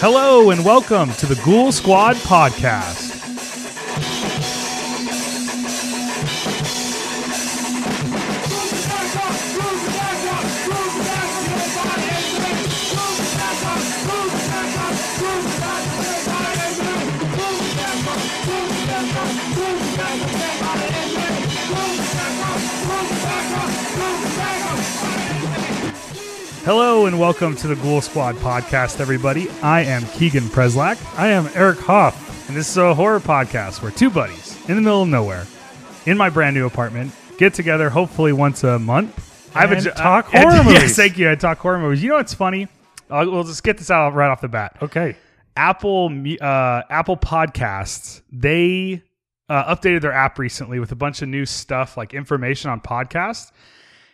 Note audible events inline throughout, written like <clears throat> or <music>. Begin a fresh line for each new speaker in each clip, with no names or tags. Hello and welcome to the Ghoul Squad podcast. Hello and welcome to the Ghoul Squad podcast, everybody. I am Keegan Preslak. I am Eric Hoff, and this is a horror podcast where two buddies in the middle of nowhere, in my brand new apartment, get together hopefully once a month. I
And
jo- <laughs>
talk
and-
horror
Yes,
movies.
thank you. I talk horror movies. You know what's funny? i we'll just get this out right off the bat.
Okay.
Apple mu- uh, Apple Podcasts they uh, updated their app recently with a bunch of new stuff like information on podcasts.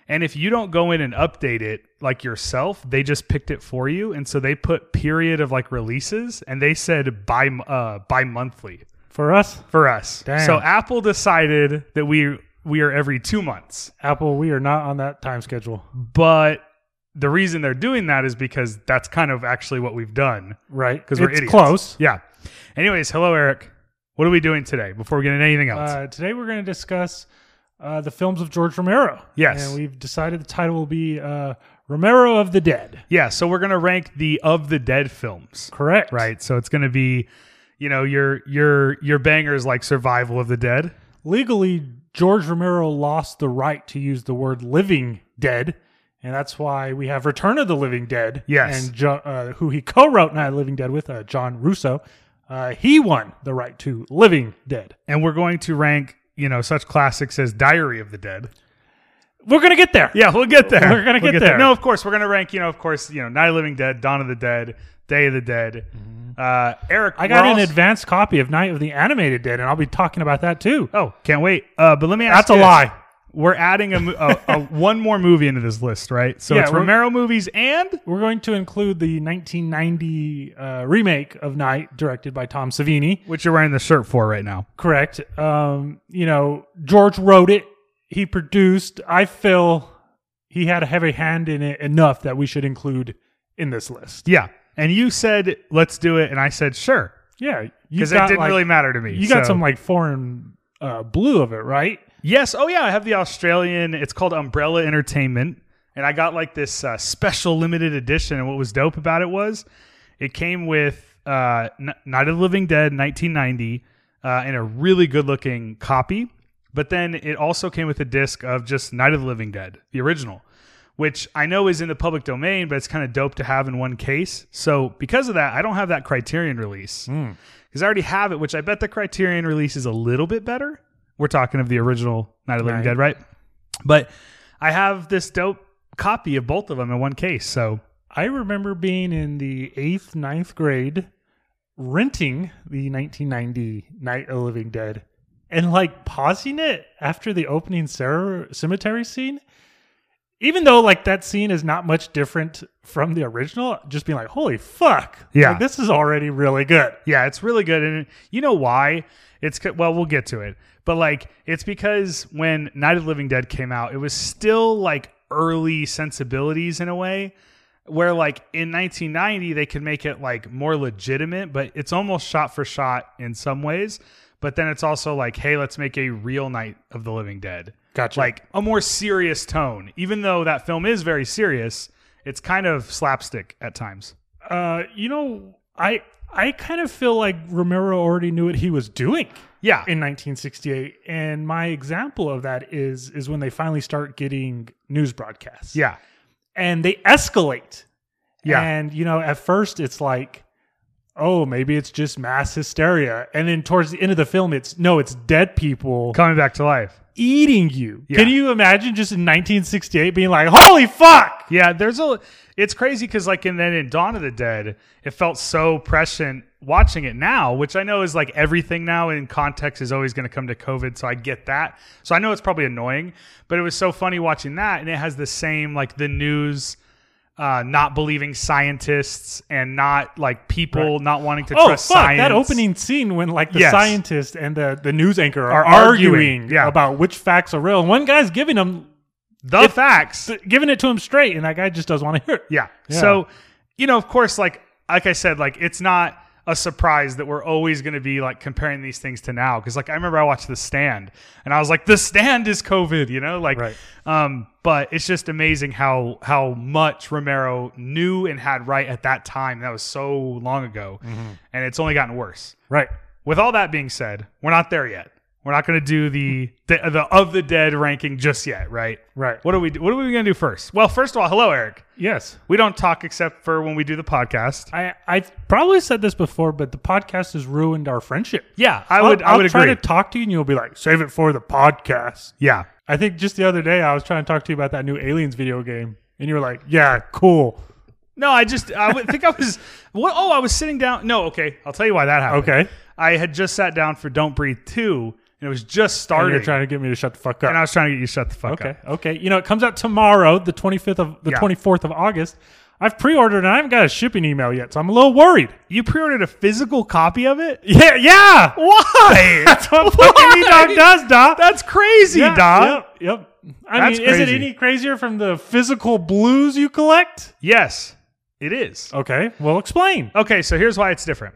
And if you don't go in and update it like yourself, they just picked it for you. And so they put period of like releases, and they said bi uh, bi monthly
For us,
for us.
Damn.
So Apple decided that we we are every two months.
Apple, we are not on that time schedule.
But the reason they're doing that is because that's kind of actually what we've done.
Right.
because we're
it's
idiots.
close.
Yeah. Anyways, hello Eric. What are we doing today before we get into anything else?
Uh, today we're going to discuss uh, the films of George Romero.
Yes.
And we've decided the title will be uh, Romero of the Dead.
yeah, so we're gonna rank the of the dead films,
Correct.
right? So it's gonna be, you know, your your your bangers like Survival of the Dead.
Legally, George Romero lost the right to use the word living dead. And that's why we have Return of the Living Dead.
Yes.
And Jo- uh, who he co wrote Night of the Living Dead with, uh, John Russo. Uh, he won the right to Living Dead.
And we're going to rank, you know, such classics as Diary of the Dead.
We're going to get there.
Yeah, we'll get there.
We're gonna
We'll
get there.
No, of course, we're gonna rank, you know, of course, you know, Night of the Living Dead, Dawn of the Dead, Day of the Dead. Uh Eric
Mm-hmm. I got
we're
an
also-
advanced copy of Night of the Animated Dead, and I'll be talking about that too.
Oh, can't wait. Uh, but let me ask
That's a
you this.
lie.
We're adding a, mo- a,
<laughs>
a one more movie into this list, right? So
Yeah,
it's
we're-
Romero movies and
We're going to include the 1990 uh, remake of Night, directed by Tom Savini.
which you're wearing the shirt for right now.
Correct. Um, you know, George wrote it. He produced. I feel he had a heavy hand in it enough that we should include in this list.
Yeah, and you said let's do it, and I said sure
Yeah, you
because it
got
didn't
like,
really matter to me.
You got
So-
some like foreign uh, blue of it, right?
yes. Oh yeah, I have the Australian. It's called Umbrella Entertainment, and I got like this uh, special limited edition. And what was dope about it was it came with uh, N- Night of the Living Dead 1990 uh, in a really good looking copy. But then it also came with a disc of just Night of the Living Dead, the original, which I know is in the public domain, but it's kind of dope to have in one case. So because of that, I don't have that Criterion release because I already have it, which I bet the Criterion release is a little bit better. We're talking of the original Night of the Living
Right.
Dead, right? But I have this dope copy of both of them in one case. So
I remember being in the eighth, ninth grade, renting the 1990 Night of the Living Dead, and like pausing it after the opening cer- cemetery scene. Even though like that scene is not much different from the original, just being like, "Holy fuck!
Yeah.
like, this is already really good."
Yeah, it's really good, and you know why? It's 'ca- well, we'll get to it, but like it's because when Night of the Living Dead came out, it was still like early sensibilities in a way, where like in 1990 they could make it like more legitimate, but it's almost shot for shot in some ways. But then it's also like, hey, let's make a real Night of the Living Dead,
Gotcha.
like a more serious tone. Even though that film is very serious, it's kind of slapstick at times.
uh, you know, I I kind of feel like Romero already knew what he was doing.
Yeah,
in 1968 and my example of that is is when they finally start getting news broadcasts
yeah,
and they escalate
yeah.
and you know at first it's like oh maybe it's just mass hysteria and then towards the end of the film it's no it's dead people
Coming back to life.
eating you
Yeah.
can you imagine just in 1968 being like holy fuck
Yeah, there's a. It's crazy because like, and then in Dawn of the Dead, it felt so prescient. Watching it now, which I know is like everything now in context is always going to come to COVID, so I get that. So I know it's probably annoying, but it was so funny watching that, and it has the same like the news. Uh, not believing scientists and not like people not wanting to
Oh fuck!
trust science.
That opening scene when like the
Yes.
scientist and the, the news anchor are,
Are arguing,
arguing
yeah.
about which facts are real, and one guy's giving them
the
If-
facts.
giving it to him straight, and that guy just doesn't want to hear it.
Yeah.
Yeah.
So, you know, of course, like like I said, like it's not a surprise that we're always going to be like comparing these things to now because like I remember I watched The Stand and I was like The Stand is COVID, you know, like
Right.
um but it's just amazing how how much Romero knew and had right at that time. That was so long ago.
Mm-hmm.
And it's only gotten worse.
Right.
With all that being said, we're not there yet. We're not going to do the, the the of the dead ranking just yet, right?
Right.
What are we what are we going to do first? Well, first of all, hello Eric.
Yes.
We don't talk except for when we do the podcast.
I I probably said this before, but the podcast has ruined our friendship.
Yeah, I would
I'll,
I would
I'll try
agree.
to talk to you, and you'll be like, "Save it for the podcast."
yeah.
I think just the other day I was trying to talk to you about that new Aliens video game, and you were like, "Yeah, cool."
No, I just I would think I was <laughs> what oh, I was sitting down. No, okay. I'll tell you why that happened.
Okay.
I had just sat down for Don't Breathe 2 and it was just
And
starting.
you're trying to get me to shut the fuck up.
and I was trying to get you to shut the fuck
okay.
up.
Okay. You know, it comes out tomorrow, the 25th of the
Yeah.
24th of August. I've pre-ordered and I haven't got a shipping email yet, so I'm a little worried. <laughs>
You pre-ordered a physical copy of it?
Yeah, yeah.
<laughs> Why? E
That's what fucking
Why?
E-Dog does, Doc.
That's crazy,
Yeah,
Dom.
Yep. yep. I
That's
mean, is it
crazy.
any crazier from the physical blues you collect?
Yes, it is.
Okay. Well, explain.
Okay, so here's why it's different.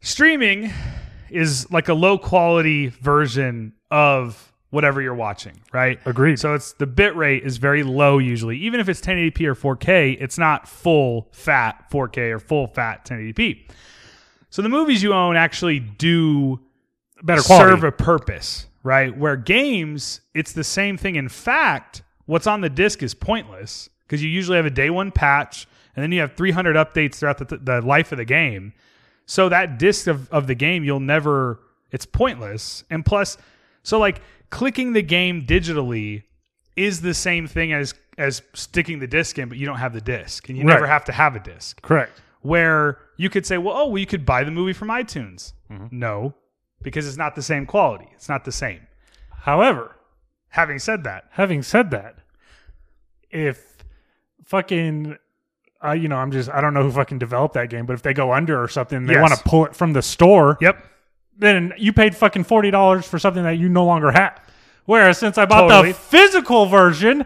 Streaming is like a low quality version of whatever you're watching, right?
Agreed.
So it's the bit rate is very low usually. Even if it's 1080p or 4K, it's not full fat 4K or full fat 1080p. So the movies you own actually do
Better
serve a purpose, right? Where games, it's the same thing. In fact, what's on the disc is pointless because you usually have a day one patch and then you have 300 updates throughout the, the life of the game. So that disc of, of the game, you'll never, it's pointless. And plus, so like clicking the game digitally is the same thing as as sticking the disc in, but you don't have the disc and you
Right.
never have to have a disc
Correct.
where you could say, well, oh, well, you could buy the movie from iTunes.
Mm-hmm.
No, because it's not the same quality. It's not the same.
However,
Having said that,
having said that, if fucking uh, you know, I'm just I don't know who fucking developed that game, but if they go under or something, they
Yes.
want to pull it from the store.
yep,
Then you paid fucking forty dollars for something that you no longer have. Whereas since I bought
Totally.
the physical version,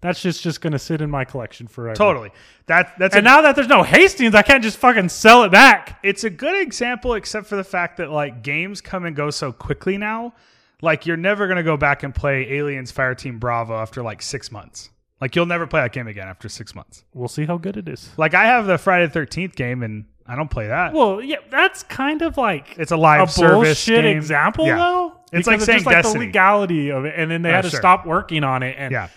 that's just just gonna sit in my collection forever.
totally. That that's
And
a,
now that there's no Hastings, I can't just fucking sell it back.
it's a good example, except for the fact that like games come and go so quickly now. Like you're never gonna go back and play Aliens Fireteam Bravo after like six months. Like you'll never play that game again after six months.
We'll see how good it is.
Like I have the Friday the Thirteenth game and I don't play that.
Well, yeah, that's kind of like
it's a live
a
service
bullshit
game.
example
Yeah.
though.
It's like
Because
saying
just like the
Destiny.
legality of it, and then they
Oh,
had to
sure.
stop working on it. And
Yeah,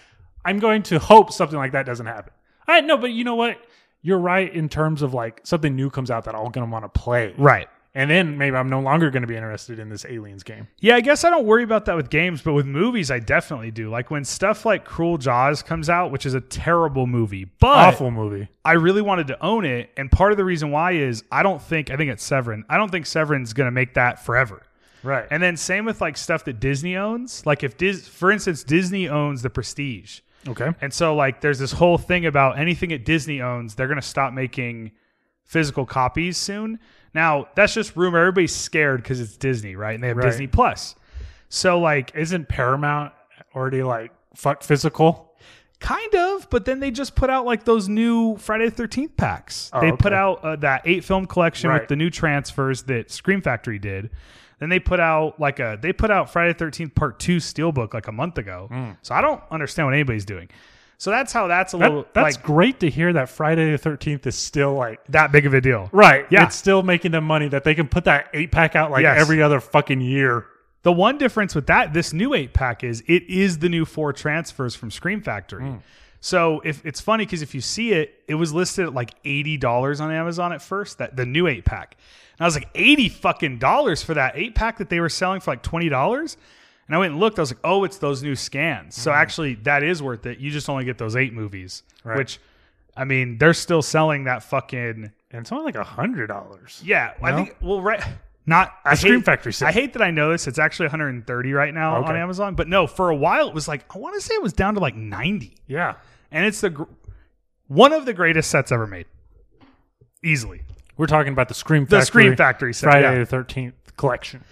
I'm going to hope something like that doesn't happen. I no, but you know what? You're right in terms of like something new comes out that I'm gonna want to play,
right.
and then maybe I'm no longer gonna be interested in this aliens game.
Yeah, I guess I don't worry about that with games, but with movies, I definitely do. Like when stuff like Cruel Jaws comes out, which is a terrible movie, but
Awful movie.
I really wanted to own it. And part of the reason why is I don't think, I think it's Severin. I don't think Severin's going to make that forever.
Right.
And then same with like stuff that Disney owns. Like if Dis, for instance, Disney owns The Prestige.
okay.
And so like there's this whole thing about anything that Disney owns, they're going to stop making physical copies soon. Now, that's just rumor. Everybody's scared cuz it's Disney, right? And they have
Right.
Disney Plus. So like
Isn't Paramount already like fuck physical?
kind of, but then they just put out like those new Friday the 13th packs.
Oh,
they put
okay.
out uh, that eight film collection
Right.
with the new transfers that Scream Factory did. Then they put out like a they put out Friday the 13th part 2 steelbook like a month ago. So I don't understand what anybody's doing. So that's how that's a
Mm. That-
little
that's
like
great to hear that Friday the 13th is still like
that big of a deal.
Right.
Yeah.
It's still making them money that they can put that eight pack out like
Yes.
every other fucking year.
The one difference with that, this new eight pack is it is the new four transfers from Scream Factory. So if it's funny because if you see it, it was listed at like eighty dollars on Amazon at first. That the new eight pack, and I was like eighty fucking dollars for that eight pack that they were selling for like twenty dollars. And I went and looked. I was like, oh, it's those new scans. So actually, that is worth it. You just only get those eight movies,
Right.
which, I mean, they're still selling that fucking
And it's only like a hundred dollars.
yeah, I
No?
think well, right. Not I hate-
Scream Factory sale.
I hate that I know this. It's actually 130 right now on
Okay.
Amazon, but no, for a while it was like I want to say it was down to like 90,
Yeah.
and it's the gr- one of the greatest sets ever made, easily.
We're talking about the Scream
The
Factory.
Scream Factory set.
Friday
yeah.
the thirteenth collection.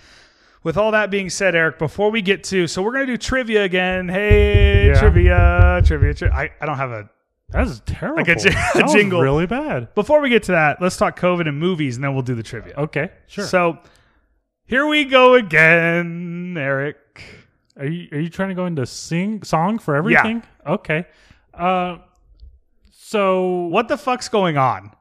With all that being said, Eric, before we get to so we're gonna do trivia again. Hey,
Yeah.
trivia, trivia, trivia. I, I don't have a
That was terrible.
Like a jin- <laughs>
That
a
was
jingle.
really bad.
Before we get to that, let's talk COVID and movies, and then we'll do the trivia.
Okay, Oh, sure.
So here we go again, Eric.
Are you are you trying to go into sing song for everything? Okay. Uh, so
What the fuck's going on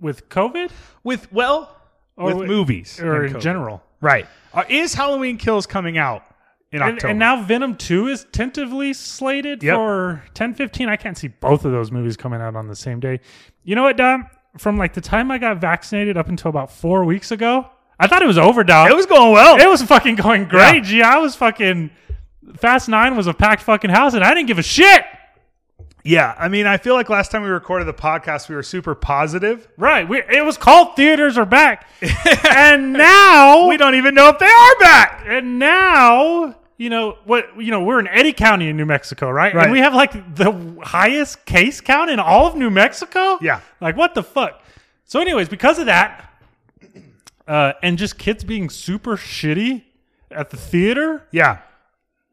with COVID
with well
Or
with
wi-
movies
or
and
in
COVID.
general?
Right? Uh, is Halloween Kills coming out in
And,
October?
and now Venom 2 is tentatively slated
Yep.
for 10:15. I can't see both of those movies coming out on the same day. You know what, Dom? From like the time I got vaccinated up until about 4 weeks ago, I thought it was over, Dom.
it was going well.
it was fucking going great. Gee, I was fucking Fast 9 was a packed fucking house and I didn't give a shit.
yeah, I mean, I feel like last time we recorded the podcast, we were super positive.
Right. We, it was called Theaters Are
<laughs>
Back. and now
We don't even know if they are back.
and now you know what you know we're in Eddy County in New Mexico, right?
Right.
And we have like the highest case count in all of New Mexico.
Yeah.
Like what the fuck? So, anyways, because of that, uh, and just kids being super shitty at the theater,
Yeah.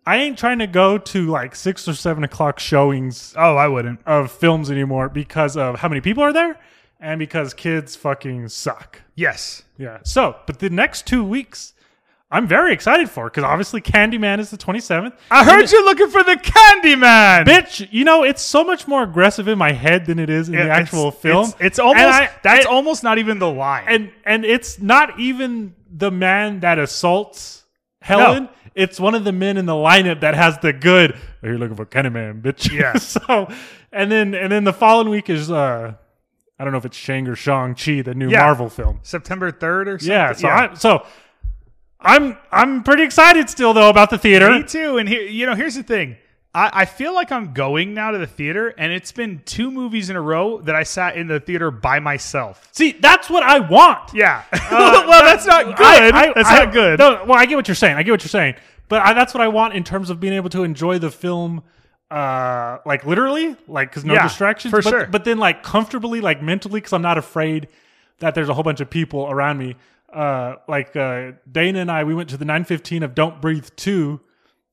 I ain't trying to go to like six or seven o'clock showings
Oh, I wouldn't.
of films anymore because of how many people are there and because kids fucking suck.
Yes.
Yeah. So, but the next two weeks, I'm very excited for because obviously Candyman is the 27th.
I heard you looking for the Candyman.
Bitch, you know it's so much more aggressive in my head than it is in
It-
the actual
it's-
film.
It's, it's almost
And I-
that's
and-
almost not even the line.
and and it's not even the man that assaults Helen.
No.
It's one of the men in the lineup that has the good. Oh, you're looking for Candyman, bitch.
Yeah.
<laughs> so, and then and then the following week is uh, I don't know if it's Shang or Shang Chi, the new
Yeah.
Marvel film.
September third or something.
Yeah, so I so I'm I'm pretty excited still though about the theater.
me too. And here, you know, here's the thing. I, I feel like I'm going now to the theater, and it's been two movies in a row that I sat in the theater by myself.
See, that's what I want. <laughs>
Yeah. <laughs>
Uh,
well, that's not
I-
good.
I-
that's
I-
not good.
No, well, I get what you're saying. I get what you're saying, but I, that's what I want in terms of being able to enjoy the film, uh, like literally, like because no
Yeah,
distractions.
for
but,
sure.
But then like comfortably, like mentally, because I'm not afraid that there's a whole bunch of people around me. Uh, like uh, Dana and I, we went to the 9:15 of Don't Breathe Two,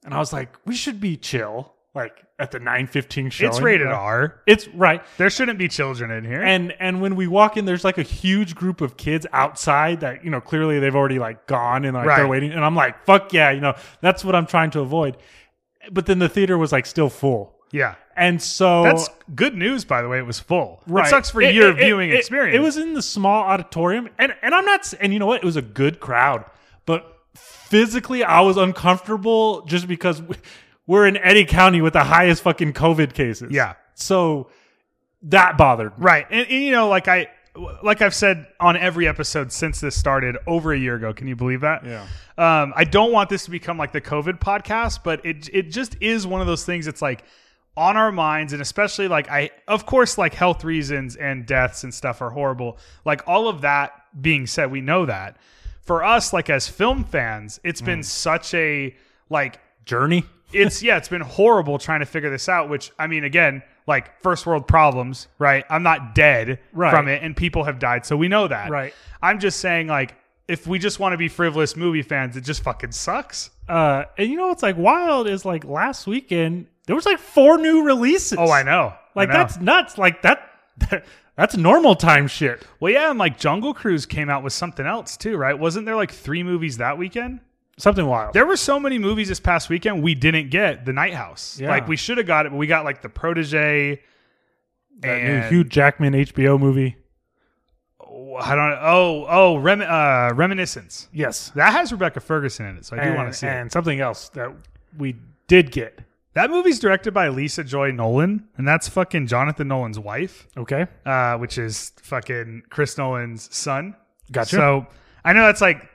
and I was like, we should be chill, like at the 9:15 show.
it's rated R.
It's right.
There shouldn't be children in here.
And and when we walk in, there's like a huge group of kids outside that you know clearly they've already like gone and like they're
Right.
waiting. And I'm like, fuck yeah, you know that's what I'm trying to avoid. But then the theater was like still full,
yeah.
and so
That's good news, by the way. It was full.
Right.
It sucks for
It-
your
it- it-
viewing
it-
experience.
It was in the small auditorium, and and I'm not. s- And you know what? It was a good crowd, but physically, I was uncomfortable just because w- we're in Eddy County with the highest fucking COVID cases.
Yeah.
so that bothered me.
Right. And, and you know, like I like I've said on every episode since this started over a year ago. Can you believe that?
Yeah.
Um, I don't want this to become like the COVID podcast, but it it just is one of those things. It's like on our minds, and especially like I, of course, like health reasons and deaths and stuff are horrible. Like all of that being said, we know that for us, like as film fans, it's been such a like
Journey.
it's yeah, it's been horrible trying to figure this out. Which I mean, again, like first world problems, right? I'm not dead
Right.
from it, and people have died, so we know that.
Right.
I'm just saying, like, if we just want to be frivolous movie fans, it just fucking sucks.
Uh, and you know what's like wild is like last weekend there was like four new releases.
Oh, I know.
Like
I know.
that's nuts. Like that, <laughs> that's normal time shit.
well, yeah, and like Jungle Cruise came out with something else too, right? Wasn't there like three movies that weekend?
Something wild.
There were so many movies this past weekend we didn't get. The Night House,
Yeah.
like we should have got it, but we got like the Protege.
that new
and-
Hugh Jackman HBO movie.
I don't. Oh, oh, Rem, uh, Reminiscence.
Yes,
That has Rebecca Ferguson in it, so I do want to see it.
and something else that we did get.
That movie's directed by Lisa Joy Nolan, and that's fucking Jonathan Nolan's wife,
Okay,
uh, which is fucking Chris Nolan's son.
gotcha.
So I know that's like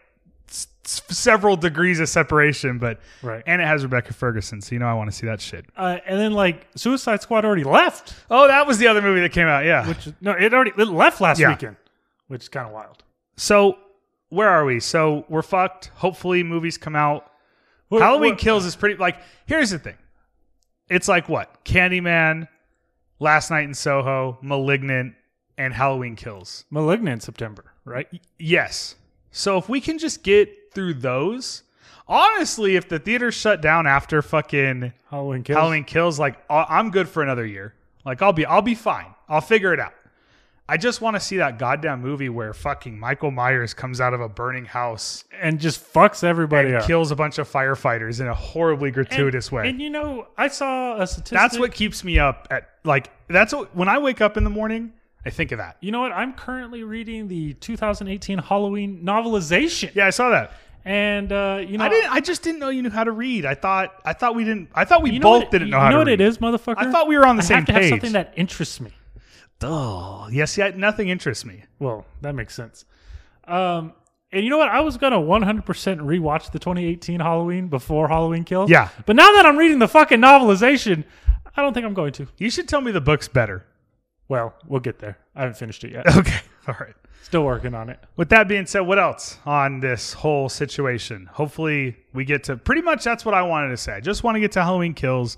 s- s- several degrees of separation, but
right.
and
And,
it has Rebecca Ferguson, so you know I want to see that shit.
uh, and then like Suicide Squad already left,
Oh, that was the other movie that came out. Yeah.
which is- no, it already it left last
Yeah.
weekend, which is kind of wild.
so where are we? So we're fucked. Hopefully, movies come out
What-
Halloween
what-
Kills is pretty like here's the thing. It's like what? Candyman, Last Night in Soho, Malignant, and Halloween Kills.
Malignant September, right?
Yes. So if we can just get through those, honestly, if the theater shut down after fucking
Halloween Kills.
Halloween Kills, like I- I'm good for another year. Like I'll be I'll be fine. I'll figure it out. I just want to see that goddamn movie where fucking Michael Myers comes out of a burning house
and just fucks everybody
and
up.
kills a bunch of firefighters in a horribly gratuitous way.
And you know, I saw a statistic.
that's what keeps me up at like that's what, when I wake up in the morning, I think of that.
You know what? I'm currently reading the 2018 Halloween novelization.
Yeah, I saw that.
And uh, you know,
I didn't I just didn't know you knew how to read. I thought I thought we didn't I thought we
you know
both
what,
didn't know
you
how
know
to
what
read.
it is, motherfucker.
I thought we were on the
I
same
have to have
page.
something that interests me.
Duh. Yes, yeah, nothing interests me.
Well, that makes sense. Um, and you know what? I was gonna 100% rewatch the 2018 Halloween before Halloween Kills.
Yeah.
But now that I'm reading the fucking novelization, I don't think I'm going to.
You should tell me the book's better. <laughs>
Well, we'll get there. I haven't finished it yet.
Okay. All right.
Still working on it.
With that being said, what else on this whole situation? Hopefully, we get to pretty much that's what I wanted to say. I just want to get to Halloween Kills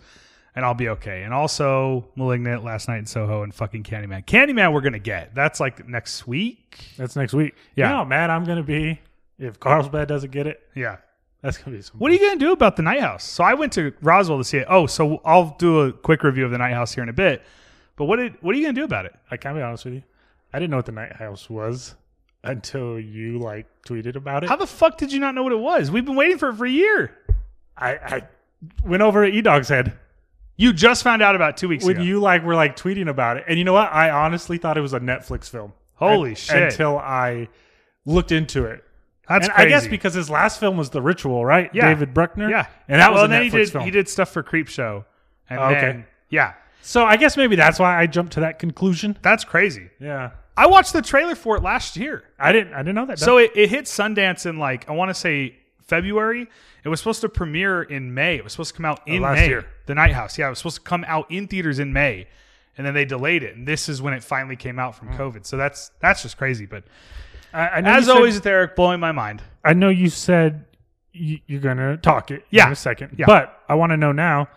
and I'll be okay. And also, Malignant last night in Soho and fucking Candyman. Candyman, we're going to get. That's like next week.
That's next week.
Yeah.
You know how mad I'm gonna be if Carlsbad doesn't get it.
Yeah.
That's gonna be some.
What are you going to do about the Night House? So I went to Roswell to see it. Oh, so I'll do a quick review of the Night House here in a bit. But what did what are you going to do about it?
I can't be honest with you. I didn't know what the night house was until you like tweeted about it.
How the fuck did you not know what it was? We've been waiting for it for a year.
I, I went over at E Dog's head
You just found out about two weeks
when
ago.
you like were like tweeting about it, and you know what? I honestly thought it was a Netflix film.
Holy
Un-
shit.
Until I looked into it.
That's
and
crazy.
I guess because his last film was The Ritual, right?
Yeah.
David Bruckner.
Yeah,
and that was
well,
a
and then
Netflix
he did
film.
he did stuff for Creep Show, and
Oh, okay.
then- yeah,
So I guess maybe that's why I jumped to that conclusion.
that's crazy.
Yeah,
I watched the trailer for it last year,
I didn't. I didn't know that.
so it, it hit Sundance in like I want to say February. It was supposed to premiere in May. It was supposed to come out in
Oh, last
May.
year.
The Night House, yeah, it was supposed to come out in theaters in May, and then they delayed it, and this is when it finally came out from COVID. So that's that's just crazy. But
I, I know Hmm. you
as
said-
always, with Eric, blowing my mind.
I know you said you, you're going to talk it
Yeah.
in a second,
Yeah.
but I want to know now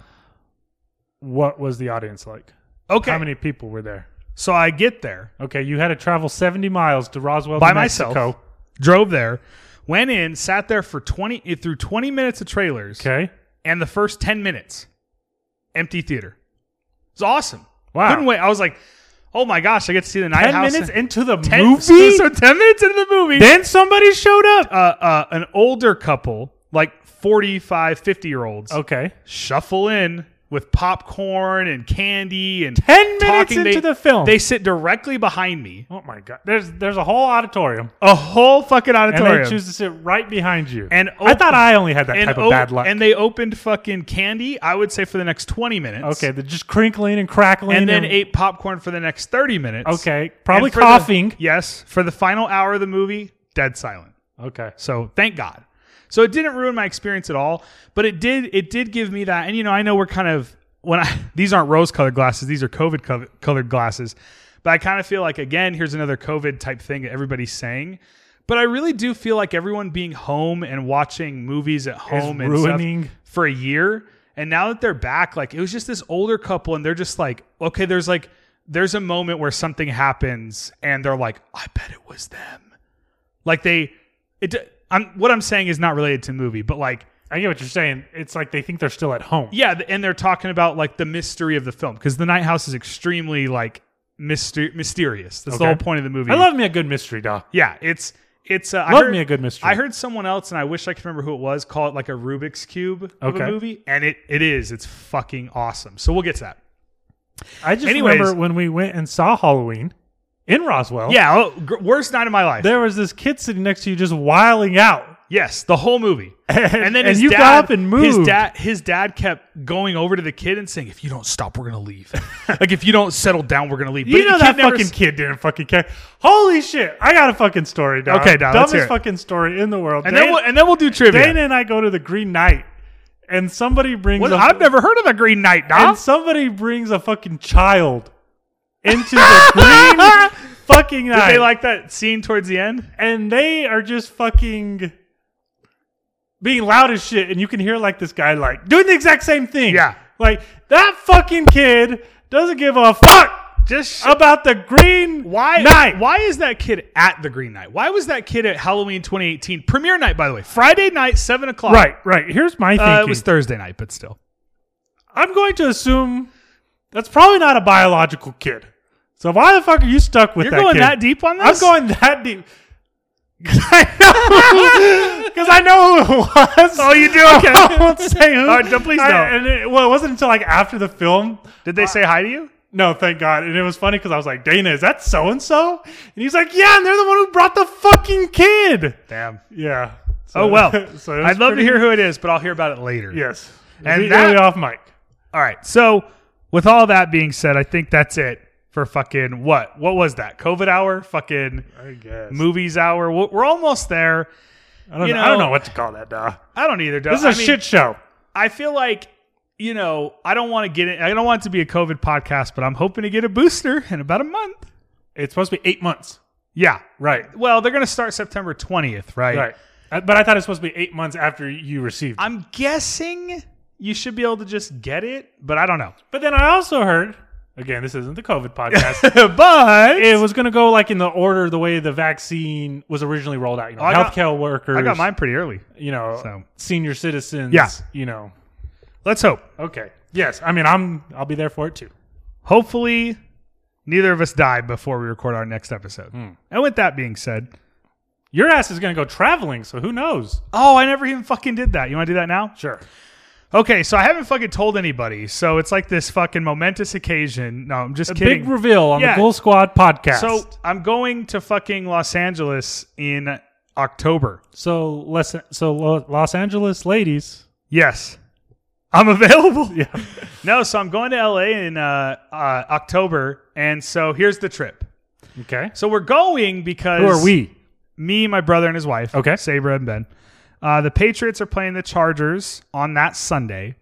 what was the audience like?
Okay,
How many people were there?
so I get there.
Okay, you had to travel 70 miles to Roswell
by
New
myself.
Mexico.
Drove there, went in, sat there for twenty eh, through twenty minutes of trailers,
Okay.
and the first ten minutes, empty theater. It's awesome.
Wow.
Couldn't wait. I was like, oh my gosh, I get to see the night
10
house.
minutes into the
Ten-
movie?
So ten minutes into the movie,
then somebody showed up.
uh, uh, an older couple, like 45, 50 year olds,
Okay.
shuffle in with popcorn and candy and
10 minutes
talking. They-
into the film.
They sit directly behind me,
oh my god. There's there's a whole auditorium,
a whole fucking auditorium.
and they choose to sit right behind you.
And
I
op-
thought I only had that type of
op-
bad luck.
and they opened fucking candy, I would say, for the next 20 minutes.
okay, they're just crinkling and crackling
And then ate popcorn for the next 30 minutes.
Okay,
And
probably
for
coughing.
The, yes. For the final hour of the movie, dead silent.
okay.
So thank God. So it didn't ruin my experience at all, but it did it did give me that. And you know, I know we're kind of when I <laughs> these aren't rose colored glasses, these are COVID co- colored glasses. But I kind of feel like again, here's another COVID type thing that everybody's saying. But I really do feel like everyone being home and watching movies at home and stuff
ruining-
for a year, and now that they're back, like it was just this older couple, and they're just like, okay, there's like there's a moment where something happens, and they're like, I bet it was them. Like they, it. I'm what I'm saying is not related to movie, but like
I get what you're saying. It's like they think they're still at home.
yeah, th- and they're talking about like the mystery of the film because the Night House is extremely like myster- mysterious. That's the
Okay.
whole point of the movie.
I love me a good mystery, dog.
Yeah, it's it's. Uh, I
Love
heard-
me a good mystery.
I heard someone else, and I wish I could remember who it was, call it like a Rubik's cube of
Okay.
a movie, and it it is. It's fucking awesome. So we'll get to that.
I just
Anyways.
remember when we went and saw Halloween in Roswell.
Yeah, oh, gr- worst night of my life.
there was this kid sitting next to you just wiling out.
yes, the whole <laughs> movie. And then
and
his
you
dad,
got up and
His
moved.
dad, his dad kept going over to the kid and saying, "If you don't stop, we're gonna <laughs> leave. like if you don't settle down, we're gonna leave." But
you know
the kid
that
never
fucking
s-
kid didn't fucking care. Holy shit! I got a fucking story, dog.
Okay, dog, let's
dumbest
hear it.
fucking story in the world.
And then we'll, and then we'll do trivia.
Dana and I go to the Green Knight, and somebody brings
What-
a
I've never heard of the Green Knight,
and
dog.
somebody brings a fucking child into the
<laughs>
<laughs> Green fucking
Did
Knight.
they like that scene towards the end?
and they are just fucking being loud as shit and you can hear like this guy like doing the exact same thing
Yeah.
like that fucking kid doesn't give a fuck
Just
about the green
Why?
night
Why is that kid at the Green Night? Why was that kid at Halloween 2018 premiere night? By the way, Friday night, seven o'clock.
right right here's my
Uh,
thinking
it was Thursday night, but still.
i'm going to assume That's probably not a biological kid. So why the fuck are you stuck with
You're
that
going
kid?
that deep on
I'm
this?
going that deep. <laughs> Because I know, 'cause I know who it
<laughs>
was.
Oh, you do? Okay.
<laughs> I
<laughs>
won't say who.
All right, don't- please
I-
don't.
and it, well, it wasn't until like after the film.
Did they say hi to you?
No, thank God. And it was funny because I was like, Dana, is that so and so? And he's like, Yeah, and they're the one who brought the fucking kid.
Damn.
Yeah. So-
Oh well.
Uh, <laughs> so it was
I'd love to
pretty-
hear who it is, but I'll hear about it later.
Yes.
And
And
that-
off mic.
All right. So, with all that being said, I think that's it for fucking what? What was that? COVID hour? Fucking
I guess.
movies hour? We're we're almost there.
I don't
you
know. I don't
know-
know what to call that. Duh.
I don't either. Doug.
This is a
I mean,
shit show.
I feel like you know I don't want to get it. I don't want it to be a COVID podcast, but I'm hoping to get a booster in about a month.
It's supposed to be eight months.
Yeah.
Right.
Well, they're gonna start September 20th, right?
Right. Uh, But I thought it was supposed to be eight months after you received. it.
I'm guessing you should be able to just get it, but I don't know. <laughs>
But then I also heard again, this isn't the <laughs> COVID podcast.
but
it was going to go like in the order the way the vaccine was originally rolled out. You know,
Oh, I got-
healthcare workers.
I got mine pretty early.
You know,
So.
senior citizens.
Yeah.
You know.
Let's hope.
Okay. Yes. I mean, I'm. I'll be there for it too.
Hopefully, neither of us die before we record our next episode. And with that being said,
Your ass is going to go traveling, so who knows?
oh, I never even fucking did that. You want to do that now?
Sure.
Okay, so I haven't fucking told anybody. So it's like this fucking momentous occasion. No, I'm just kidding.
Big reveal on
Yeah.
the Goal Squad podcast.
so I'm going to fucking Los Angeles in October.
So less so Lo- Los Angeles ladies.
Yes. I'm available.
<laughs> Yeah.
No, so I'm going to LA in uh, uh, October. And so here's the trip.
Okay.
So we're going because.
Who are we?
me, my brother, and his wife.
Okay.
Sabra and Ben. Uh, the Patriots are playing the Chargers on that Sunday.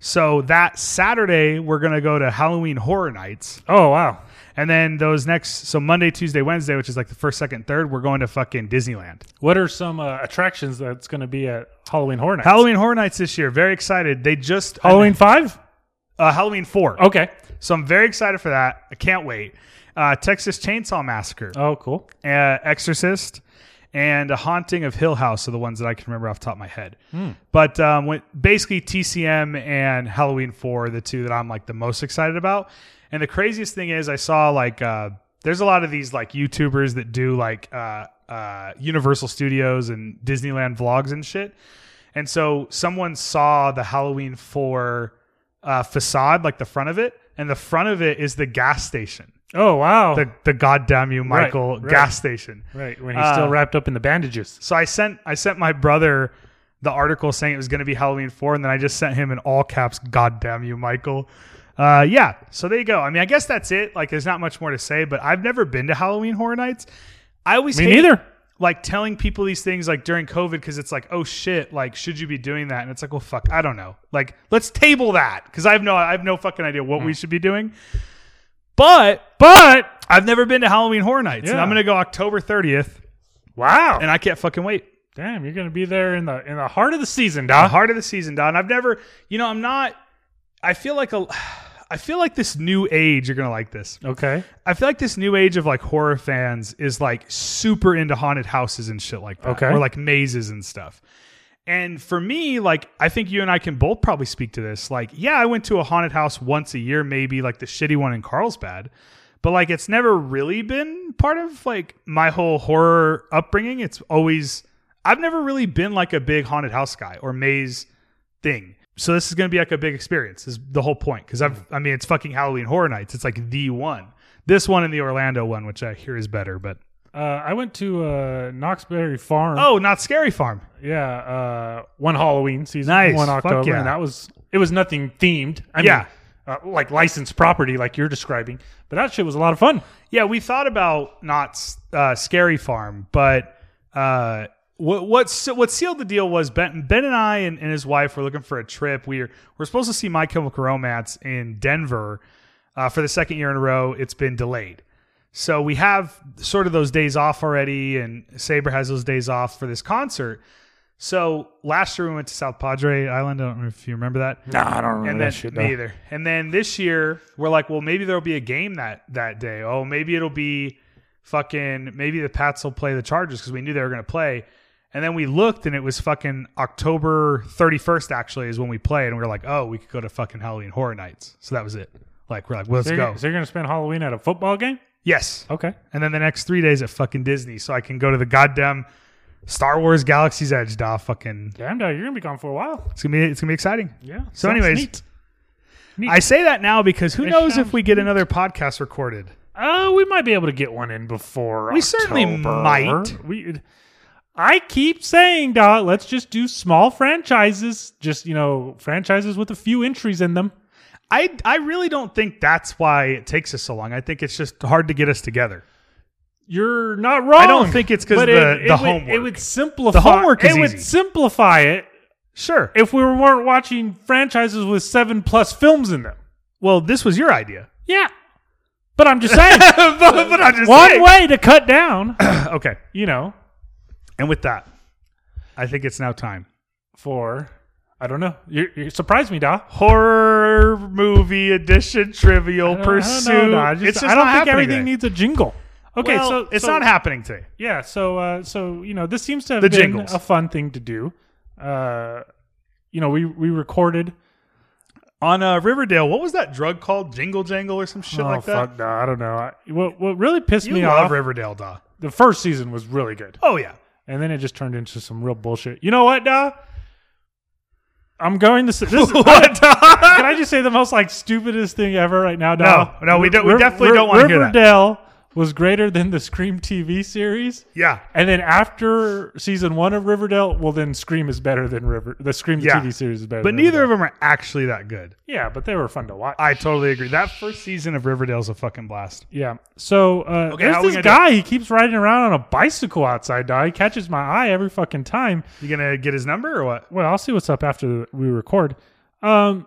So that Saturday, we're going to go to Halloween Horror Nights.
Oh wow.
And then those next, so Monday, Tuesday, Wednesday, which is like the first, second, third, we're going to fucking Disneyland.
What are some uh, attractions that's going to be at Halloween Horror Nights?
Halloween Horror Nights this year. Very excited. They just,
Halloween Oh. five.
uh, Halloween 4.
Okay.
So I'm very excited for that. I can't wait. Uh, Texas Chainsaw Massacre,
Oh cool.
uh, Exorcist, and A Haunting of Hill House are the ones that I can remember off the top of my head. But um, when, basically, TCM and Halloween 4 are the two that I'm like the most excited about. And the craziest thing is, I saw like uh, there's a lot of these like YouTubers that do like uh, uh, Universal Studios and Disneyland vlogs and shit. And so someone saw the Halloween 4 uh, facade, like the front of it, and the front of it is the gas station.
Oh wow.
The, the goddamn you,
Right,
Michael
right.
gas station.
right when he's still
Uh,
wrapped up in the bandages.
So I sent I sent my brother the article saying it was going to be Halloween four, and then I just sent him in all caps, "God damn you, Michael." Uh, yeah. So there you go. I mean, I guess that's it. Like, there's not much more to say. But I've never been to Halloween Horror Nights. I always
Me
hate,
neither.
Like telling people these things like during COVID because it's like, oh shit, like should you be doing that? And it's like, well, fuck, I don't know. Like, let's table that because I have no I have no fucking idea what we should be doing. But
But
I've never been to Halloween Horror Nights, and
Yeah.
I'm gonna go October 30th,
wow.
and I can't fucking wait.
Damn, you're going to be there in the in the heart of the season,
the
Doc.
heart of the season, Don. I've never, you know, I'm not. I feel like a, <sighs> I feel like this new age. You're gonna like this.
Okay.
I feel like this new age of like horror fans is like super into haunted houses and shit like that,
Okay.
or like mazes and stuff. And for me, like I think you and I can both probably speak to this. Like, yeah, I went to a haunted house once a year, maybe like the shitty one in Carlsbad, but like it's never really been part of like my whole horror upbringing. It's always I've never really been like a big haunted house guy or maze thing. So this is going to be like a big experience. Is the whole point? Because I've, I mean, it's fucking Halloween Horror Nights. It's like the one. This one and the Orlando one, which I hear is better. But
Uh, I went to uh, Knoxberry Farm.
oh, not Scary Farm.
Yeah, uh, one Halloween season,
Nice.
one
Fuck
October,
yeah.
and that was it was nothing themed. I
Yeah.
mean, uh, like licensed property, like you're describing, but that shit was a lot of fun.
Yeah, we thought about not uh, Scary Farm, but uh, what what se- what sealed the deal was Ben Ben and I and, and his wife were looking for a trip. We're we're supposed to see My Chemical Romance in Denver uh, for the second year in a row. It's been delayed, so we have sort of those days off already, and Saber has those days off for this concert. So last year we went to South Padre Island. I don't know if you remember that
No, I don't remember
and then me either. And then this year we're like, well, maybe there'll be a game that that day. Oh, maybe it'll be fucking. Maybe the Pats will play the Chargers because we knew they were going to play. And then we looked, and it was fucking October thirty first. Actually, is when we played, and we were like, oh, we could go to fucking Halloween Horror Nights. So that was it. Like we're like, let's
so you're,
go.
So you're gonna spend Halloween at a football game?
Yes.
Okay.
And then the next three days at fucking Disney, so I can go to the goddamn Star Wars Galaxy's Edge. Da fucking.
Damn, dog, you're gonna be gone for a while.
It's gonna be it's gonna be exciting.
Yeah.
So
sounds
anyways-
neat.
I say that now because who
It
knows
sounds
if we get another podcast recorded.
Uh, we might be able to get one in before.
We certainly
October.
might.
We, I keep saying, dog, let's just do small franchises. Just you know, franchises with a few entries in them.
I I really don't think that's why it takes us so long. I think it's just hard to get us together.
You're not wrong.
don't think it's 'cause
but
the-
it- it
the
would- It
homework.
would simplify.
homework is
It
easy.
would simplify it
Sure.
if we weren't watching franchises with seven plus films in them.
Well, this was your idea. <clears throat>
Yeah, but I'm just saying
<laughs> but, but I just
one
saying.
way to cut down.
Okay.
You know,
And with that, I think it's now time.
for I don't know. You, you surprised me, dog.
Horror movie edition, Trivial
I don't-
Pursuit.
I don't, know, dog. I just-
it's just
I don't
not
think
happening
everything
today.
needs a jingle. Okay,
Well,
so
it's
so-
not happening today.
Yeah, so uh, so you know, this seems to have
The
been
jingles.
a fun thing to do. Uh, you know, we we recorded.
On uh, Riverdale, what was that drug called? Jingle Jangle or some shit
oh
like that?
fuck, no, I don't know. I, what what really pissed
You
me
love
off?
Riverdale, da.
the first season was really good,
Oh, yeah.
and then it just turned into some real bullshit. You know what, da? I'm going to.
<laughs>
s- This,
What, da?
<laughs> Can I just say the most like stupidest thing ever right now?
No,
Dom?
no, we don't- we
Riv-
definitely
Riv-
don't wanna hear that.
Riverdale was greater than the Scream TV series,
yeah.
and then after season one of Riverdale, well, then Scream is better than River. The Scream
Yeah.
TV series is better,
But
than
neither of
Riverdale.
them are actually that good.
Yeah, but they were fun to watch.
I totally agree. That first season of Riverdale's a fucking blast.
yeah. So uh,
Okay, how
there's
we gonna
this
do
guy. He keeps riding around on a bicycle outside. Dog. He catches my eye every fucking time.
You gonna get his number or what?
Well, I'll see what's up after we record. Um,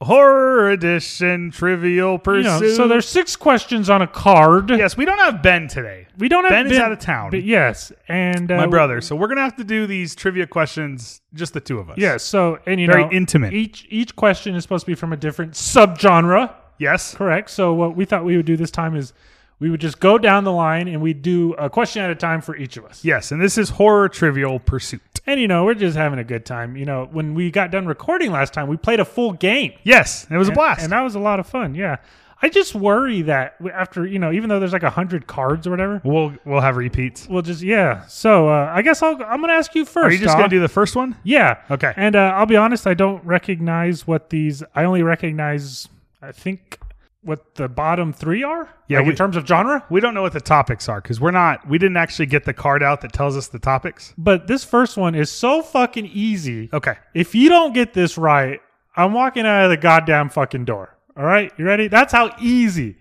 Horror edition, Trivial
you
Pursuit.
know, so there's six questions on a card.
yes, we don't have Ben today.
We don't have
Ben is out of town.
But yes, and uh,
My brother. So we're gonna have to do these trivia questions, just the two of us.
Yes. So and you
Very
know,
intimate.
Each each question is supposed to be from a different subgenre.
Yes.
Correct. So what we thought we would do this time is we would just go down the line and we would do a question at a time for each of us.
Yes. And this is horror Trivial Pursuit.
And you know, we're just having a good time. You know, when we got done recording last time, we played a full game.
Yes, it was a
And-
blast.
And that was a lot of fun. Yeah. I just worry that after, you know, even though there's like a hundred cards or whatever,
we'll we'll have repeats.
we'll just yeah. So uh, I guess I'll I'm gonna ask you first.
Are you just
Doc.
gonna do the first one?
Yeah.
Okay.
And uh, I'll be honest, I don't recognize what these. I only recognize, I think, what the bottom three are.
Yeah,
like
we-
in terms of genre.
We don't know what the topics are because we're not we didn't actually get the card out that tells us the topics.
But this first one is so fucking easy.
Okay.
If you don't get this right, I'm walking out of the goddamn fucking door. All right, you ready? That's how easy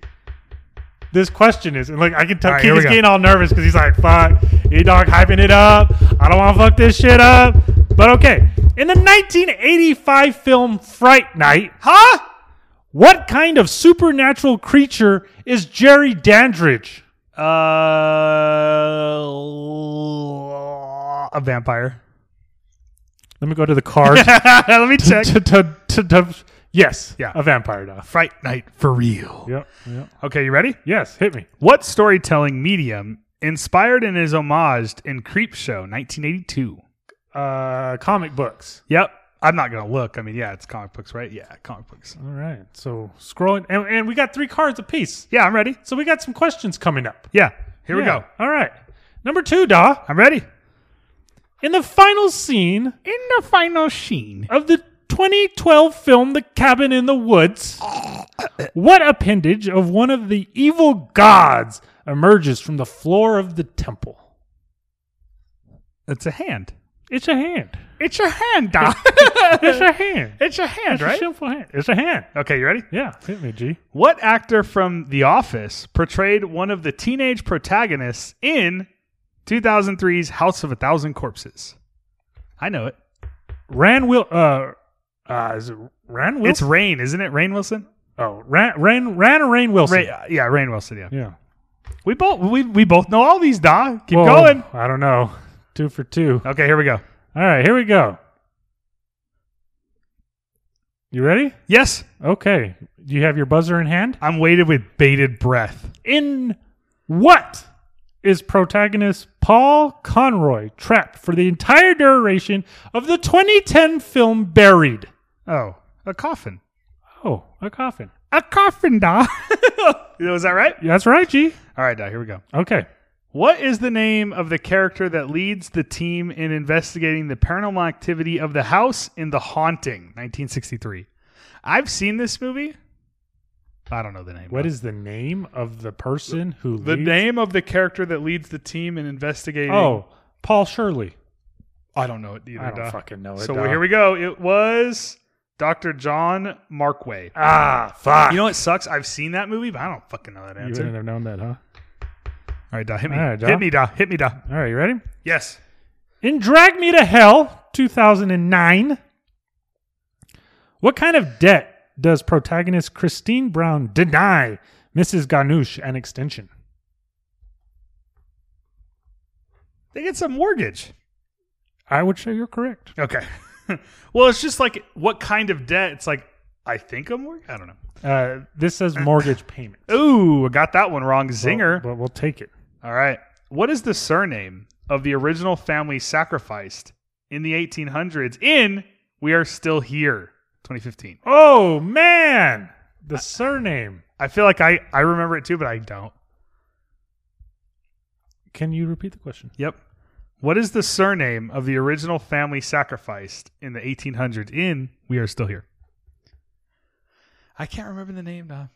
this question is. And look, I can tell
All right, here we
Keegan's
go.
getting all nervous because he's like, "Fuck, e dog hyping it up. I don't want to fuck this shit up." But okay, in the 1985 film Fright Night,
Huh?
What kind of supernatural creature is Jerry Dandridge?
Uh, a vampire. <laughs>
Let me go to the card.
Let me check.
To- to- to- to- yes,
Yeah.
a vampire dog.
Fright Night for real.
Yep, yep.
Okay, you ready?
Yes, hit me.
What storytelling medium inspired and is homaged in Creepshow 1982?
Uh, comic books.
Yep. I'm not going to look. I mean, yeah, it's comic books, right? Yeah, comic books.
All right. So scrolling, and, and we got three cards apiece.
Yeah, I'm ready.
So we got some questions coming up.
Yeah, here we
Yeah.
go.
All right. Number two, Da.
I'm ready.
In the final scene
In the final sheen.
of the 2012 film The Cabin in the Woods, what appendage of one of the evil gods emerges from the floor of the temple?
It's a hand.
It's a hand.
It's a hand, Doc.
It's a hand.
<laughs> it's a hand,
It's a
Uh, right?
simple hand. It's a hand.
Okay, you ready?
Yeah, hit me, G.
What actor from The Office portrayed one of the teenage protagonists in 2003's House of a Thousand Corpses? I know it.
Ran Will. Uh, uh, is it Ran Wilson?
It's Rain, isn't it? Rain Wilson?
oh, Ran Ran Ran or Rain Wilson.
Ray, uh, yeah, Rain Wilson, yeah.
Yeah.
We both we, we both know all these, Da. Keep
Whoa,
going.
I don't know. Two for two.
Okay, here we go.
All right, here we go. You ready?
Yes,
Okay. Do you have your buzzer in hand?
I'm waited with bated breath.
in what is protagonist Paul Conroy trapped for the entire duration of the 2010 film Buried?
Oh, a coffin.
Oh, a coffin.
a <laughs> carpenter. Was that right?
That's right, G.
All right, Doc, here we go.
Okay.
What is the name of the character that leads the team in investigating the paranormal activity of the house in The Haunting, 1963? I've seen this movie. I don't know the name.
What is the name of the person who
the
leads?
name of the character that leads the team in investigating?
Oh, Paul Shirley.
I don't know it either.
I don't
Doc.
fucking know it.
So
dog.
here we go. It was Dr. John Markway.
Ah, fuck.
You know what sucks? I've seen that movie, but I don't fucking know that
you
answer.
wouldn't have known that, huh?
All right, Da, hit me.
All right, Da.
hit me, Da. Hit me, Da.
All right, you ready?
Yes.
In Drag Me to Hell, 2009, what kind of debt does protagonist Christine Brown deny Mrs. Ganoush an extension?
They get some mortgage.
I would say you're correct.
Okay. <laughs> well, it's just like what kind of debt? It's like, I think a mortgage? I don't know.
Uh, this says mortgage payment. <laughs>
Ooh, I got that one wrong. Zinger.
But, but we'll take it.
All right. What is the surname of the original family sacrificed in the 1800s in We Are Still Here, 2015?
Oh, man. The surname.
I feel like I, I remember it too, but I don't.
Can you repeat the question?
Yep. What is the surname of the original family sacrificed in the 1800s in We Are Still Here? I can't remember the name, Dom.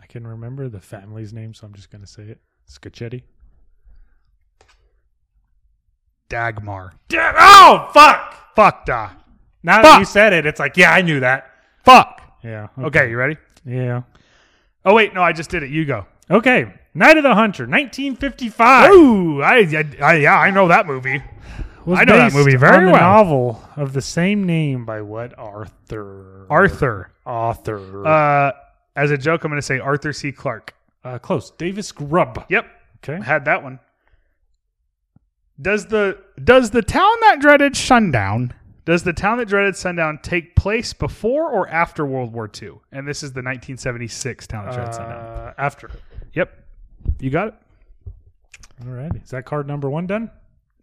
I can remember the family's name, so I'm just going to say it. Scacchetti.
Dagmar.
Oh, fuck.
Fuck, da.
Now
Fuck.
that you said it, it's like, yeah, I knew that.
Fuck.
Yeah.
Okay, you ready?
Yeah.
Oh, wait, no, I just did it. You go.
Okay. Night of the Hunter, 1955.
Ooh, I, I, I yeah, I know that movie.
was
I know that
based
movie very
on the
well.
novel of the same name by what Arthur?
Arthur.
Author. Uh,
Uh, as a joke, I'm going to say Arthur C. Clarke.
close. Davis Grubb.
Yep, Uh, I
Okay.
had that one. Does the does the town that dreaded sundown? Does the town that dreaded sundown take place before or after World War II? And this is the 1976 town that dreaded sundown.
Uh, after.
Yep, you got it.
All right. Is that card number one done?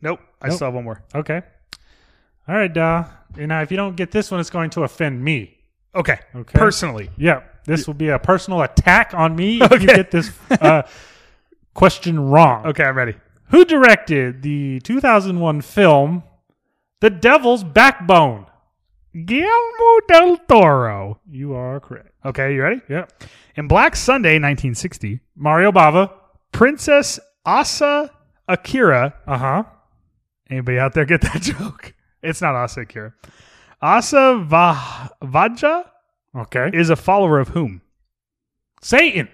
Nope, I
Nope.
still have one more.
Okay. All right, uh, and now if you don't get this one, it's going to offend me.
Okay,
Okay.
personally,
Yeah, this will be a personal attack on me if you
Okay.
get this
<laughs>
uh, question wrong.
okay, I'm ready.
Who directed the 2001 film The Devil's Backbone?
Guillermo del Toro.
You are correct.
Okay, you ready?
Yep.
In Black Sunday, 1960,
Mario Bava.
Princess Asa Akira.
Uh huh.
Anybody out there get that <laughs> joke? It's not Asa Akira. Asa Va- Vajja
Okay.
is a follower of whom?
Satan.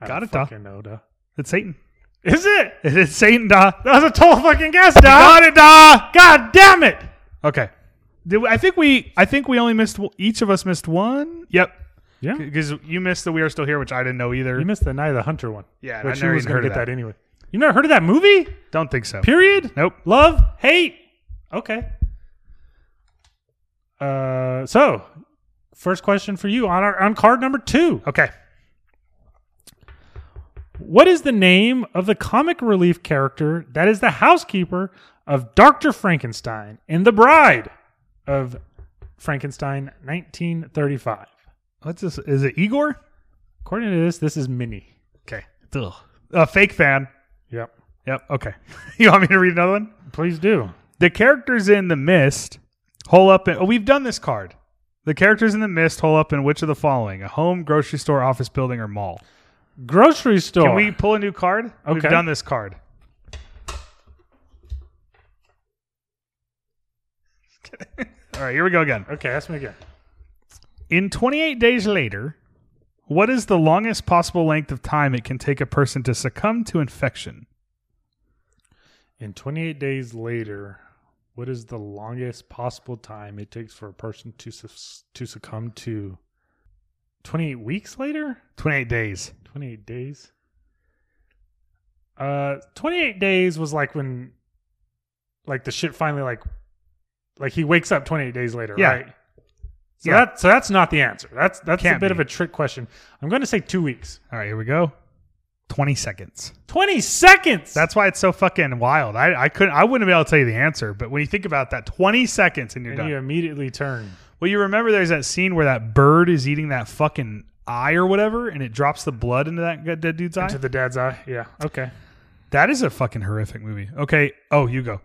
I
Got
don't
it, duh.
fucking know, duh.
It's Satan. <laughs>
Is it?
It is Satan, da.
That was a total fucking guess, duh.
Got it, da.
God damn it.
Okay. Did we- I think we. I think we only missed. Each of us missed one. Yep.
Yeah.
Because you missed the We Are Still Here, which I didn't know either.
You missed the Night of the Hunter one.
Yeah, and I
Which you
never
was
even
going
heard
to
of
get
that.
that. anyway. You never heard of that movie?
Don't think so.
Period?
Nope.
Love? Hate? Okay. Uh, so, first question for you on, our, on card number two.
Okay.
What is the name of the comic relief character that is the housekeeper of Dr. Frankenstein in The Bride of Frankenstein 1935?
What's this? Is it Igor?
According to this, this is Minnie.
Okay. Ugh. A fake fan.
Yep.
Yep. Okay. <laughs> you want me to read another one?
Please do.
The characters in the mist hole up in. Oh, we've done this card. The characters in the mist hole up in which of the following: a home, grocery store, office building, or mall.
Grocery store.
Can we pull a new card? We've
Okay.
done this card. <laughs> All right, here we go again.
Okay, ask me again.
In 28 days later, what is the longest possible length of time it can take a person to succumb to infection?
In 28 days later, what is the longest possible time it takes for a person to sus- to succumb to 28 weeks later?
28 days.
28 days. Uh 28 days was like when like the shit finally like like he wakes up 28 days later,
Yeah.
right? So
Yeah.
that so that's not the answer. That's that's a
Can't
bit
be.
of a trick question. I'm going to say 2 weeks.
All right, here we go. 20 seconds.
20 seconds.
That's why it's so fucking wild. I, I couldn't I wouldn't be able to tell you the answer, but when you think about that, 20 seconds and you're
and
done.
you immediately turn.
Well, you remember there's that scene where that bird is eating that fucking eye or whatever, and it drops the blood into that g- dead dude's eye.
Into the dad's eye. Yeah. Okay.
that is a fucking horrific movie. Okay. Oh, you go.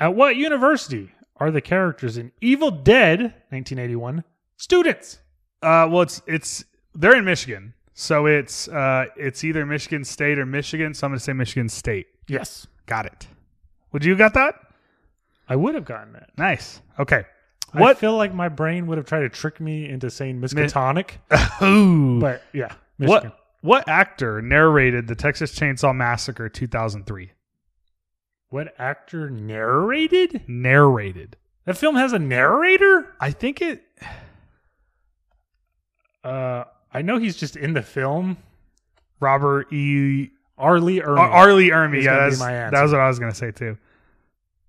At what university are the characters in Evil Dead 1981 students?
Uh, well, it's it's they're in Michigan, so it's uh it's either Michigan State or Michigan. So I'm gonna say Michigan State.
Yes.
Got it. Would you got that?
I would have gotten that.
Nice. Okay.
What? I
What?
feel like my brain would have tried to trick me into saying Miskatonic,
<laughs> Ooh.
but yeah, Michigan.
What? What actor narrated the Texas Chainsaw Massacre 2003?
What actor narrated?
Narrated.
That film has a narrator?
I think it.
Uh, I know he's just in the film.
Robert E.
Arlie Ermey.
Ar- Arlie Ermy.
It's
Yeah,
gonna be
that's,
my answer.
that was what I was gonna say too.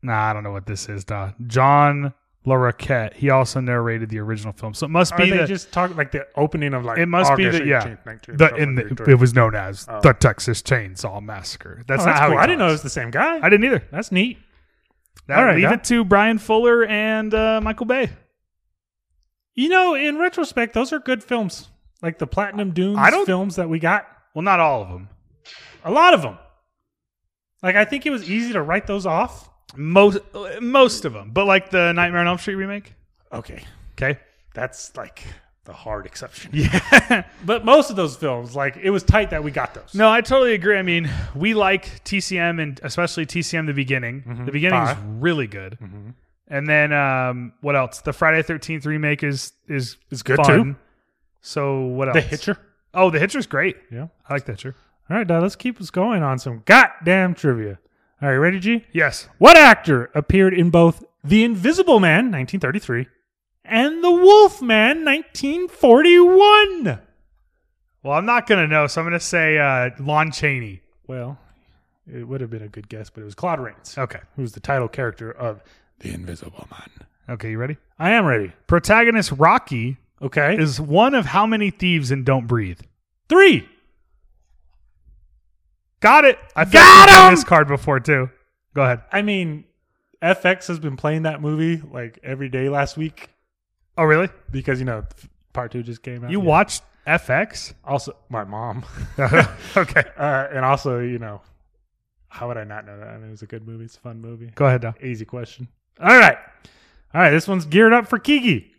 Nah, I don't know what this is. Duh. John LaRoquette. He also narrated the original film, so it must
Are
be
they
the,
just talking like the opening of like
It must be
August
the- yeah.
18th, 19th,
the,
something
in
like
the
that.
it was known as
Oh.
the Texas Chainsaw Massacre. That's
Oh,
not
that's
how
cool.
he
I didn't know it
talks.
was the same guy.
I didn't either.
that's neat.
That,
All right,
leave
Doc.
it to Brian Fuller and uh, Michael Bay.
You know, in retrospect, those are good films. Like the Platinum Dunes
I don't-
films that we got,
Well, not all of them.
a lot of them. Like I think it was easy to write those off.
Most most of them, but like the Nightmare on Elm Street remake.
Okay,
Okay.
that's like the hard exception.
Yeah. <laughs>
But most of those films, like it was tight that we got those.
No, I totally agree. I mean, we like TCM and especially TCM the beginning.
Mhm.
The beginning is
Bye.
really good.
Mhm.
And then um, what else? The Friday Thirteenth remake is is
It's good,
fun.
too.
So what else?
The Hitcher.
Oh, the Hitcher's great.
Yeah.
I like the Hitcher.
All right, Dad, let's keep us going on some goddamn trivia. All right, ready, G?
Yes.
What actor appeared in both The Invisible Man, 1933, and The Wolf Man, 1941?
Well, I'm not gonna know, so I'm gonna say uh, Lon Chaney.
Well, it would have been a good guess, but it was Claude Rains,
Okay.
who's the title character of The Invisible Man.
Okay, you ready?
I am ready.
Protagonist Rocky
Okay.
is one of how many thieves in Don't Breathe?
Three.
Got it. I feel
Got
like we've done
him!
this card before too. Go ahead.
I mean, FX has been playing that movie like every day last week
Oh, really?
because, you know, part two just came out.
You
Yeah.
watched <laughs> FX?
Also, my mom. <laughs>
okay.
uh, and also, you know, how would I not know that? I mean, it was a good movie. It's a fun movie.
Go ahead, Doc.
Easy question. All right. All right. This one's geared up for Kiki.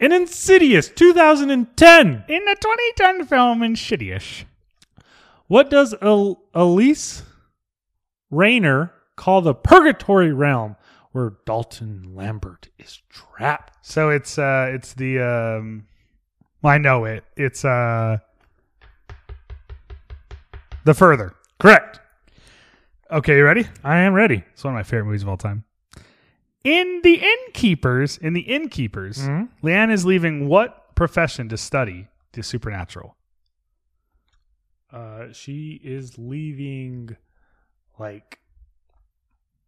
In Insidious 2010,
In the 2010 film Insidious,
what does El- Elise Rayner call the purgatory realm where Dalton Lambert is trapped?
so it's uh, it's the um, well, I know it. It's uh, the further.
Correct.
Okay, you ready?
I am ready.
It's one of my favorite movies of all time. In the innkeepers, in the innkeepers,
Mhm.
Leanne is leaving what profession to study the supernatural?
Uh, she is leaving like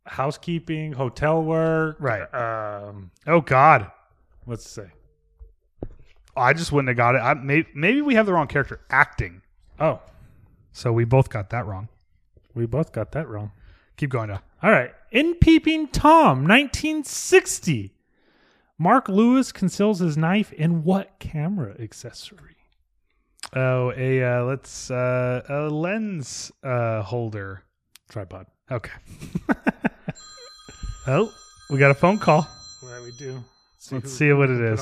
housekeeping, hotel work.
Right.
Um,
Oh God,
what's it say?
I just wouldn't have got it. I, maybe, maybe we have the wrong character acting,
Oh,
so we both got that wrong.
we both got that wrong.
Keep going. Doc.
All right. In Peeping Tom, 1960. Mark Lewis conceals his knife in what camera accessory?
Oh, a uh, let's uh, a lens uh, holder.
Tripod.
Okay. <laughs> oh, we got a phone call.
What do we do?
Let's see what it is.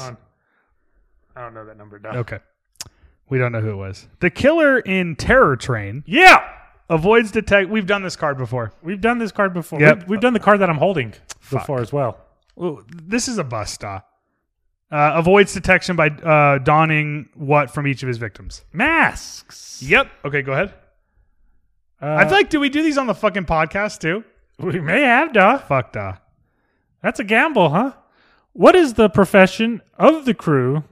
I don't know that number.
Okay. We don't know who it was. The killer in Terror Train
Yeah.
avoids detect. We've done this card before.
We've done this card before.
Yep.
We've, we've done the card that I'm holding
Fuck.
before as well.
Well, this is a bust stop. Uh, avoids detection by uh, donning what from each of his victims.
Masks.
Yep. Okay, go ahead.
Uh,
I feel like, do we do these on the fucking podcast too?
we may have, duh.
Fuck, duh.
That's a gamble, huh? What is the profession of the crew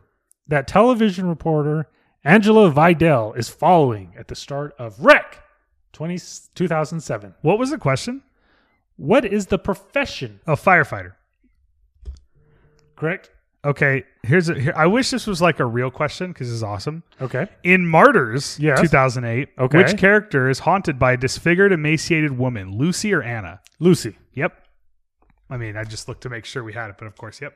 that television reporter Angela Vidal is following at the start of Wreck 20, 2007?
What was the question?
What is the profession,
A firefighter.
correct?
Okay, here's a, here, I wish this was like a real question because it's awesome.
Okay.
In Martyrs,
Yes.
2008,
Okay.
which character is haunted by a disfigured, emaciated woman, Lucy or Anna?
Lucy.
Yep. I mean, I just looked to make sure we had it, but of course, yep.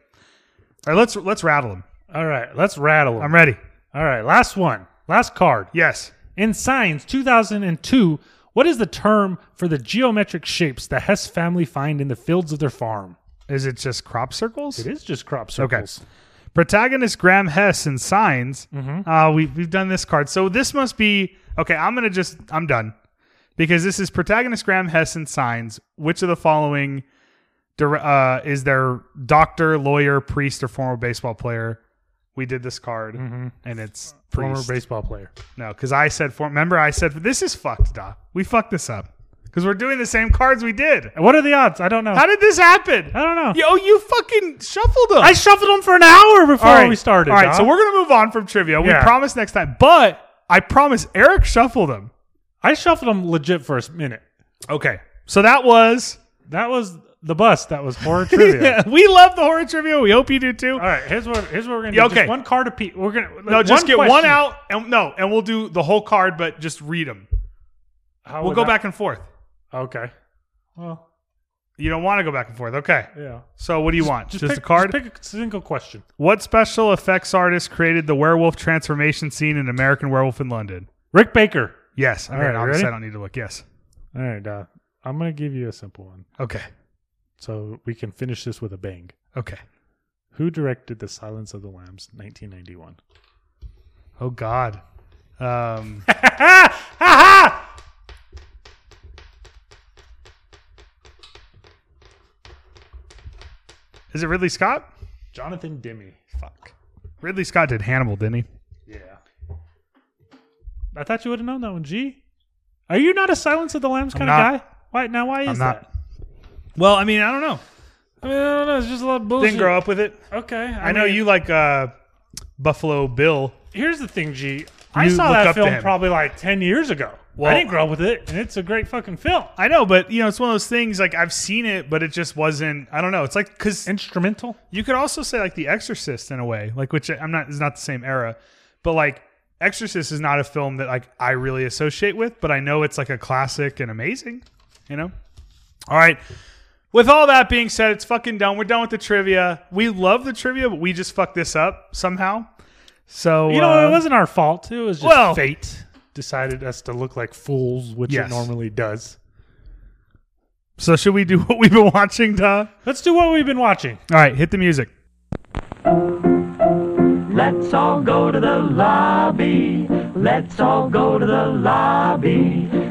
All right, let's let's rattle them.
All right, let's rattle 'em.
I'm ready.
All right, last one. Last card.
Yes.
In Science 2002, what is the term for the geometric shapes the Hess family find in the fields of their farm?
Is it just crop circles?
It is just crop
Okay.
circles.
Protagonist Graham Hess in Signs. Uh, we, we've done this card. So this must be okay. I'm gonna just I'm done because this is protagonist Graham Hess in Signs. Which of the following dir- uh, is their doctor, lawyer, priest, or former baseball player? We did this card, and it's
Former
priest.
baseball player.
no, because I said for. Remember, I said this is fucked, Doc. We fucked this up because we're doing the same cards we did.
What are the odds? I don't know.
How did this happen?
I don't know.
Yo, you fucking shuffled them.
I shuffled them for an hour before we started.
All right,
Doc.
so we're gonna move on from trivia. We
Yeah.
promise next time, but I promise Eric shuffled them.
I shuffled them legit for a minute.
Okay, so that was
That was the bus. That was horror
<laughs>
<laughs> trivia.
we love the horror trivia. We hope you do too.
All right, here's what here's what we're gonna do.
Yeah, okay.
Just one card a piece. We're gonna
no, just get one
question.
out, and no, and we'll do the whole card, but just read them.
How
We'll
would
go
that-
back and forth.
Okay. Well,
You don't want to go back and forth. Okay.
yeah.
So what do you want? Just,
pick-
a card.
Just pick a single question.
what special effects artist created the werewolf transformation scene in American Werewolf in London?
Rick Baker.
Yes. I
All
mean,
right, you
obviously,
ready?
I don't need to look. Yes.
All right, uh, I'm gonna give you a simple one
Okay.
so we can finish this with a bang.
Okay.
Who directed The Silence of the Lambs, 1991?
Oh God.
<laughs>
Um, is it Ridley Scott?
<laughs> Jonathan Demme.
Fuck. Ridley Scott did Hannibal, didn't he?
Yeah. I thought you would have known that one. Gee, are you not a Silence of the Lambs
I'm
kind
not.
of guy? Why now? Why is
I'm not.
that?
Well, I mean, I don't know.
I mean, I don't know. It's just a lot of bullshit.
Didn't grow up with it.
Okay,
I, know you like uh, Buffalo Bill.
Here's the thing, G. I
You
saw
look
that
up to
film
him.
probably like ten years ago.
Well-
I didn't grow up with it, and it's a great fucking film.
I know, but you know, it's one of those things. Like I've seen it, but it just wasn't. I don't know. It's like because
Instrumental.
you could also say like The Exorcist in a way, like which I'm not is not the same era, but like Exorcist is not a film that like I really associate with, but I know it's like a classic and amazing. You know. All right. With all that being said, it's fucking done. We're done with the trivia. We love the trivia, but we just fucked this up somehow. So
You know,
uh,
it wasn't our fault. It was just
well-
fate decided us to look like fools, which
Yes.
it normally does.
So should we do <laughs> what we've been watching, Tom?
Let's do what we've been watching.
All right, hit the music.
Let's all go to the lobby. Let's all go to the lobby.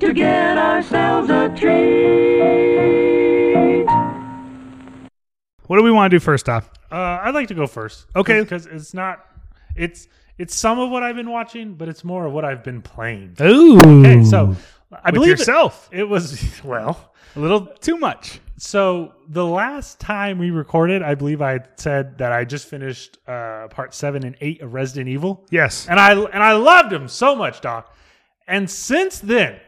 to get ourselves a treat.
What do we want to do first, Tom?
Uh, I'd like to go first.
Okay.
Because it's not, it's it's some of what I've been watching, but it's more of what I've been playing.
Ooh.
Okay, so I
with
believe it-
yourself.
it was <laughs> well.
a little too much.
So the last time we recorded, I believe I had said that I just finished uh, part seven and eight of Resident Evil,
Yes.
and I and I loved them so much, Doc. And since then,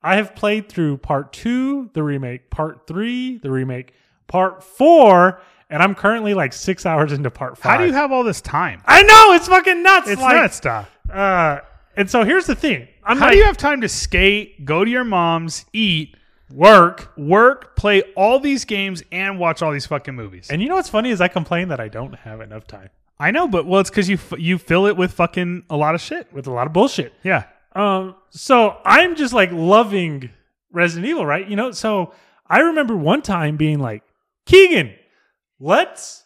I have played through part two, the remake, part three, the remake, part four, and I'm currently like six hours into part five.
How do you have all this time?
I know it's fucking nuts.
It's
like,
nuts, Doc.
Uh, and so here's the thing: I'm
How
like,
do you have time to skate, go to your mom's, eat,
work?
work, play all these games, and watch all these fucking movies?
And you know what's funny is I complain that I don't have enough time
I know, but well, it's because you f- you fill it with fucking a lot of shit.
with a lot of bullshit.
Yeah.
Um, so I'm just like loving Resident Evil, right? You know, so I remember one time being like, Keegan, let's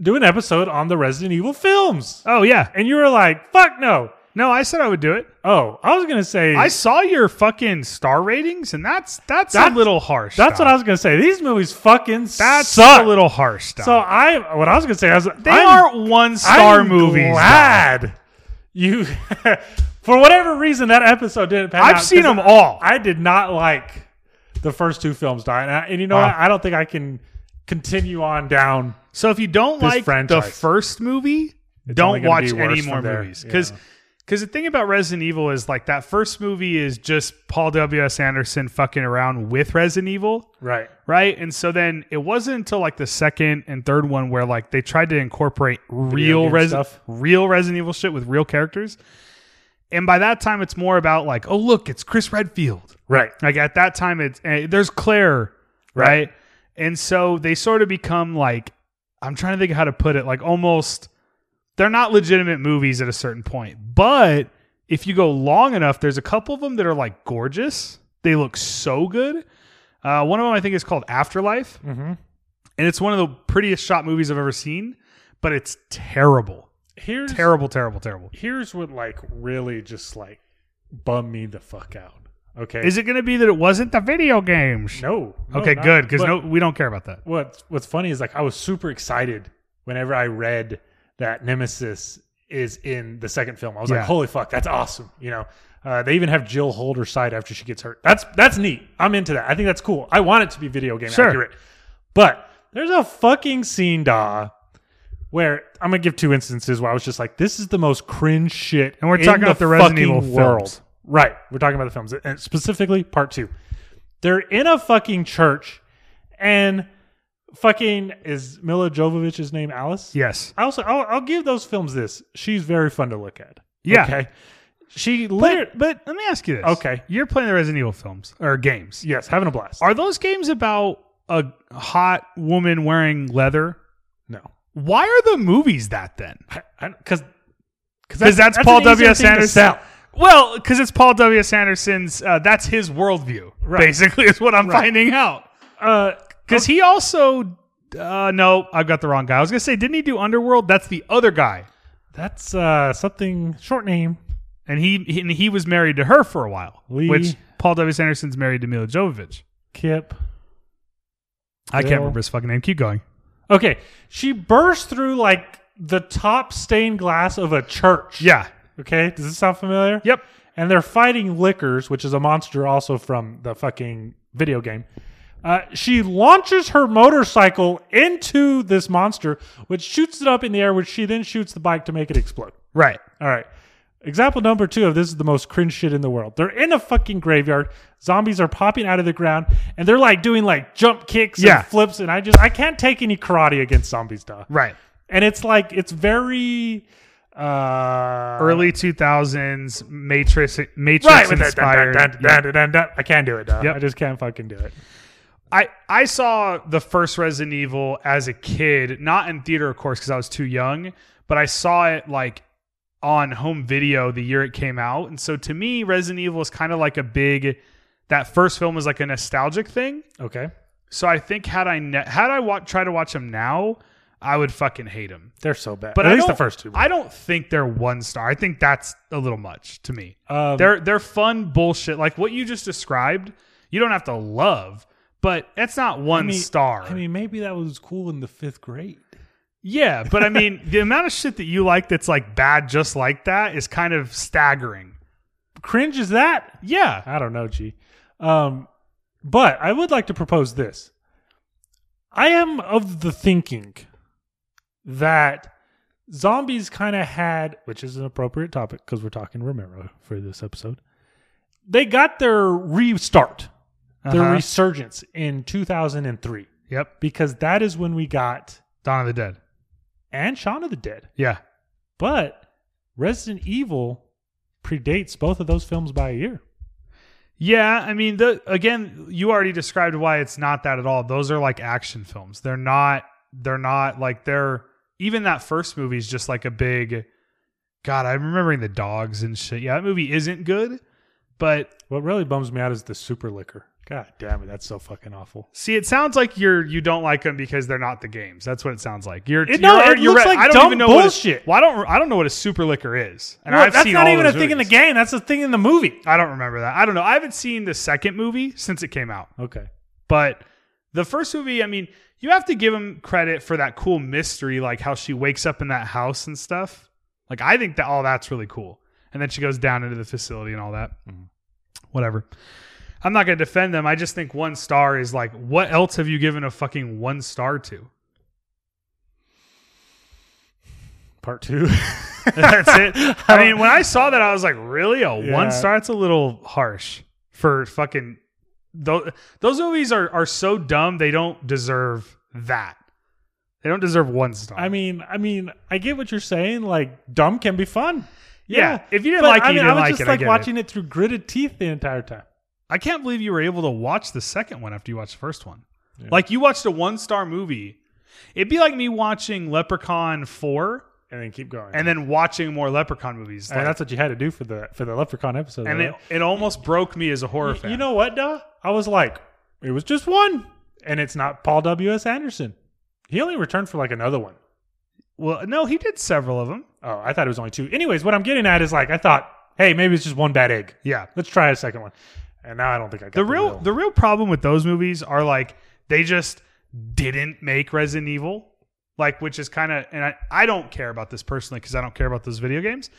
do an episode on the Resident Evil films. Uh,
Oh yeah.
And you were like, fuck no.
No, I said I would do it.
Oh, I was gonna say
I saw your fucking star ratings, and that's that's, a
That's-
little harsh.
that's what
Doc.
I was gonna say. These movies fucking
That's
suck.
a little harsh. Doc.
so I what I was gonna say, I was
They
I'm-
are one star
I'm
movies. though.
Glad you, <laughs> for whatever reason, that episode didn't pan
I've
out,
seen
'cause
them all.
I did not like the first two films, Di, and, I, and you know
Wow.
what? I don't think I can continue on down.
So if you don't
This
like the
franchise.
first movie,
It's
don't
only gonna
watch
be worse
any
from
more
there.
movies because
Yeah.
the thing about Resident Evil is like that first movie is just Paul W S Anderson fucking around with Resident Evil,
right,
right? And so then it wasn't until like the second and third one where like they tried to incorporate real
game
Res-
stuff.
real Resident Evil shit with real characters. And by that time, it's more about like, oh look, it's Chris Redfield.
right,
Like at that time, it's eh, there's Claire, right? And so they sort of become like I'm trying to think of how to put it. Like almost they're not legitimate movies at a certain point, but if you go long enough, there's a couple of them that are like gorgeous. They look so good. Uh, one of them I think is called Afterlife,
Mhm.
and it's one of the prettiest shot movies I've ever seen, but it's terrible,
Here's
terrible, terrible, terrible.
here's what like really just like bummed me the fuck out. Okay,
Is it going to be that it wasn't the video games?
no? no,
Okay,
not-
good because
but-
no, we don't care about that.
what's what's funny is like I was super excited whenever I read that Nemesis is in the second film. I was
Yeah.
like, "Holy fuck, that's awesome!" You know, uh, they even have Jill hold her side after she gets hurt. That's that's neat. I'm into that. I think that's cool. I want it to be video game
Sure.
accurate, but there's a fucking scene, da. Where I'm gonna give two instances where I was just like, "This is the most cringe shit,"
And we're
in
talking
the
about the Resident
fucking
Evil films.
world. Right. We're talking about the films, and specifically part two. They're in a fucking church, and fucking is Mila Jovovich's name Alice?
Yes.
I also, I'll, I'll give those films this. She's very fun to look at.
Yeah.
Okay. She literally.
But, but let me ask you this.
Okay.
You're playing the Resident Evil films or games.
Yes, having a blast.
Are those games about a hot woman wearing leather?
no.
Why are the movies that then?
Because
Because that's, Paul W. S. Anderson. Well, because it's Paul W. S. Anderson's. Uh, that's his worldview.
Right.
Basically, is what I'm finding out.
Uh,
Because he also. Uh, no, I've got the wrong guy. I was gonna say, didn't he do Underworld? That's the other guy,
that's uh, something short name.
and he, he and he was married to her for a while.
Lee-
Which Paul W. S. Anderson's married to Mila Jovovich.
Kip.
I can't
Bill.
remember his fucking name. Keep going.
Okay. She burst through like the top stained glass of a church.
Yeah.
Okay. Does this sound familiar?
Yep.
And they're fighting Lickers, which is a monster also from the fucking video game. Uh, she launches her motorcycle into this monster, which shoots it up in the air, which she then shoots the bike to make it explode.
Right.
All right. Example number two of this is the most cringe shit in the world. They're in a fucking graveyard. Zombies are popping out of the ground, and they're like doing like jump kicks
Yeah.
and flips. And I just I can't take any karate against zombies, duh.
Right.
And it's like it's very uh
Early 2000s Matrix Matrix
right with that.
inspired.
Dun, dun, dun,
Yeah.
dun, dun, dun. I can't do it. Duh.
Yep.
I just can't fucking do it.
I I saw the first Resident Evil as a kid, not in theater of course cuz I was too young, but I saw it like on home video the year it came out. And so to me Resident Evil is kind of like a big that first film is like a nostalgic thing.
Okay,
So I think had I ne- had I wa- try to watch them now, I would fucking hate them.
they're so bad.
But
at
I
least the
don't-
first two.
I don't think they're one star. I think that's a little much to me.
Um,
they're they're fun bullshit. Like what you just described, you don't have to love, but that's not one star.
I mean, maybe that was cool in the fifth grade. <laughs>
yeah, but I mean, the amount of shit that you like that's like bad just like that is kind of staggering.
Cringe is that?
Yeah.
I don't know, G. Um, but I would like to propose this. I am of the thinking that zombies kind of had, which is an appropriate topic because we're talking Romero for this episode. They got their restart, their
Uh-huh.
resurgence in 2003
Yep.
because that is when we got
Dawn of the Dead.
and Shaun of the Dead.
Yeah.
But Resident Evil predates both of those films by a year.
Yeah, I mean, the again, you already described why it's not that at all. Those are like action films. They're not. They're not like they're even that first movie is just like a big. God, I'm remembering the dogs and shit. Yeah, that movie isn't good, but
What really bums me out is the super liquor. God damn it, that's so fucking awful.
see, it sounds like you're you don't like them because they're not the games. That's what it sounds like. You're,
It-
you're,
no, it
you're
looks
right.
like
I don't
dumb
even know What
bullshit.
a, well, I don't. I don't know what a super liquor is, and
No,
I've
that's
seen
not
all
even a
those
thing in the
movies.
game. That's a thing in the movie.
I don't remember that. I don't know. I haven't seen the second movie since it came out.
Okay.
But the first movie, I mean, you have to give him credit for that cool mystery, like how she wakes up in that house and stuff. Like I think that all that's really cool. And then she goes down into the facility and all that. Whatever. I'm not going to defend them. I just think one star is like, what else have you given a fucking one star to?
part two. <laughs>
<laughs> That's it. I mean, when I saw that, I was like, really? A
Yeah.
one star? It's a little harsh for fucking. Those, those movies are, are so dumb, they don't deserve that. They don't deserve one star.
I mean, I mean, I get what you're saying. Like, dumb can be fun.
yeah. If you didn't
But,
like it,
I
you
mean,
didn't
I was
like
just
it. I
like
get it.
watching it. through gritted teeth the entire time.
I can't believe you were able to watch the second one after you watched the first one. Like you watched a one star movie. It'd be like me watching Leprechaun four
And then keep going.
and then watching more Leprechaun movies.
And
Like-
that's what you had to do for the for the Leprechaun episode.
and
right?
it, it almost broke me as a horror
Y-
fan.
You know what, though? I was like, it was just one, and it's not Paul W. S. Anderson. He only returned for like another one.
well, no, he did several of them.
Oh, I thought it was only two. Anyways, what I'm getting at is like, I thought, hey, maybe it's just one bad egg.
Yeah.
Let's try a second one. And now I don't think I got
The real the real problem with those movies are like they just didn't make Resident Evil, like which is kind of and I, I don't care about this personally because I don't care about those video games,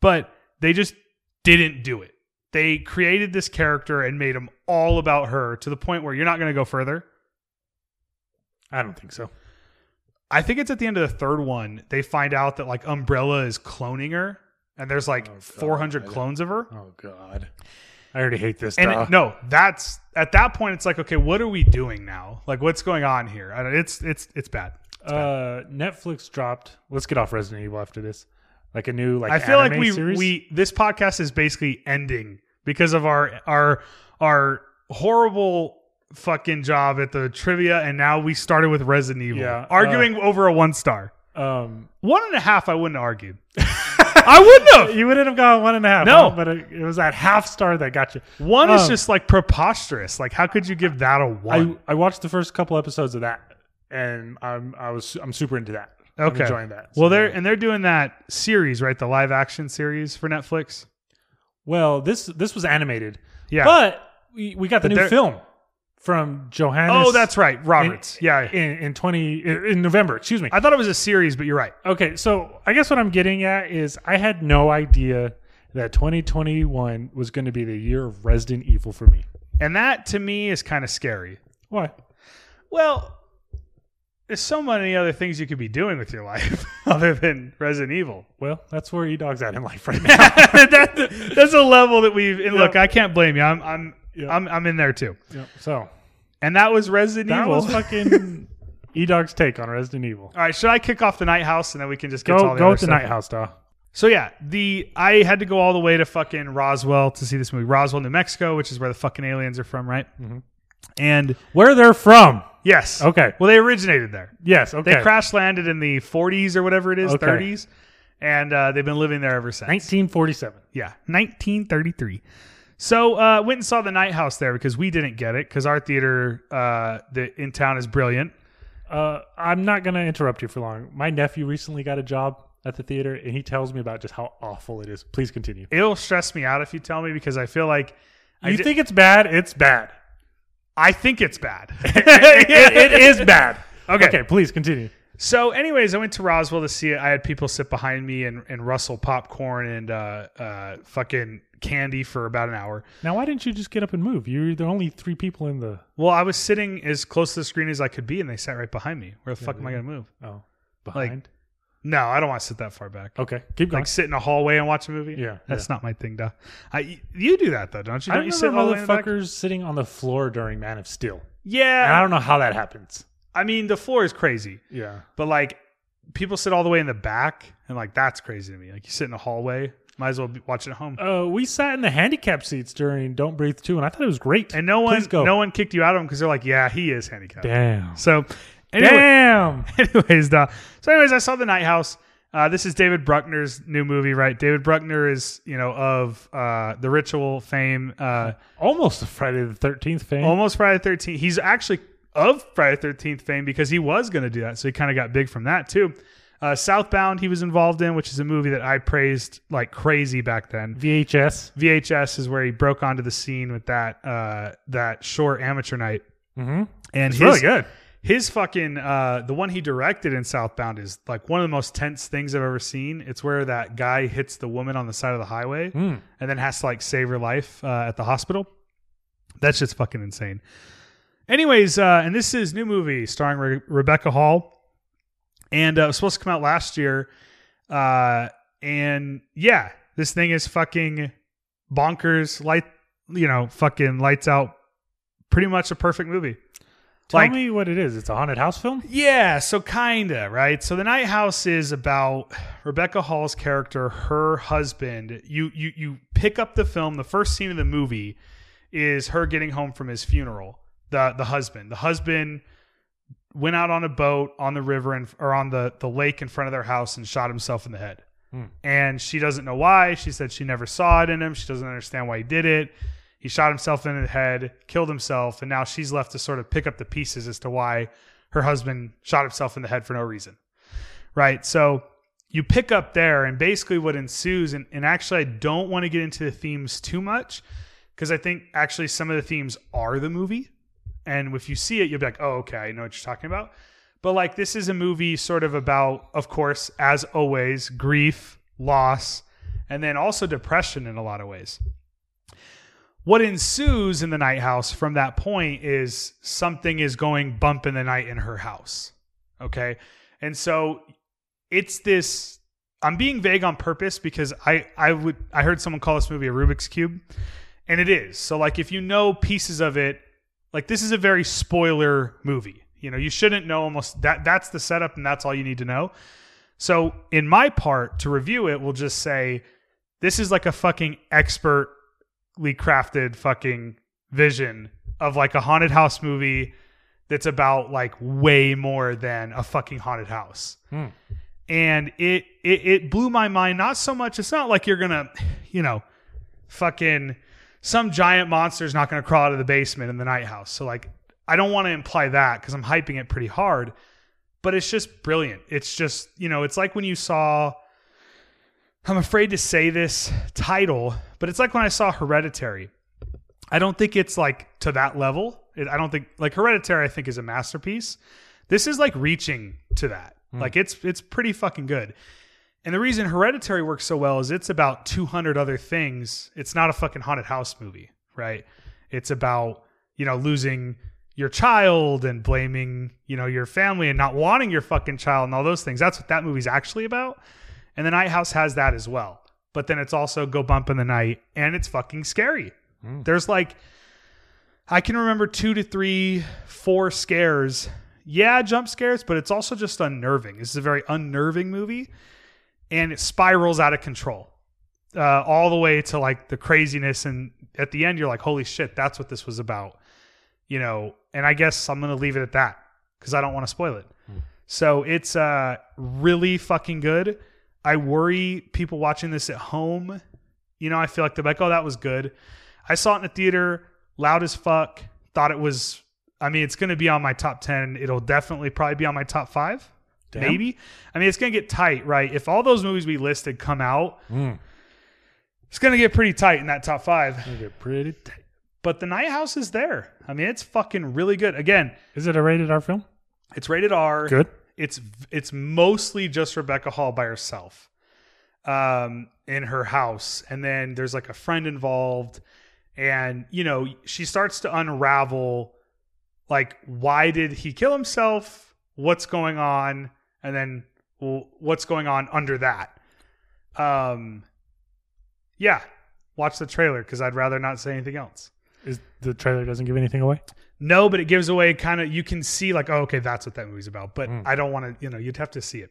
but they just didn't do it. They created this character and made them all about her to the point where you're not going to go further.
I don't think so.
I think it's at the end of the third one they find out that like Umbrella is cloning her and there's like
Oh, God.
400 clones of her.
Oh God, I already hate this
And
stuff.
it- no, that's at that point it's like okay, what are we doing now? Like what's going on here? I don't- It's it's it's bad.
uh, Netflix dropped. Let's get off Resident Evil after this. Like a new like.
I feel like
anime
we
series?
we this podcast is basically ending because of our our our horrible fucking job at the trivia, and now we started with Resident Evil,
Yeah, uh,
arguing over a one star,
um
one and a half. I wouldn't
<laughs>
argue. I wouldn't have.
you wouldn't have gone one and a half.
No.
huh? but it, it was that half star that got you.
One is
Um,
just like preposterous. Like, how could you give that a one?
I, I watched the first couple episodes of that, and I'm I was I'm super into that. I'm
Okay.
enjoying that.
well,
So,
they're and they're doing that series, right? The live action series for Netflix.
well this this was animated,
Yeah.
but we, we got the
But
new
they're-
film from Johannes.
oh, that's right, Roberts.
In,
yeah,
in, in twenty in in November. Excuse me.
I thought it was a series, but you're right.
okay, so I guess what I'm getting at is I had no idea that 2021 was going to be the year of Resident Evil for me.
And that to me is kind of scary.
Why?
Well, there's so many other things you could be doing with your life <laughs> other than Resident Evil. <laughs>
Well, that's where E Dog's at in life right now.
that, that's a level that we've. And Look, I can't blame you. I'm I'm
Yeah.
I'm I'm in there too.
Yep, So
And that was Resident
that
Evil.
was fucking E Dog's take on Resident Evil.
<laughs> all right, should I kick off the Night House and then we can just get to all
Go
the
go
other
with the
stuff?
Night House, dog.
So yeah, the I had to go all the way to fucking Roswell to see this movie, Roswell, New Mexico, which is where the fucking aliens are from, right? And
Where they're from?
yes,
Okay.
Well, they originated there.
Yes.
They
Okay.
crash landed in the 40s or whatever it is,
Okay.
30s, and uh, they've been living there ever since.
1947.
Yeah, 1933. So uh, went and saw the Night House there because we didn't get it because our theater uh, the, in town is brilliant.
Uh, I'm not gonna interrupt you for long. My nephew recently got a job at the theater, and he tells me about just how awful it is. Please continue.
It'll stress me out if you tell me because I feel like I
you
di-
think it's bad?
<laughs>
It's bad. <laughs>
I think it's bad. <laughs>
it, it is bad.
Okay.
Okay. Please continue.
So, anyways, I went to Roswell to see it. I had people sit behind me and, and rustle popcorn and uh, uh, fucking candy for about an hour.
Now, why didn't you just get up and move? You're the only three people in the.
Well, I was sitting as close to the screen as I could be, and they sat right behind me. Where the fuck am I gonna move?
Oh, behind.
No, I don't want to sit that far back.
okay. Keep going.
Like sit in a hallway and watch a movie.
Yeah,
that's not my thing, duh. I you do that though, don't you?
I
Don't you sit
remember
all the way in the back?
motherfuckers sitting on the floor during Man of Steel. And I
Yeah,
don't know how that happens.
I mean the floor is crazy,
Yeah.
but like people sit all the way in the back, and like that's crazy to me. Like you sit in a hallway, might as well be watching at home.
Uh, we sat in the handicap seats during Don't Breathe 2, and I thought it was great.
and no one,
Please go.
no one kicked you out of them because they're like, yeah, he is handicapped.
Damn.
So, anyway,
Damn.
<laughs> anyways, duh. So, anyways, I saw the Night House. Uh, this is David Bruckner's new movie, right? David Bruckner is, you know, of uh, the Ritual fame. Uh,
Almost a Friday the 13th fan.
almost Friday Thirteenth. He's actually of Friday Thirteenth fame because he was going to do that, so he kind of got big from that too. Uh, Southbound, he was involved in, which is a movie that I praised like crazy back then.
VHS.
VHS is where he broke onto the scene with that uh, that short amateur night,
Mm-hmm.
and
It's
his,
really good.
His fucking uh, the one he directed in Southbound is like one of the most tense things I've ever seen. It's where that guy hits the woman on the side of the highway
Mm.
and then has to like save her life uh, at the hospital. That shit's fucking insane. Anyways, uh, and this is new movie starring Re- Rebecca Hall, and uh, it was supposed to come out last year. Uh, and yeah, this thing is fucking bonkers. Light, you know, fucking lights out. Pretty much a perfect movie.
Tell
Like-
me what it is. It's a haunted house film.
Yeah, so kinda, right? So the night house is about Rebecca Hall's character, her husband. You you you pick up the film, the first scene of the movie is her getting home from his funeral. The the husband. The husband went out on a boat on the river and or on the, the lake in front of their house and shot himself in the head.
Hmm.
And she doesn't know why. She said she never saw it in him. She doesn't understand why he did it. He shot himself in the head, killed himself, and now she's left to sort of pick up the pieces as to why her husband shot himself in the head for no reason. Right. So you pick up there, and basically what ensues, and, and actually, I don't want to get into the themes too much because I think actually some of the themes are the movie. And if you see it, you'll be like, oh, okay, I know what you're talking about. But like, this is a movie sort of about, of course, as always, grief, loss, and then also depression in a lot of ways what ensues in the night house from that point is something is going bump in the night in her house. Okay. And so it's this I'm being vague on purpose because I I would I heard someone call this movie a Rubik's cube and it is. So like if you know pieces of it, like this is a very spoiler movie. You know, you shouldn't know almost that that's the setup and that's all you need to know. So in my part to review it, we'll just say this is like a fucking expert expertly crafted fucking vision of like a haunted house movie that's about like way more than a fucking haunted house.
Hmm.
And it, it it blew my mind not so much it's not like you're going to, you know, fucking some giant monster's not going to crawl out of the basement in the night house. So like I don't want to imply that cuz I'm hyping it pretty hard, but it's just brilliant. It's just, you know, it's like when you saw I'm afraid to say this title, but it's like when I saw Hereditary. I don't think it's like to that level. It, I don't think like Hereditary. I think is a masterpiece. This is like reaching to that. Like it's it's pretty fucking good. And the reason Hereditary works so well is it's about 200 other things. It's not a fucking haunted house movie, right? It's about, you know, losing your child and blaming, you know, your family and not wanting your fucking child and all those things. That's what that movie's actually about. And the Night House has that as well. But then it's also go bump in the night and it's fucking scary. There's like, I can remember two to three, four scares. Yeah, jump scares, but it's also just unnerving. This is a very unnerving movie and it spirals out of control uh, all the way to like the craziness. And at the end, you're like, holy shit, that's what this was about. You know, and I guess I'm going to leave it at that because I don't want to spoil it. So it's uh, really fucking good. I worry people watching this at home. You know, I feel like they're like, oh, that was good. I saw it in the theater, loud as fuck. Thought it was, I mean, it's going to be on my top 10. It'll definitely probably be on my top five, maybe. I mean, it's going to get tight, right? If all those movies we listed come out,
Mm.
it's going to get pretty tight in that top five.
They get pretty tight.
But The Night House is there. I mean, it's fucking really good. Again,
Is it a rated R film?
it's rated R.
Good.
it's it's mostly just Rebecca Hall by herself um in her house and then there's like a friend involved and you know she starts to unravel like why did he kill himself what's going on and then well, what's going on under that um yeah watch the trailer cuz I'd rather not say anything else
Is the trailer doesn't give anything away?
no, but it gives away kind of you can see like, oh, okay, that's what that movie's about. But
Mm.
I don't want to, you know, you'd have to see it.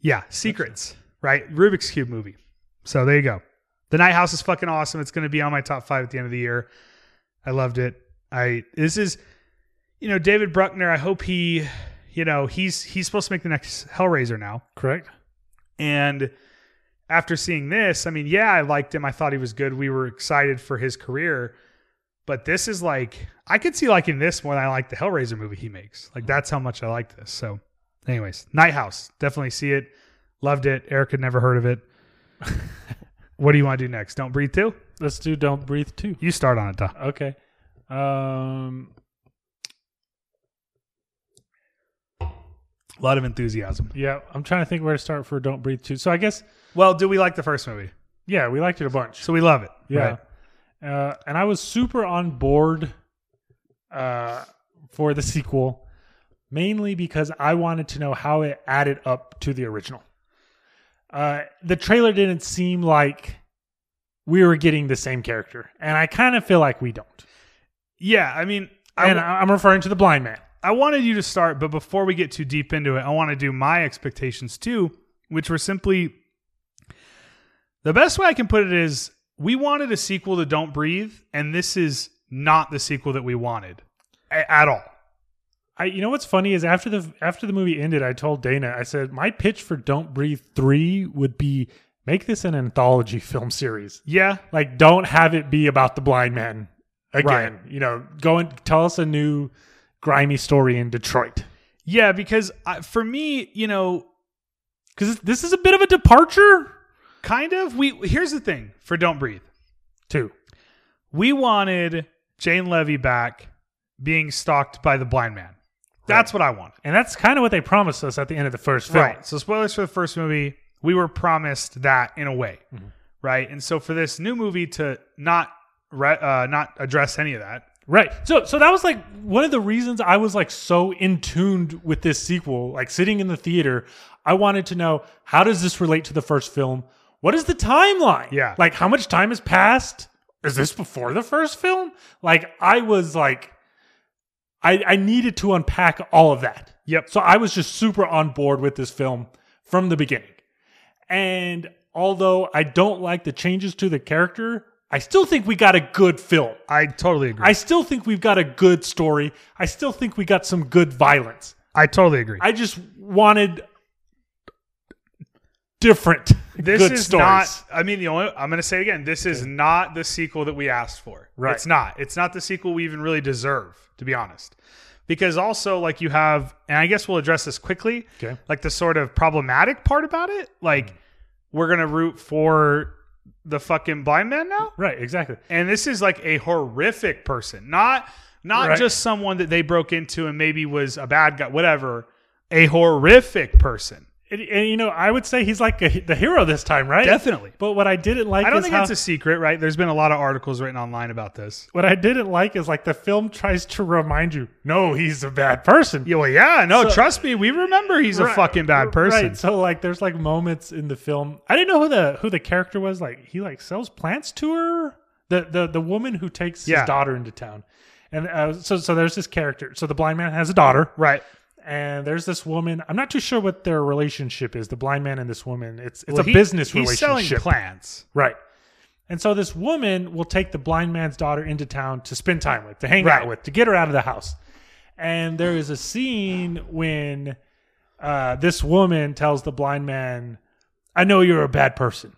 Yeah, secrets, right? Rubik's Cube movie. So there you go. The Night House is fucking awesome. It's going to be on my top five at the end of the year. I loved it. I this is, you know, David Bruckner. I hope he, you know, he's he's supposed to make the next Hellraiser now.
Correct.
And after seeing this, I mean, yeah, I liked him. I thought he was good. We were excited for his career. But this is like I could see liking this more than I like the Hellraiser movie he makes.
Mm-hmm.
Like that's how much I like this. So, anyways, Night House, definitely see it. Loved it. Eric had never heard of
<laughs>
it. what do you want to do next? Don't breathe too.
Let's do Don't Breathe too.
You start on it, Doc.
Okay. Um.
A lot of enthusiasm.
Yeah, I'm trying to think where to start for Don't Breathe too. So I guess
Well, do we like the first movie?
yeah, we liked it a bunch.
So we love it.
Yeah.
Right.
Uh, and I was super on board uh, for the sequel, mainly because I wanted to know how it added up to the original. uh, the trailer didn't seem like we were getting the same character, and I kind of feel like we don't.
Yeah, I mean, I,
And
w-
I, I'm referring to the blind man.
I wanted you to start, but before we get too deep into it, I want to do my expectations too, which were simply the best way I can put it is we wanted a sequel to Don't Breathe, and this is not the sequel that we wanted a- at all.
I, you know what's funny is after the after the movie ended, I told Dana, I said my pitch for Don't Breathe three would be make this an anthology film series.
Yeah,
Like, don't have it be about the blind man again. You know, go and tell us a new grimy story in Detroit
yeah, because I, for me, you know,
because this is a bit of a departure
kind of. We here's the thing for Don't Breathe.
too.
we wanted Jane Levy back being stalked by the blind man. That's what I wanted.
And that's kind of what they promised us at the end of the first film.
Right. So spoilers for the first movie, we were promised that in a way,
Mm-hmm.
right? And so for this new movie to not re- uh, not address any of that,
Right. So so that was like one of the reasons I was like so in tuned with this sequel, like sitting in the theater, I wanted to know how does this relate to the first film? What is the timeline?
Yeah.
Like how much time has passed? Is this before the first film? Like I was like I I needed to unpack all of that.
Yep.
So I was just super on board with this film from the beginning. And although I don't like the changes to the character, I still think we got a good film.
I totally agree.
I still think we've got a good story. I still think we got some good violence.
I, totally agree.
I just wanted different
this
good
is
stories.
not. I mean, the only I'm going to say it again. This is not the sequel that we asked for.
Right.
It's not. It's not the sequel we even really deserve, to be honest. Because also, like you have, and I guess we'll address this quickly.
Okay.
Like the sort of problematic part about it. Like
Mm-hmm.
we're gonna root for the fucking blind man now,
right, exactly.
and this is like a horrific person, not not
Right.
just someone that they broke into and maybe was a bad guy, whatever. A horrific person.
And, and, you know, I would say he's like a, the hero this time, right?
Definitely.
But what I didn't like,
I don't
is
think
how,
it's a secret, right? There's been a lot of articles written online about this.
what I didn't like is like the film tries to remind you, no, he's a bad person.
Yeah, well, yeah, no,
So-
trust me, we remember he's a
Right,
fucking bad person.
Right. So like, there's like moments in the film. I didn't know who the who the character was. Like, he like sells plants to her. The the the woman who takes
Yeah.
his daughter into town, and uh, so so there's this character. So the blind man has a daughter,
Right.
and there's this woman. I'm not too sure what their relationship is. The blind man and this woman. It's it's
Well,
a
he-
business
he's
relationship,
selling plants.
right? And so this woman will take the blind man's daughter into town to spend time with, to hang
Right.
out with, to get her out of the house. And there is a scene when uh, this woman tells the blind man, "I know you're a bad person,"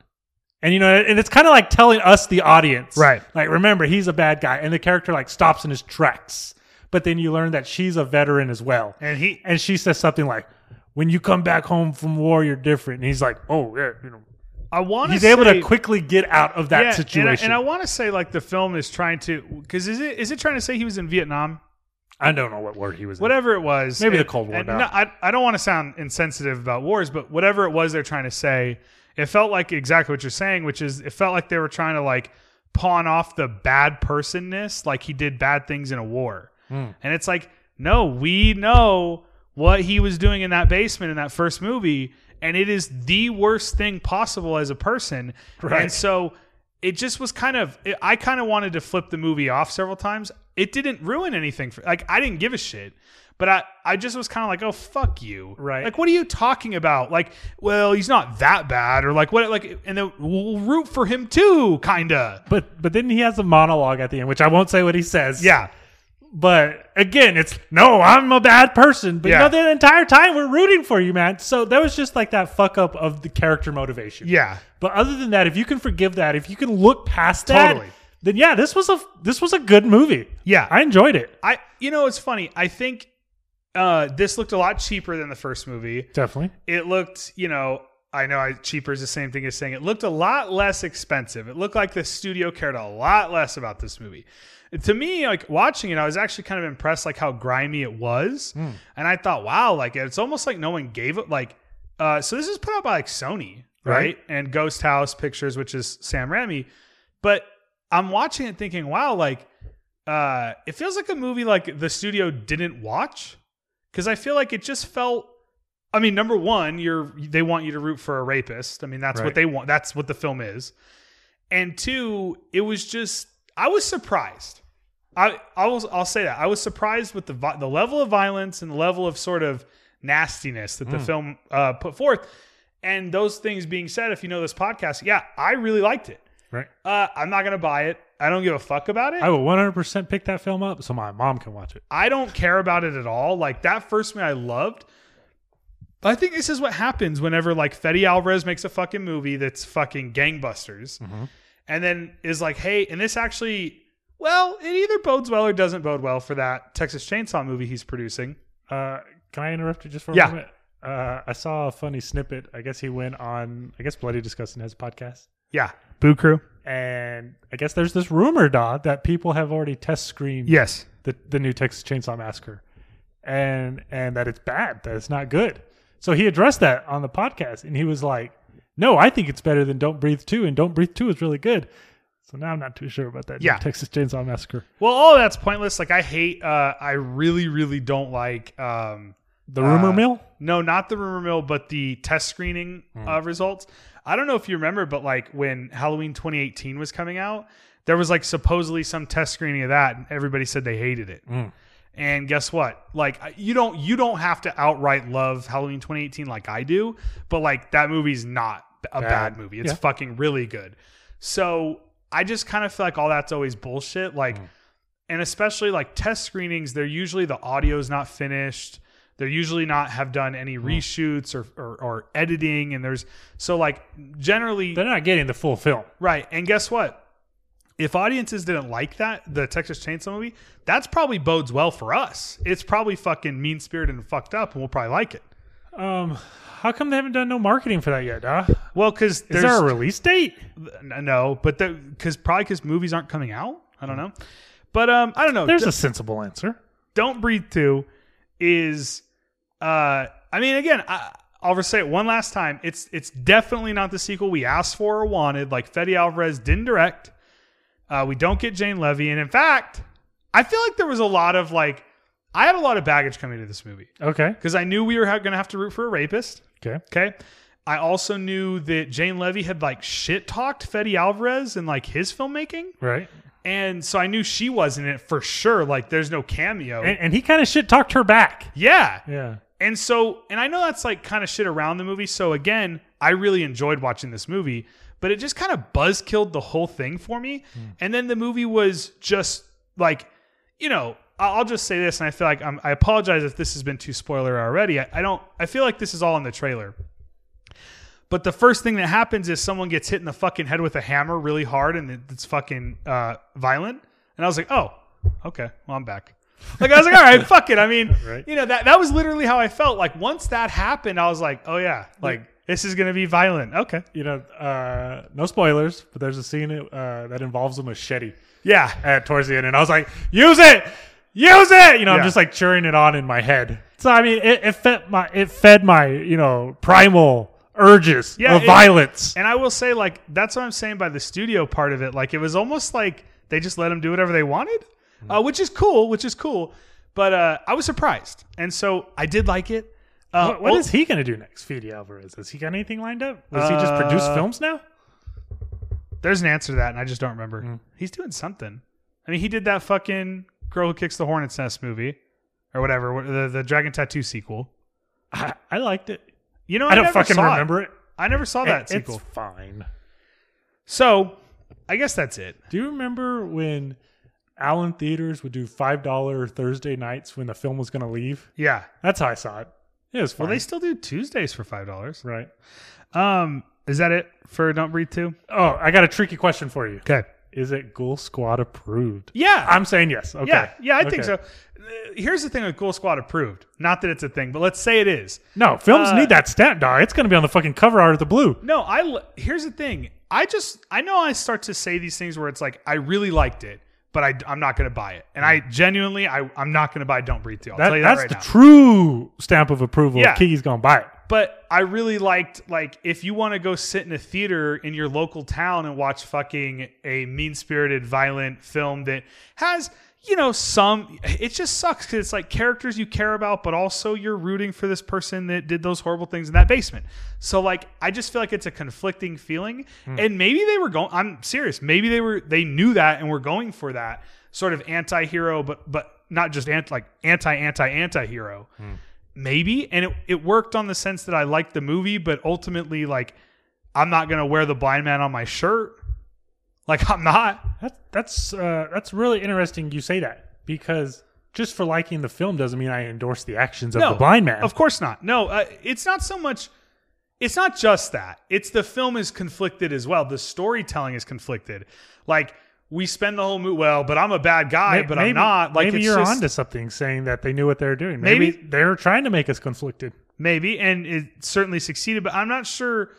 and you know, and it's kind of like telling us the audience,
Right.
Like, remember, he's a bad guy, and the character like stops in his tracks. But then you learn that she's a veteran as well,
And he
and she says something like, "When you come back home from war, you're different." And he's like, "Oh yeah, you know."
I want
He's able to quickly get out of that
And I,
situation.
and I want to say like the film is trying to because is it is it trying to say he was in Vietnam?
I don't know what word he was.
Whatever it was,
Maybe the
and-
Cold War
and
now.
no, I I don't want to sound insensitive about wars, but whatever it was they're trying to say, it felt like exactly what you're saying, which is it felt like they were trying to like pawn off the bad personness, like he did bad things in a war,
Hmm.
and it's like no, we know what he was doing in that basement in that first movie, and it is the worst thing possible as a person,
Right.
and so it just was kind of it, i kind of wanted to flip the movie off several times it didn't ruin anything for like i didn't give a shit but i i just was kind of like oh fuck you
Right.
like what are you talking about like well he's not that bad or like what like and then we'll root for him too kinda
But but then he has a monologue at the end, which I won't say what he says.
yeah
But again, it's no, I'm a bad person. But
Yeah.
you know, the entire time we're rooting for you, man. So that was just like that fuck up of the character motivation.
yeah
But other than that, if you can forgive that, if you can look past that,
Totally.
then yeah, this was a this was a good movie.
Yeah.
I enjoyed it.
i you know it's funny i think uh this looked a lot cheaper than the first movie
Definitely.
it looked, you know, I know I, cheaper is the same thing as saying it looked a lot less expensive. It looked like the studio cared a lot less about this movie. To me, like watching it, I was actually kind of impressed, like how grimy it was, and I thought, wow, like it's almost like no one gave it. Like, uh, so this is put out by like Sony, right?
Right.
And Ghost House Pictures, which is Sam Raimi, but I'm watching it thinking, wow, like uh, it feels like a movie like the studio didn't watch because I feel like it just felt I mean, number one, you're they want you to root for a rapist. I mean, that's what
Right.
they want. That's what the film is. And two, it was just I was surprised. I I was I'll say that I was surprised with the vi- the level of violence and the level of sort of nastiness that the
Hmm.
film uh, put forth. And those things being said, if you know this podcast, yeah, I really liked it.
Right.
Uh, I'm not gonna buy it. I don't give a fuck about it.
I will 100% pick that film up so my mom can watch it.
I don't care about it at all. Like that first movie I loved. I think this is what happens whenever like Fetty Alvarez makes a fucking movie that's fucking gangbusters and then is like, hey, and this actually well, it either bodes well or doesn't bode well for that Texas Chainsaw movie he's producing.
Uh, can I interrupt you just for
Yeah.
a moment? Uh, I saw a funny snippet. I guess he went on, I guess Bloody Disgusting has a podcast.
Yeah. Boo Crew.
And I guess there's this rumor, Dodd, that people have already test screened
Yes.
the, the new Texas Chainsaw Massacre, and and that it's bad, that it's not good. So he addressed that on the podcast, and he was like, "No, I think it's better than Don't Breathe Two, and Don't Breathe Two is really good." So now I'm not too sure about that. new
Yeah.
Texas Chainsaw Massacre,
Well, all that's pointless. Like I hate uh I really, really don't like um
the rumor
Uh,
mill. Hmm.
No, not the rumor mill, but the test screening uh, results. I don't know if you remember, but like when Halloween 2018 was coming out, there was like supposedly some test screening of that, and everybody said they hated it.
Hmm.
And guess what? Like I- you don't you don't have to outright love Halloween 2018 like I do, but like that movie's not a bad,
Bad.
movie. It's
Yeah.
fucking really good. So I just kind of feel like all that's always bullshit. Like
Hmm.
and especially like test screenings, they're usually the audio's not finished. They're usually not have done any
Hmm.
reshoots or, or or editing, and there's so like generally
They're not getting the full film.
right. And guess what? If audiences didn't like that, the Texas Chainsaw movie, that's probably bodes well for us. It's probably fucking mean spirited and fucked up, and we'll probably like it.
Um, how come they haven't done no marketing for that yet? Huh?
Well, because
Is
there's
there a release date?
n- no, but because probably because movies aren't coming out. I don't know, but um, I don't know.
Hmm. There's
D-
a sensible answer.
don't breathe two is uh i mean again I, i'll just say it one last time it's it's definitely not the sequel we asked for or wanted like fetty alvarez didn't direct uh we don't get jane levy and in fact i feel like there was a lot of like i had a lot of baggage coming to this movie
Okay.
because i knew we were ha- gonna have to root for a rapist
Okay.
okay i also knew that jane levy had like shit talked fetty alvarez and like his filmmaking
Right.
and so i knew she wasn't it for sure like there's no cameo
And, and he kind of shit talked her back.
yeah
Oh. Yeah.
and so, and I know that's like kind of shit around the movie. So again, I really enjoyed watching this movie, but it just kind of buzzkilled the whole thing for me. And then the movie was just like, you know, I- I'll just say this, and I feel like I'm, I apologize if this has been too spoiler already. I, I don't. I feel like this is all in the trailer. But the first thing that happens is someone gets hit in the fucking head with a hammer really hard, and it- it's fucking uh, violent. And I was like, oh, okay, well I'm back. Like I was like, all right, fuck it. I mean,
Right.
you know that that was literally how I felt. Like once that happened, I was like, oh yeah, like this is gonna be violent. Okay,
you know, uh, no spoilers, but there's a scene uh, that involves a machete
yeah,
at towards the end, and I was like, "Use it, use it!" You know,
Yeah.
I'm just like cheering it on in my head. So I mean, it, it fed my it fed my you know primal urges
Yeah,
of
it-
violence.
And I will say, like, that's what I'm saying by the studio part of it. Like, it was almost like they just let them do whatever they wanted,
Mm-hmm.
uh, which is cool, which is cool. But uh, I was surprised. And so I did like it. Uh,
What- what
oh,
is he going to do next, Fede Alvarez? Has he got anything lined up? Does he just produce
Uh,
films now?
There's an answer to that, and I just don't remember.
Mm.
He's doing something. I mean, he did that fucking Girl Who Kicks the Hornet's Nest movie or whatever, wh- the, the Dragon Tattoo sequel.
I, I liked it.
You know, I,
I don't
never
fucking
saw
remember it.
I never saw that
It-
sequel.
It's fine.
So I guess that's it.
Do you remember when Allen Theaters would do five dollar Thursday nights when the film was going to leave?
Yeah.
That's how I saw it. It was fine.
Well, they still do Tuesdays for five dollars.
right.
Um, is that it for Don't Breathe Two?
Oh, I got a tricky question for you.
Okay.
Is it Ghoul Squad approved?
Yeah.
I'm saying yes. Okay.
Yeah, yeah, I think
Okay.
so. Uh, Here's the thing with Ghoul Squad approved. Not that it's a thing, but let's say it is.
No, films
Uh,
need that stamp, dog. It's going to be on the fucking cover art of the blue.
No, I l- here's the thing. I just I know I start to say these things where it's like I really liked it, but I am not going to buy it, and I genuinely I I'm not going to buy Don't Breathe Two. I'll
That,
tell you that
that's
right
the
now.
true stamp of approval.
Yeah.
Yeah. Kiki's going to buy it.
but I really liked like if you want to go sit in a theater in your local town and watch fucking a mean spirited violent film that has you know, some it just sucks because it's like characters you care about, but also you're rooting for this person that did those horrible things in that basement. So like, I just feel like it's a conflicting feeling, and maybe they were going. I'm serious. Maybe they were they knew that and were going for that sort of anti-hero, but but not just anti like anti anti anti hero. Maybe, and it it worked on the sense that I liked the movie, but ultimately like. I'm not gonna wear the blind man on my shirt. Like I'm not.
That, that's uh, that's really interesting. You say that because just for liking the film doesn't mean I endorse the actions of the blind man.
Of course not. No, uh, it's not so much. It's not just that. It's the film is conflicted as well. The storytelling is conflicted. Like we spend the whole movie. Well, but I'm a bad guy,
May-
but
maybe-
I'm not. Like
maybe
it's
you're
just,
onto something, saying that they knew what they were doing.
Maybe-
maybe they're trying to make us conflicted.
maybe, and it certainly succeeded. But I'm not sure.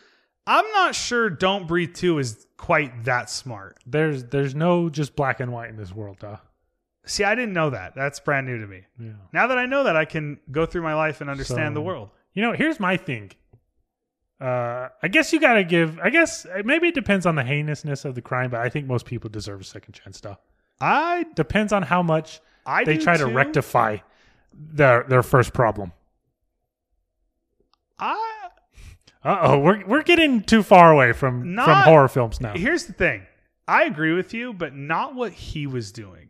I'm not sure. Don't breathe two is quite that smart.
There's there's no just black and white in this world, duh.
See, I didn't know that. That's brand new to me.
Yeah.
Now that I know that, I can go through my life and understand
So-
the world.
You know, here's my thing. Uh, I guess you gotta give. I guess uh, maybe it depends on the heinousness of the crime, but I think most people deserve a second chance. Though
I
depends on how much
I
they
do
try to
too.
rectify their their first problem.
I
Uh oh, we're we're getting too far away from
Not-
from horror films now.
Here's the thing. I agree with you, but not what he was doing.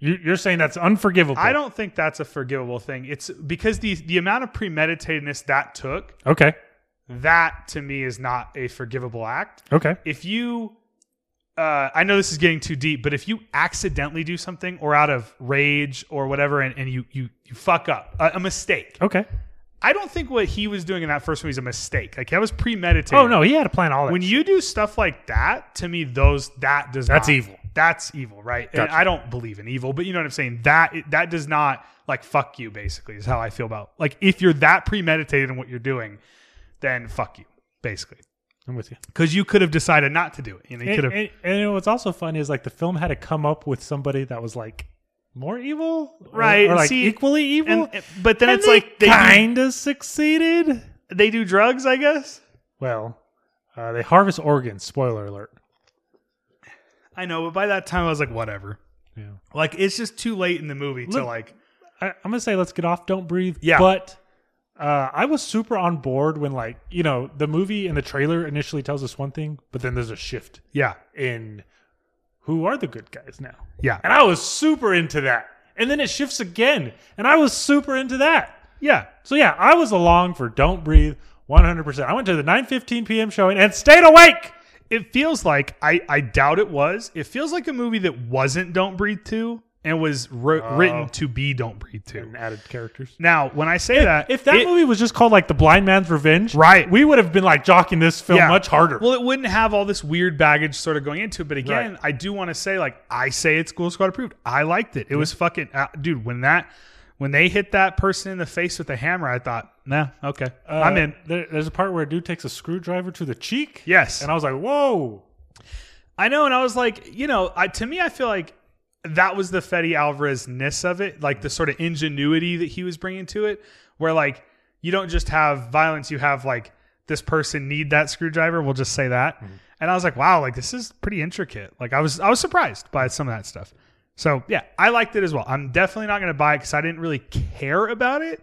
You, you're saying that's unforgivable.
I don't think that's a forgivable thing. It's because the the amount of premeditatedness that took,
Okay.
that to me is not a forgivable act.
Okay.
If you uh, I know this is getting too deep, but if you accidentally do something or out of rage or whatever and, and you you you fuck up a, a mistake.
Okay.
I don't think what he was doing in that first movie is a mistake. Like that was premeditated.
Oh no, he had to plan all that.
when you do stuff like that to me those that does
That's
not-
evil.
that's evil right and
Gotcha.
i don't believe in evil but you know what i'm saying that that does not like fuck you basically is how i feel about like if you're that premeditated in what you're doing then fuck you basically
I'm with you.
because you could have decided not to do it you know you
And,
could have
and, and what's also fun is like the film had to come up with somebody that was like more evil, Or-
Right,
Or, like
see,
equally evil.
and- eh, but then
And
it's like
they
they do,
kind of succeeded.
they do drugs i guess
Well, uh, they harvest organs. Spoiler alert.
i know but by that time i was like whatever
Yeah.
like it's just too late in the movie to
Look-
like
I, I'm gonna say let's get off. Don't breathe.
Yeah.
But uh, I was super on board when like you know the movie and the trailer initially tells us one thing, but then there's a shift
yeah
in who are the good guys now.
yeah
And I was super into that. And then it shifts again, and I was super into that.
yeah
So yeah, I was along for Don't Breathe 100%. I went to the 9:15 p.m. showing and stayed awake.
it feels like I, I doubt it was. It feels like a movie that wasn't Don't Breathe 2 and was wr- written to be Don't Breathe 2.
Oh. And added characters.
Now, when I say that,
If that
it-
movie was just called like The Blind Man's Revenge,
Right.
We would have been like jocking this film
yeah.
much harder.
Well, it wouldn't have all this weird baggage sort of going into it. But again,
Right.
I do want to say, like, I say it's School Squad approved. I liked it. It was fucking, uh, dude, when that, when they hit that person in the face with a hammer, I thought, nah, okay, I'm
Uh,
in.
There, there's a part where a dude takes a screwdriver to the cheek.
Yes.
And I was like, whoa.
I know, and I was like, you know, I, to me, I feel like that was the Fetty Alvarez ness of it, like the sort of ingenuity that he was bringing to it, where like you don't just have violence, you have like this person need that screwdriver. We'll just say that, and I was like, wow, like this is pretty intricate. Like I was, I was surprised by some of that stuff. So yeah, I liked it as well. I'm definitely not gonna buy it because I didn't really care about it.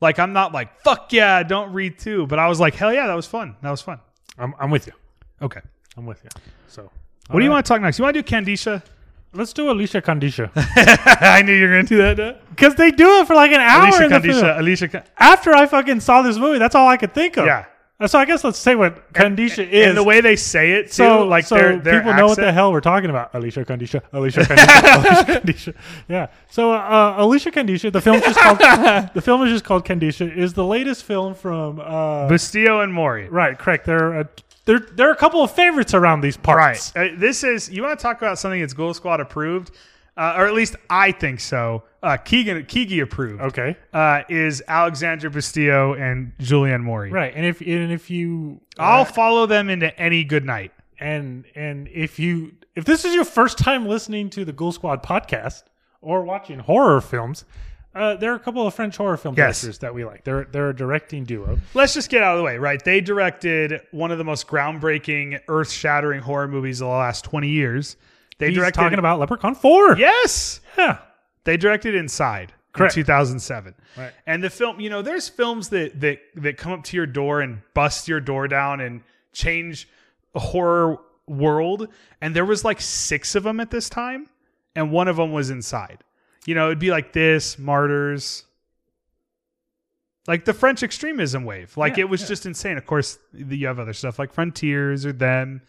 Like I'm not like fuck yeah, don't read too, but I was like hell yeah, that was fun. That was fun.
I'm, I'm with you.
Okay.
I'm with you. So uh,
What do you want to talk next? You want to do Candisha?
let's do Alicia Condisha.
<laughs> I knew you were going to do that. Doug.
Because they do it for like an hour.
Alicia
in the film.
Condisha. Alicia. Con-
After I fucking saw this movie, that's all I could think of.
Yeah.
Uh, So I guess let's say what Condisha is.
and the way they say it, too,
so
like
so
their, their
people know what the
accent-
hell we're talking about. Alicia Condisha.
<laughs>
Alicia Condisha. Alicia Condisha. Yeah. So uh, Alicia Condisha, the film just called
<laughs>
the film is just called Condisha, is the latest film from uh,
Bustillo and Mori.
Right, correct. There are uh, there there are a couple of favorites around these
Right.
parts.
Uh, this is you want to talk about something that's Goal Squad approved, uh, or at least I think so. Uh, Keegan Keegi approved.
Okay.
Uh, is Alexandra Bustillo and Julianne Mori.
Right, and if and if you
I'll
uh,
follow them into any good night.
and and if you if this is your first time listening to the Ghoul Squad podcast or watching horror films, uh, there are a couple of French horror film
Yes.
directors that we like. They're they're a directing duo.
Let's just get out of the way, right? They directed one of the most groundbreaking, earth-shattering horror movies of the last twenty years. They
He's
directed
talking about Leprechaun Four.
yes.
Yeah.
They directed Inside
Correct.
in 2007.
Right.
And the film, you know, there's films that that that come up to your door and bust your door down and change a horror world. And there was like six of them at this time, and one of them was Inside. You know, it'd be like this, Martyrs, like the French extremism wave. Like
Yeah,
it was
yeah.
just insane. Of course, you have other stuff like Frontiers or them,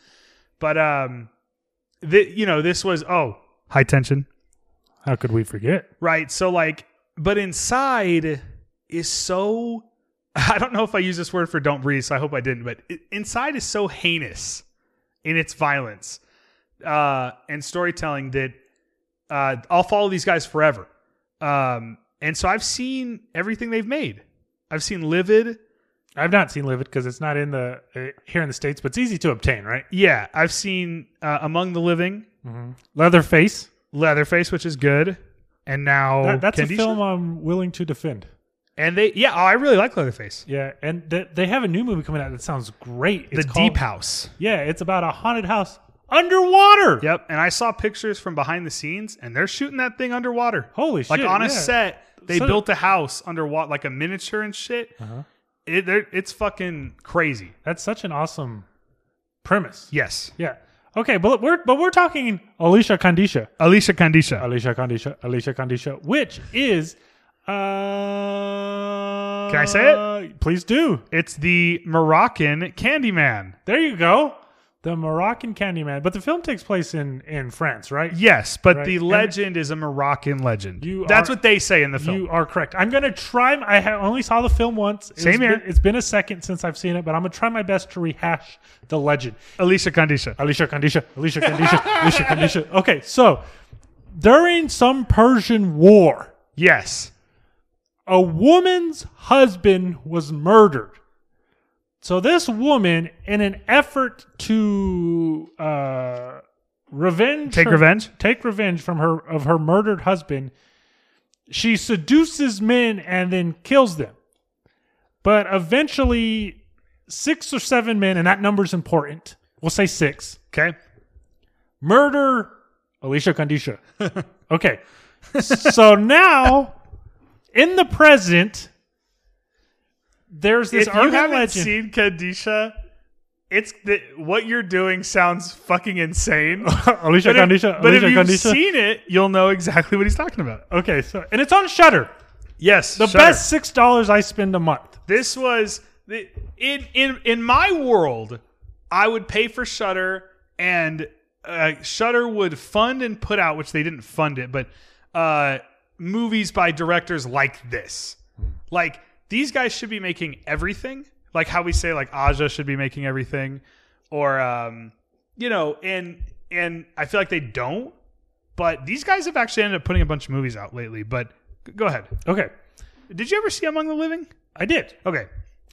but um, the, you know, this was oh high tension.
How could we forget?
Right. So like, but inside is so. <laughs> I don't know if I use this word for don't breathe, so I hope I didn't. But i- inside is so heinous in its violence uh, and storytelling that uh, I'll follow these guys forever. Um, and so I've seen everything they've made. I've seen Livid.
I've not seen Livid because it's not in the uh, here in the states, but it's easy to obtain, right?
Yeah, I've seen uh, Among the Living,
Leatherface.
Leatherface, which is good, and now
That- that's
Candyshop.
a film I'm willing to defend.
And they, yeah, oh, I really like Leatherface.
Yeah, and th- they have a new movie coming out that sounds great. It's
the
called-
Deep House.
Yeah, it's about a haunted house underwater.
Yep. And I saw pictures from behind the scenes, and they're shooting that thing underwater.
Holy
like
shit,
on a
yeah.
set, they
So- Uh-huh.
built a house underwater, like a miniature and shit. It, they're- it's fucking crazy.
That's such an awesome premise.
Yes.
Yeah. Okay, but we're but we're talking Alicia Kandisha.
Alicia Candisha.
Alicia Kandisha. Alicia Kandisha, which is uh
Can I say
it? Please do.
It's the Moroccan Candyman.
There you go. The Moroccan Candyman. But the film takes place in in France, right?
Yes, but
Right.
the
And-
legend is a Moroccan legend.
You
That's
are-
what they say in the film.
You are correct. I'm gonna try. I ha- only saw the film once. It's
Same here.
been- it's been a second since I've seen it, but I'm gonna try my best to rehash the legend.
Alicia Candisha.
Alicia Kandisha, Alicia Kandisha, Alicia Kandisha. Okay, so during some Persian war,
Yes.
a woman's husband was murdered. So this woman, in an effort to uh, revenge,
Take
her-
revenge?
take revenge from her of her murdered husband, she seduces men and then kills them. But eventually, six or seven men, and that number's important. We'll say six
Okay.
murder
<laughs>
Alicia Kandisha. Okay. so now in the present there's this
if you
urban
haven't
legend.
seen Candisha, it's the, what you're doing sounds fucking
<laughs>
insane.
Alicia
But if,
Kandisha,
but if
Alicia
you've
Kandisha.
seen it, you'll know exactly what he's talking about.
okay, so and it's on Shutter.
Yes,
The best six dollars I spend a month.
This was the, in in in my world. I would pay for Shutter, and uh, Shutter would fund and put out, which they didn't fund it, but uh, movies by directors like this. Like these guys should be making everything. Like how we say like Aja should be making everything, or um, you know, and and I feel like they don't. But these guys have actually ended up putting a bunch of movies out lately. But g- go ahead.
Okay.
Did you ever see Among the Living?
I did.
Okay.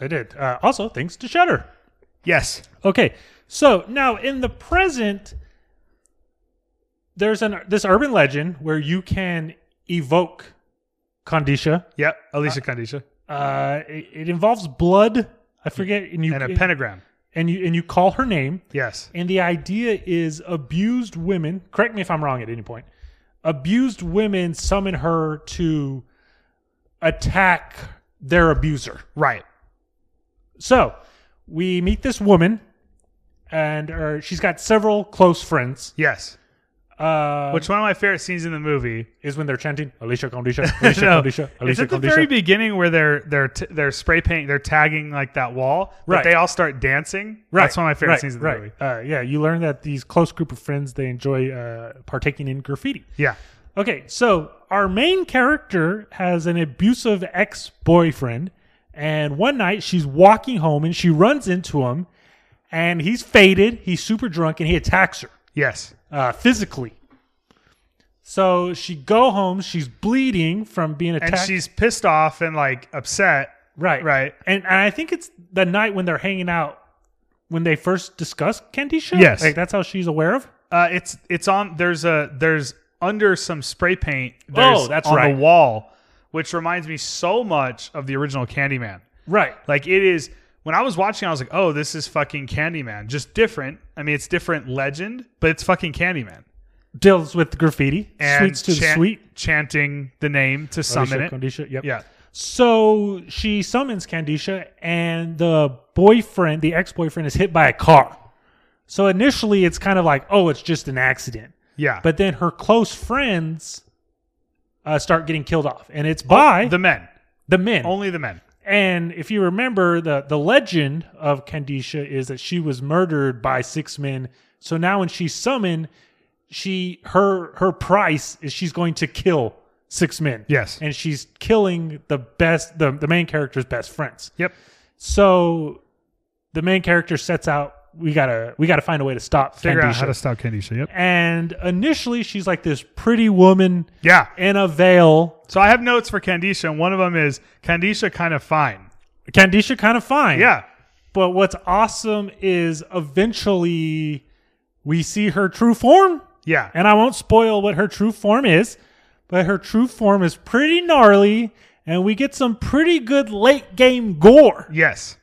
I did. Uh, also thanks to Shutter.
Yes.
Okay. So now in the present, there's an this urban legend where you can evoke Kandisha.
Yep. Alicia Kandisha.
Uh, it, it involves blood. I forget, and you
And a pentagram.
and you and you call her name.
Yes.
And the idea is abused women. Correct me if I'm wrong at any point. Abused women summon her to attack their abuser.
Right.
So we meet this woman, and uh, she's got several close friends.
Yes.
Uh,
Which one of my favorite scenes in the movie?
is when they're chanting Alicia Kondisha, <laughs>
<laughs>
Alicia
No,
Kondisha,
it's
Alicia
at the
Kondisha.
very beginning where they're they're t- they're spray paint they're tagging like that wall. But
Right.
They all start dancing. That's one of my favorite scenes in the movie.
Uh, yeah, you learn that these close group of friends they enjoy uh, partaking in graffiti.
Yeah.
Okay, so our main character has an abusive ex boyfriend, and one night she's walking home and she runs into him, and he's faded, he's super drunk, and he attacks her
Yes.
uh, physically. So she go home, she's bleeding from being
And
attacked.
she's pissed off and like upset.
Right.
Right.
And, and I think it's the night when they're hanging out when they first discuss Kandisha.
Yes.
Like that's how she's aware of.
Uh, it's it's on. There's a there's under some spray paint. There's
Oh, that's
on
right.
the wall, which reminds me so much of the original Candyman.
Right.
Like it is when I was watching, I was like, oh, this is fucking Candyman. Just different. I mean, it's different legend, but it's fucking Candyman.
deals with graffiti, sweets to the
chant-
sweet. Oh,
chanting the name to summon
Alicia
it.
Condisha, yep.
Yeah.
So she summons Candisha, and the boyfriend, the ex boyfriend, is hit by a car. So initially, it's kind of like, oh, it's just an accident.
Yeah.
But then her close friends uh, start getting killed off, and it's by
Oh, the Oh,
the,
men,
men.
only the men.
and if you remember, the, the legend of Candisha is that she was murdered by six men. So now when she's summoned, she her her price is she's going to kill six men.
Yes.
And she's killing the best the, the main character's best friends.
Yep.
So the main character sets out we gotta we gotta find a way to stop
Figure out
Candisha.
how to stop Candisha. Yep.
and initially she's like this pretty woman
Yeah.
in a veil.
So I have notes for Candisha, and one of them is Candisha kind of fine.
Candisha kind of fine.
Yeah.
But what's awesome is eventually we see her true form.
Yeah.
And I won't spoil what her true form is, but her true form is pretty gnarly, and we get some pretty good late game gore.
yes.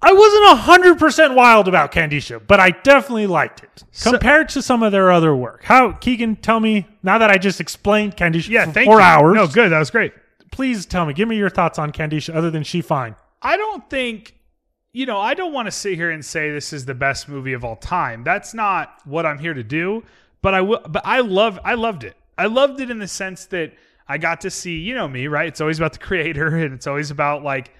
I wasn't 100% wild about Candisha, but I definitely liked it
So-
compared to some of their other work. How, Keegan, tell me, now that I just explained Candisha
Yeah.
for
Thank
four
you.
hours,
No, good. That was great.
please tell me, give me your thoughts on Candisha other than she fine.
I don't think, you know, I don't want to sit here and say this is the best movie of all time. That's not what I'm here to do. But I will. But I love. I loved it. I loved it in the sense that I got to see. You know me, right? It's always about the creator, <laughs> and it's always about like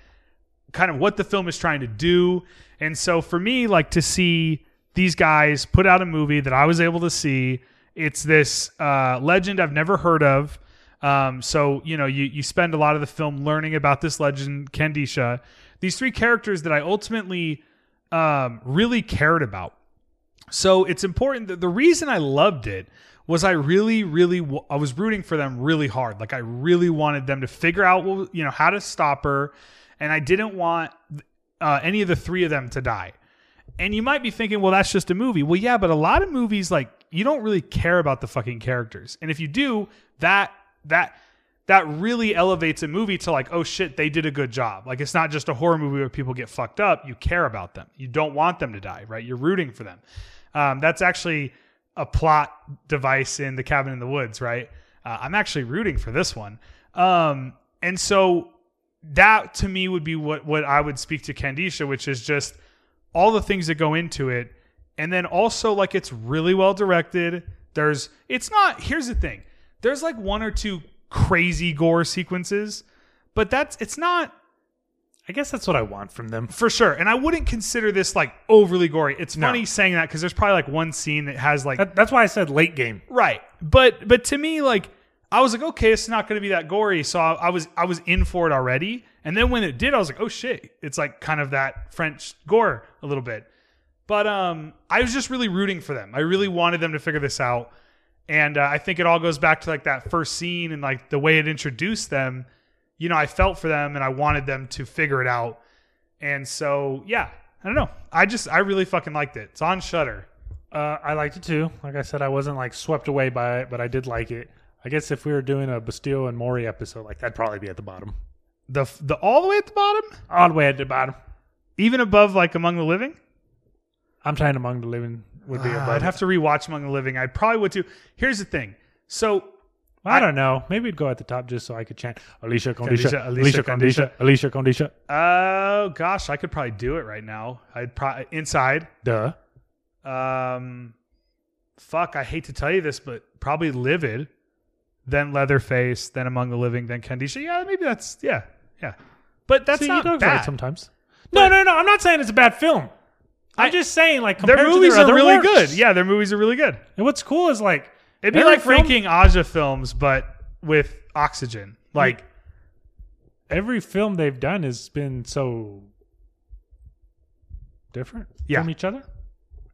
kind of what the film is trying to do. And so for me, like to see these guys put out a movie that I was able to see, it's this uh, legend I've never heard of. Um, so you know, you you spend a lot of the film learning about this legend, Kendisha. These three characters that I ultimately um, really cared about. So it's important that the reason I loved it was I really, really, w- I was rooting for them really hard. Like I really wanted them to figure out, what, you know, how to stop her, and I didn't want uh, any of the three of them to die. And you might be thinking, well, that's just a movie. Well, yeah, but a lot of movies, like you don't really care about the fucking characters, and if you do, that that that really elevates a movie to like, oh shit, they did a good job. Like it's not just a horror movie where people get fucked up. You care about them. You don't want them to die, right? You're rooting for them. Um, that's actually a plot device in The Cabin in the Woods, right? Uh, I'm actually rooting for this one. Um, and so that to me would be what what I would speak to Candisha, which is just all the things that go into it, and then also like it's really well directed. There's it's not. Here's the thing. There's like one or two crazy gore sequences, but that's it's not
I guess that's what I want from them.
for sure. And I wouldn't consider this like overly gory. It's
No.
funny saying that because there's probably like one scene that has like
That, that's why I said late game.
Right. But but to me, like I was like, okay, it's not going to be that gory. So I, I was I was in for it already. And then when it did, I was like, oh shit, it's like kind of that French gore a little bit. But um, I was just really rooting for them. I really wanted them to figure this out. And uh, I think it all goes back to like that first scene and like the way it introduced them. You know, I felt for them and I wanted them to figure it out. And so, yeah, I don't know. I just, I really fucking liked it. It's on Shutter.
Uh, I liked it too. Like I said, I wasn't like swept away by it, but I did like it. I guess if we were doing a Bastille and Maury episode, like that'd probably be at the bottom.
The the all the way at the bottom.
All the way at the bottom.
even above like Among the Living.
I'm trying Among the Living would be above.
I'd have to rewatch Among the Living. I probably would too. Here's the thing. So
I don't know. Maybe it'd go at the top just so I could chant Alicia Condisha,
Alicia, Alicia
Alicia Condisha, Alicia Condisha.
oh gosh, I could probably do it right now. I'd probably inside.
Duh.
Um, fuck, I hate to tell you this, but probably Livid, then Leatherface, then Among the Living, then Candisha. Yeah, maybe that's yeah, yeah. But that's
See, you
not
dogs are
bad.
right sometimes. No, no, no. I'm not saying it's a bad film. I'm
I-
just saying like compared
their movies
to their
are
other
really
works.
good. Yeah, their movies are really good.
And what's cool is like
It'd be
every
like
film-
ranking Aja films, but with oxygen. Like
every film they've done has been so different
Yeah.
from each other.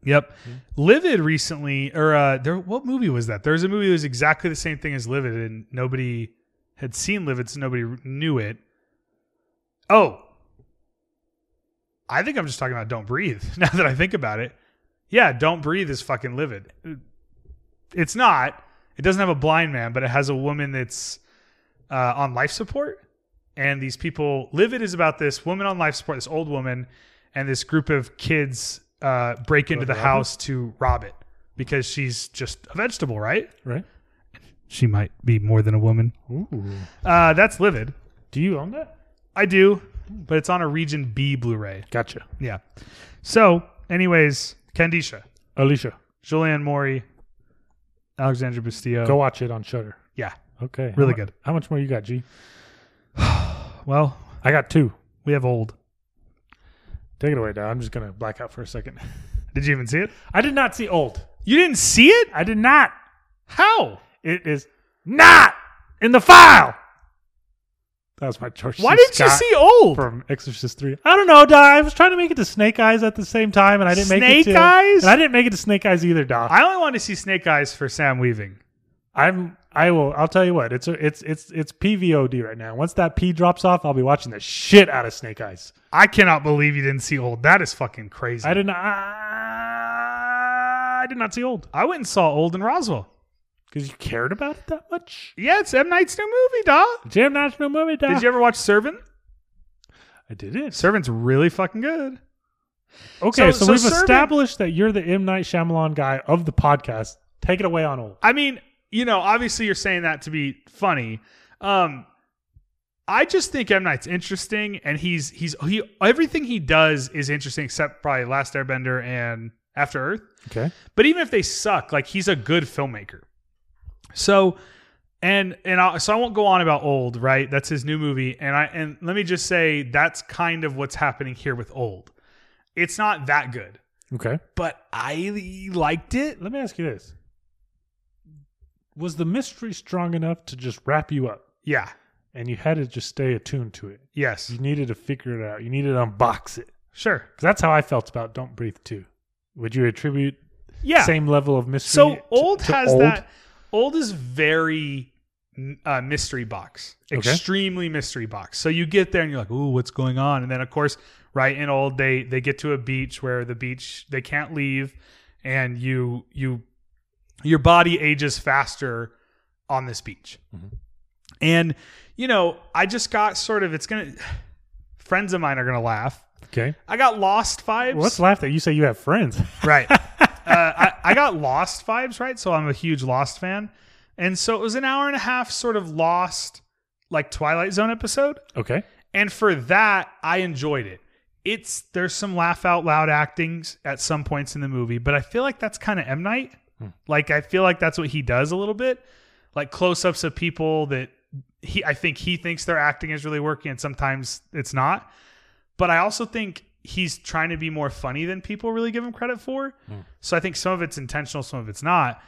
Yep. Livid recently, or uh, there, what movie was that? There was a movie that was exactly the same thing as Livid, and nobody had seen Livid, so nobody knew it. Oh, I think I'm just talking about Don't Breathe. <laughs> Now that I think about it, yeah, Don't Breathe is fucking Livid. It's not. It doesn't have a blind man, but it has a woman that's uh, on life support, and these people. Livid is about this woman on life support, this old woman, and this group of kids uh, break into the house to rob it because she's just a vegetable, right?
right?
She might be more than a woman.
Ooh.
Uh, that's livid.
Do you own that?
I do, but it's on a Region B Blu-ray.
Gotcha.
Yeah. So, anyways, Candisha,
Alicia,
Julianne Moore, Alexandra Bustillo.
go watch it on Shutter.
Yeah.
Okay.
Really
How mu-
good.
How much more you got, G?
Well,
I got two.
we have old.
Take it away, Dad. I'm just gonna black out for a second. <laughs>
Did you even see it?
I did not see old.
You didn't see it?
I did not.
How?
It is not in the file. That was my church.
Why didn't you see old?
<laughs> from Exorcist Three? I don't know, Doc. I was trying to make it to Snake Eyes at the same time, and I didn't make it.
Snake
to,
Eyes?
And I didn't make it to Snake Eyes either, Doc.
I only want to see Snake Eyes for Sam Weaving.
I'm I will I'll tell you what it's it's it's it's PVOD right now. Once that P drops off, I'll be watching the shit out of Snake Eyes.
I cannot believe you didn't see old. That is fucking crazy.
I did not I did not see old
I went and saw old and Roswell.
because you cared about it that much.
Yeah, it's M Night's new movie, dog.
Jam National movie. Doc.
Did you ever watch Servant?
I did it.
Servant's really fucking good. So-
Okay, so,
so
we've
Servant-
established that you're the M Night Shyamalan guy of the podcast. Take it away on old.
I mean, you know, obviously you're saying that to be funny. Um I just think M Night's interesting and he's he's he everything he does is interesting except probably Last Airbender and After Earth.
Okay,
But even if they suck, like he's a good filmmaker. So and and I, so I won't go on about old, right? That's his new movie and I and let me just say that's kind of what's happening here with old. It's not that good,
okay.
but I liked it.
Let me ask you this: Was the mystery strong enough to just wrap you up,
Yeah.
and you had to just stay attuned to it?
Yes.
You needed to figure it out. You needed to unbox it.
Sure.
'Cause that's how I felt about Don't Breathe Too. Would you attribute
Yeah.
same level of mystery?
So
to-
old
to
has
old?
that. Old is very uh, mystery box,
Okay.
extremely mystery box. So you get there and you're like, "Ooh, what's going on?" And then of course, right in old, they they get to a beach where the beach they can't leave, and you you your body ages faster on this beach.
Mm-hmm.
And you know, I just got sort of it's gonna. <sighs> Friends of mine are gonna laugh.
Okay.
I got lost vibes.
Well, let's laugh that you say you have friends. <laughs>
Right. uh, I, I got Lost vibes, right? So I'm a huge Lost fan. And so it was an hour and a half sort of Lost, like Twilight Zone episode.
okay.
And for that, I enjoyed it. It's there's some laugh out loud actings at some points in the movie, but I feel like that's kind of M Night. Like I feel like that's what he does a little bit, like close ups of people that he I think he thinks their acting is really working, and sometimes it's not. But I also think he's trying to be more funny than people really give him credit for.
Hmm.
So I think some of it's intentional, some of it's not.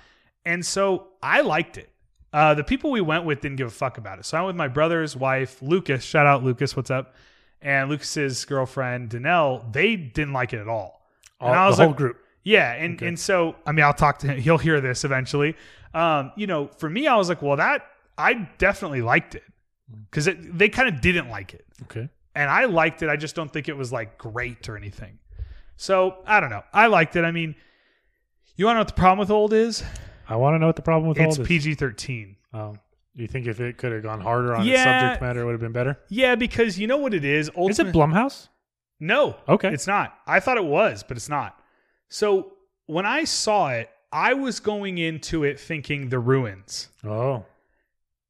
And so I liked it. Uh, the people we went with didn't give a fuck about it. So I went with my brother's wife, Lucas. Shout out Lucas, what's up? And Lucas's girlfriend, Danelle. They didn't like it at all.
All,
and I
the
was
whole
like,
group.
yeah, and and so I mean, I'll talk to him. He'll hear this eventually. Um, you know, for me, I was like, well, that I definitely liked it
Hmm.
because they kind of didn't like it,
Okay.
and I liked it. I just don't think it was like great or anything. So I don't know. I liked it. I mean, you want to know what the problem with old is?
I want to know what the problem with
It's
old is.
PG thirteen.
Oh, you think if it could have gone harder on its
Yeah.
subject matter, it would have been better?
Yeah, because you know what it is. Ultimate,
Is it Blumhouse?
No.
Okay.
It's not. I thought it was, but it's not. So when I saw it, I was going into it thinking the ruins.
Oh,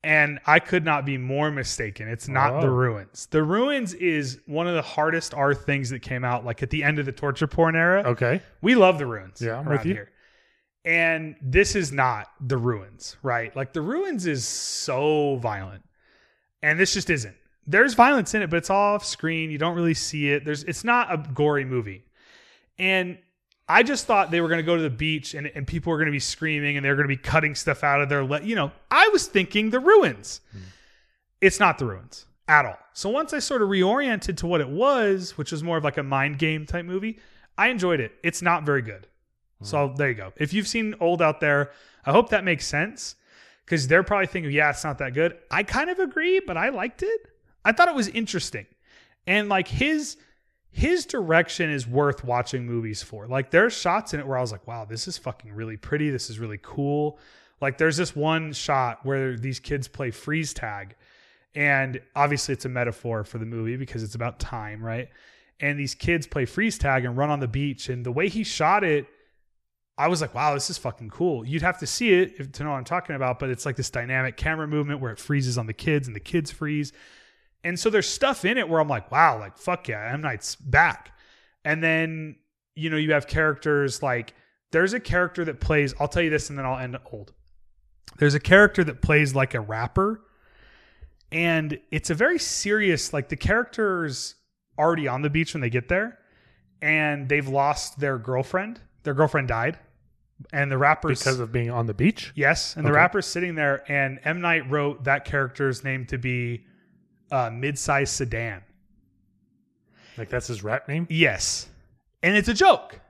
and I could not be more mistaken. It's not
Oh.
the ruins. The ruins is one of the hardest R things that came out, like at the end of the torture porn era.
okay.
We love the ruins.
Yeah, I'm with
around
you.
Here. And this is not the ruins, right? Like the ruins is so violent, and this just isn't. There's violence in it, but it's all off screen. You don't really see it. There's it's not a gory movie, and I just thought they were going to go to the beach and and people were going to be screaming and they're going to be cutting stuff out of their le- you know. I was thinking the ruins. It's not the ruins at all. So once I sort of reoriented to what it was, which was more of like a mind game type movie, I enjoyed it. It's not very good. So there you go. If you've seen old out there, I hope that makes sense because they're probably thinking, yeah, it's not that good. I kind of agree, but I liked it. I thought it was interesting. And like his his direction is worth watching movies for. Like there's shots in it where I was like, wow, this is fucking really pretty. This is really cool. Like there's this one shot where these kids play freeze tag. And obviously it's a metaphor for the movie because it's about time, right? and these kids play freeze tag and run on the beach. And the way he shot it, I was like, wow, this is fucking cool. You'd have to see it if, to know what I'm talking about, but it's like this dynamic camera movement where it freezes on the kids and the kids freeze. And so there's stuff in it where I'm like, wow, like fuck yeah, M Night's back. And then, you know, you have characters like there's a character that plays, I'll tell you this and then I'll end old. There's a character that plays like a rapper. And it's a very serious, like the character's already on the beach when they get there, and they've lost their girlfriend. Their girlfriend died. And the rapper's
because of being on the beach.
Yes, and the
Okay.
rapper's sitting there, and M Night wrote that character's name to be uh, mid-sized sedan.
Like that's his rap name.
Yes, and it's a joke,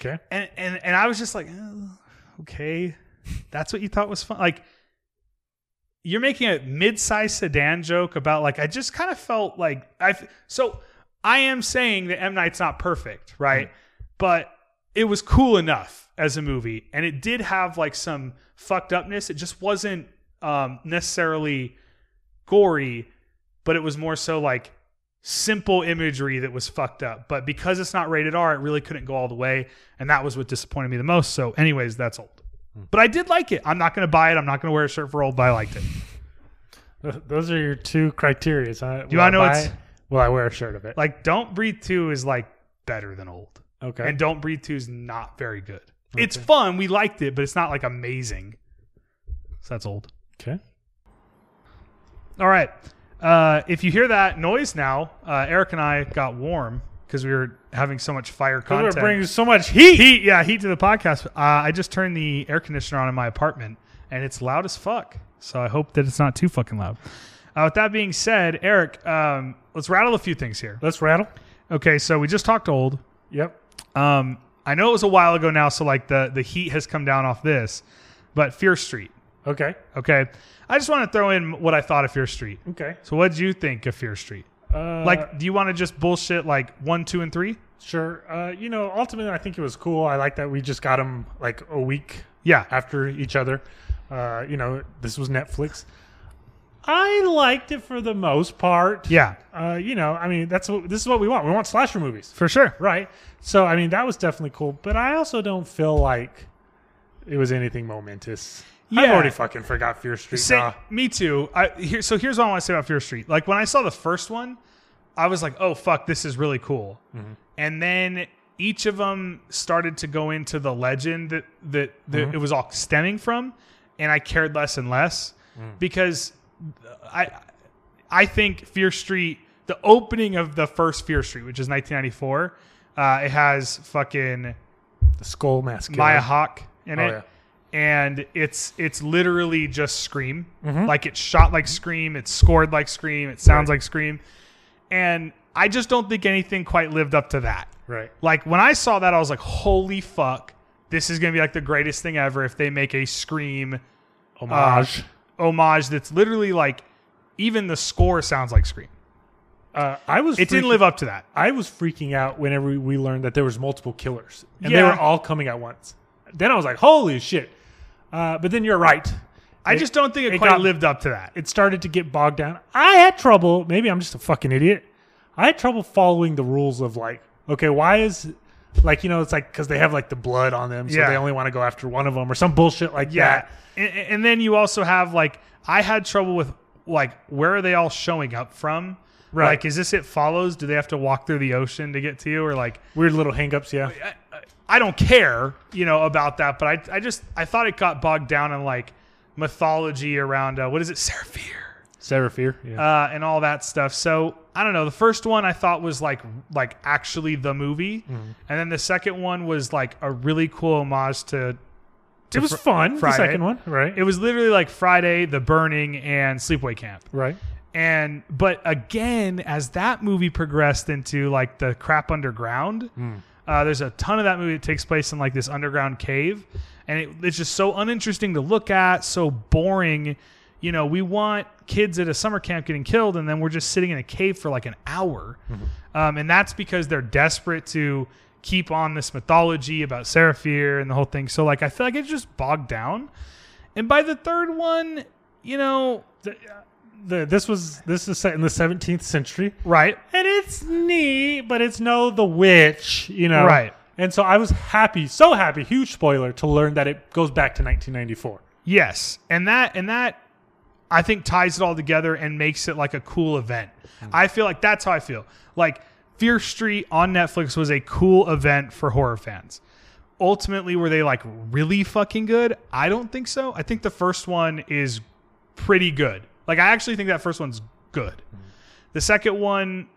Okay.
and and and I was just like, "Oh, okay, that's what you thought was fun. Like, you're making a mid-sized sedan joke about like I just kind of felt like I. So I am saying that M Night's not perfect, right? But it was cool enough as a movie, and it did have like some fucked upness. It just wasn't um, necessarily gory, but it was more so like simple imagery that was fucked up. But because it's not rated R, it really couldn't go all the way, and that was what disappointed me the most. So, anyways, that's old.
Hmm.
But I did like it. I'm not going to buy it. I'm not going to wear a shirt for old, but I liked it.
Th- Those are your two criteria. Huh?
Do I know
buy
it's-
it? Will I wear a shirt of it?
Like, Don't Breathe 2 is like better than old.
okay.
And Don't Breathe 2 is not very good. It's fun. We liked it, but it's not like amazing. So that's old.
okay.
All right. Uh, if you hear that noise now, uh, Eric and I got warm because we were having so much fire
We're
content.
bringing so much heat.
heat, yeah, heat to the podcast. Uh, I just turned the air conditioner on in my apartment, and it's loud as fuck. So I hope that it's not too fucking loud. Uh, with that being said, Eric, um, let's rattle a few things here.
Let's rattle.
Okay, so we just talked old.
Yep.
Um, I know it was a while ago now, so like the the heat has come down off this, but Fear Street.
Okay.
Okay, I just want to throw in what I thought of Fear Street.
Okay.
So what did you think of Fear Street?
Uh,
Like, do you want to just bullshit like one, two, and three?
sure. Uh, you know, ultimately, I think it was cool. I like that we just got them like a week
Yeah,
after each other. Uh, you know, this was Netflix. I liked it for the most part.
yeah,
Uh, you know, I mean, that's what this is what we want. We want slasher movies.
for sure.
Right. So I mean that was definitely cool, but I also don't feel like it was anything momentous. I've
Yeah.
already fucking forgot Fear Street.
Say,
nah.
Me too. I here, so here's what I want to say about Fear Street. Like when I saw the first one, I was like, "Oh fuck, this is really cool." And then each of them started to go into the legend that that, that it was all stemming from, and I cared less and less because I I think Fear Street, the opening of the first Fear Street, which is 1994, uh, it has fucking
The Skull Mask. Killer.
Maya Hawk in
Oh,
it.
yeah.
And it's it's literally just Scream.
Mm-hmm.
Like it's shot like Scream, it's scored like Scream, it sounds like Scream. And I just don't think anything quite lived up to that.
Right.
Like when I saw that, I was like, holy fuck, this is gonna be like the greatest thing ever if they make a Scream uh,
Homage.
homage that's literally like even the score sounds like Scream.
Uh, I was.
It didn't
freaking-
live up to that.
I was freaking out whenever we learned that there was multiple killers and they
Yeah.
were all coming at once. Then I was like, "Holy shit!" Uh, but then you're right.
I
It-
just don't think it,
it
quite
got-
lived up to that.
it started to get bogged down. I had trouble. Maybe I'm just a fucking idiot. I had trouble following the rules of like, okay, why is like you know it's like because they have like the blood on them, so
Yeah.
they only want to go after one of them or some bullshit like
Yeah.
that.
And, and then you also have like I had trouble with like where are they all showing up from?
Right.
Like is this it follows? Do they have to walk through the ocean to get to you or like
Weird little hangups. Yeah,
I, I- I don't care, you know, about that, but I I just I thought it got bogged down in like mythology around uh, what is it <laughs> Seraphir?
Seraphir. Yeah,
uh, and all that stuff. So I don't know. The first one I thought was like like actually the movie,
Mm-hmm.
and then the second one was like a really cool homage to. to
it was
Fr-
fun.
Friday.
The second one, right?
It was literally like Friday, The Burning, and Sleepaway Camp.
right.
And but again, as that movie progressed into like the crap underground, uh, there's a ton of that movie that takes place in like this underground cave, and it, it's just so uninteresting to look at, so boring. You know, we want kids at a summer camp getting killed, and then we're just sitting in a cave for like an hour, um, and that's because they're desperate to keep on this mythology about Seraphir and the whole thing. So like, I feel like it's just bogged down. And by the third one, you know, th-
the, this was this is set in the 17th century,
Right.
and it's neat, but it's no the witch, you know.
Right.
And so I was happy, so happy, huge spoiler to learn that it goes back to 1994.
Yes, and that and that I think ties it all together and makes it like a cool event. I feel like that's how I feel. Like Fear Street on Netflix was a cool event for horror fans. Ultimately, were they like really fucking good? I don't think so. I think the first one is pretty good. Like I actually think that first one's good. The second one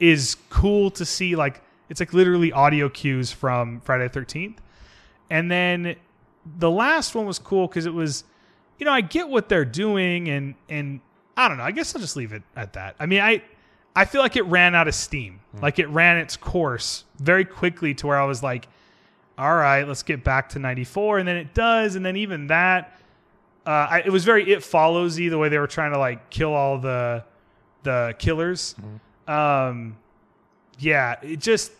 is cool to see like it's like literally audio cues from Friday the 13th. And then the last one was cool because it was, you know, I get what they're doing, and and I don't know. I guess I'll just leave it at that. I mean, I I feel like it ran out of steam, like it ran its course very quickly to where I was like, all right, let's get back to '94, and then it does, and then even that, uh, I, it was very it follows the way they were trying to like kill all the the killers. Um, yeah, it just.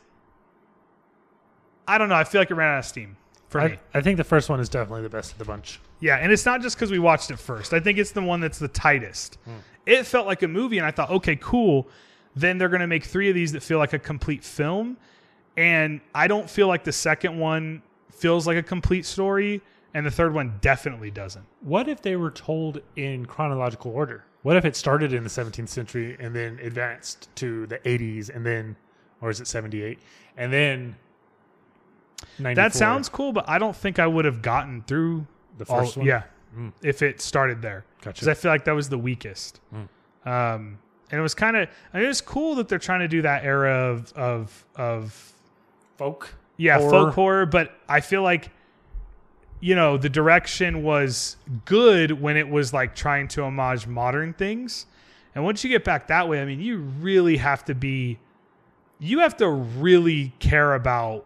I don't know. I feel like it ran out of steam for me.
I, I think the first one is definitely the best of the bunch.
Yeah, and it's not just because we watched it first. I think it's the one that's the tightest.
Hmm.
It felt like a movie, and I thought, okay, cool. Then they're going to make three of these that feel like a complete film. And I don't feel like the second one feels like a complete story, and the third one definitely doesn't.
What if they were told in chronological order? What if it started in the 17th century and then advanced to the 80s and then, or is it 78? And then 94.
That sounds cool, but I don't think I would have gotten through
The
all-
first one? Hmm.
Yeah, if it started there,
Gotcha. Hmm.
I feel like that was the weakest. Um, and it was kind of, I mean, it's cool that they're trying to do that era of of of
folk.
yeah folk horror but i feel like you know the direction was good when it was like trying to homage modern things and once you get back that way i mean you really have to be you have to really care about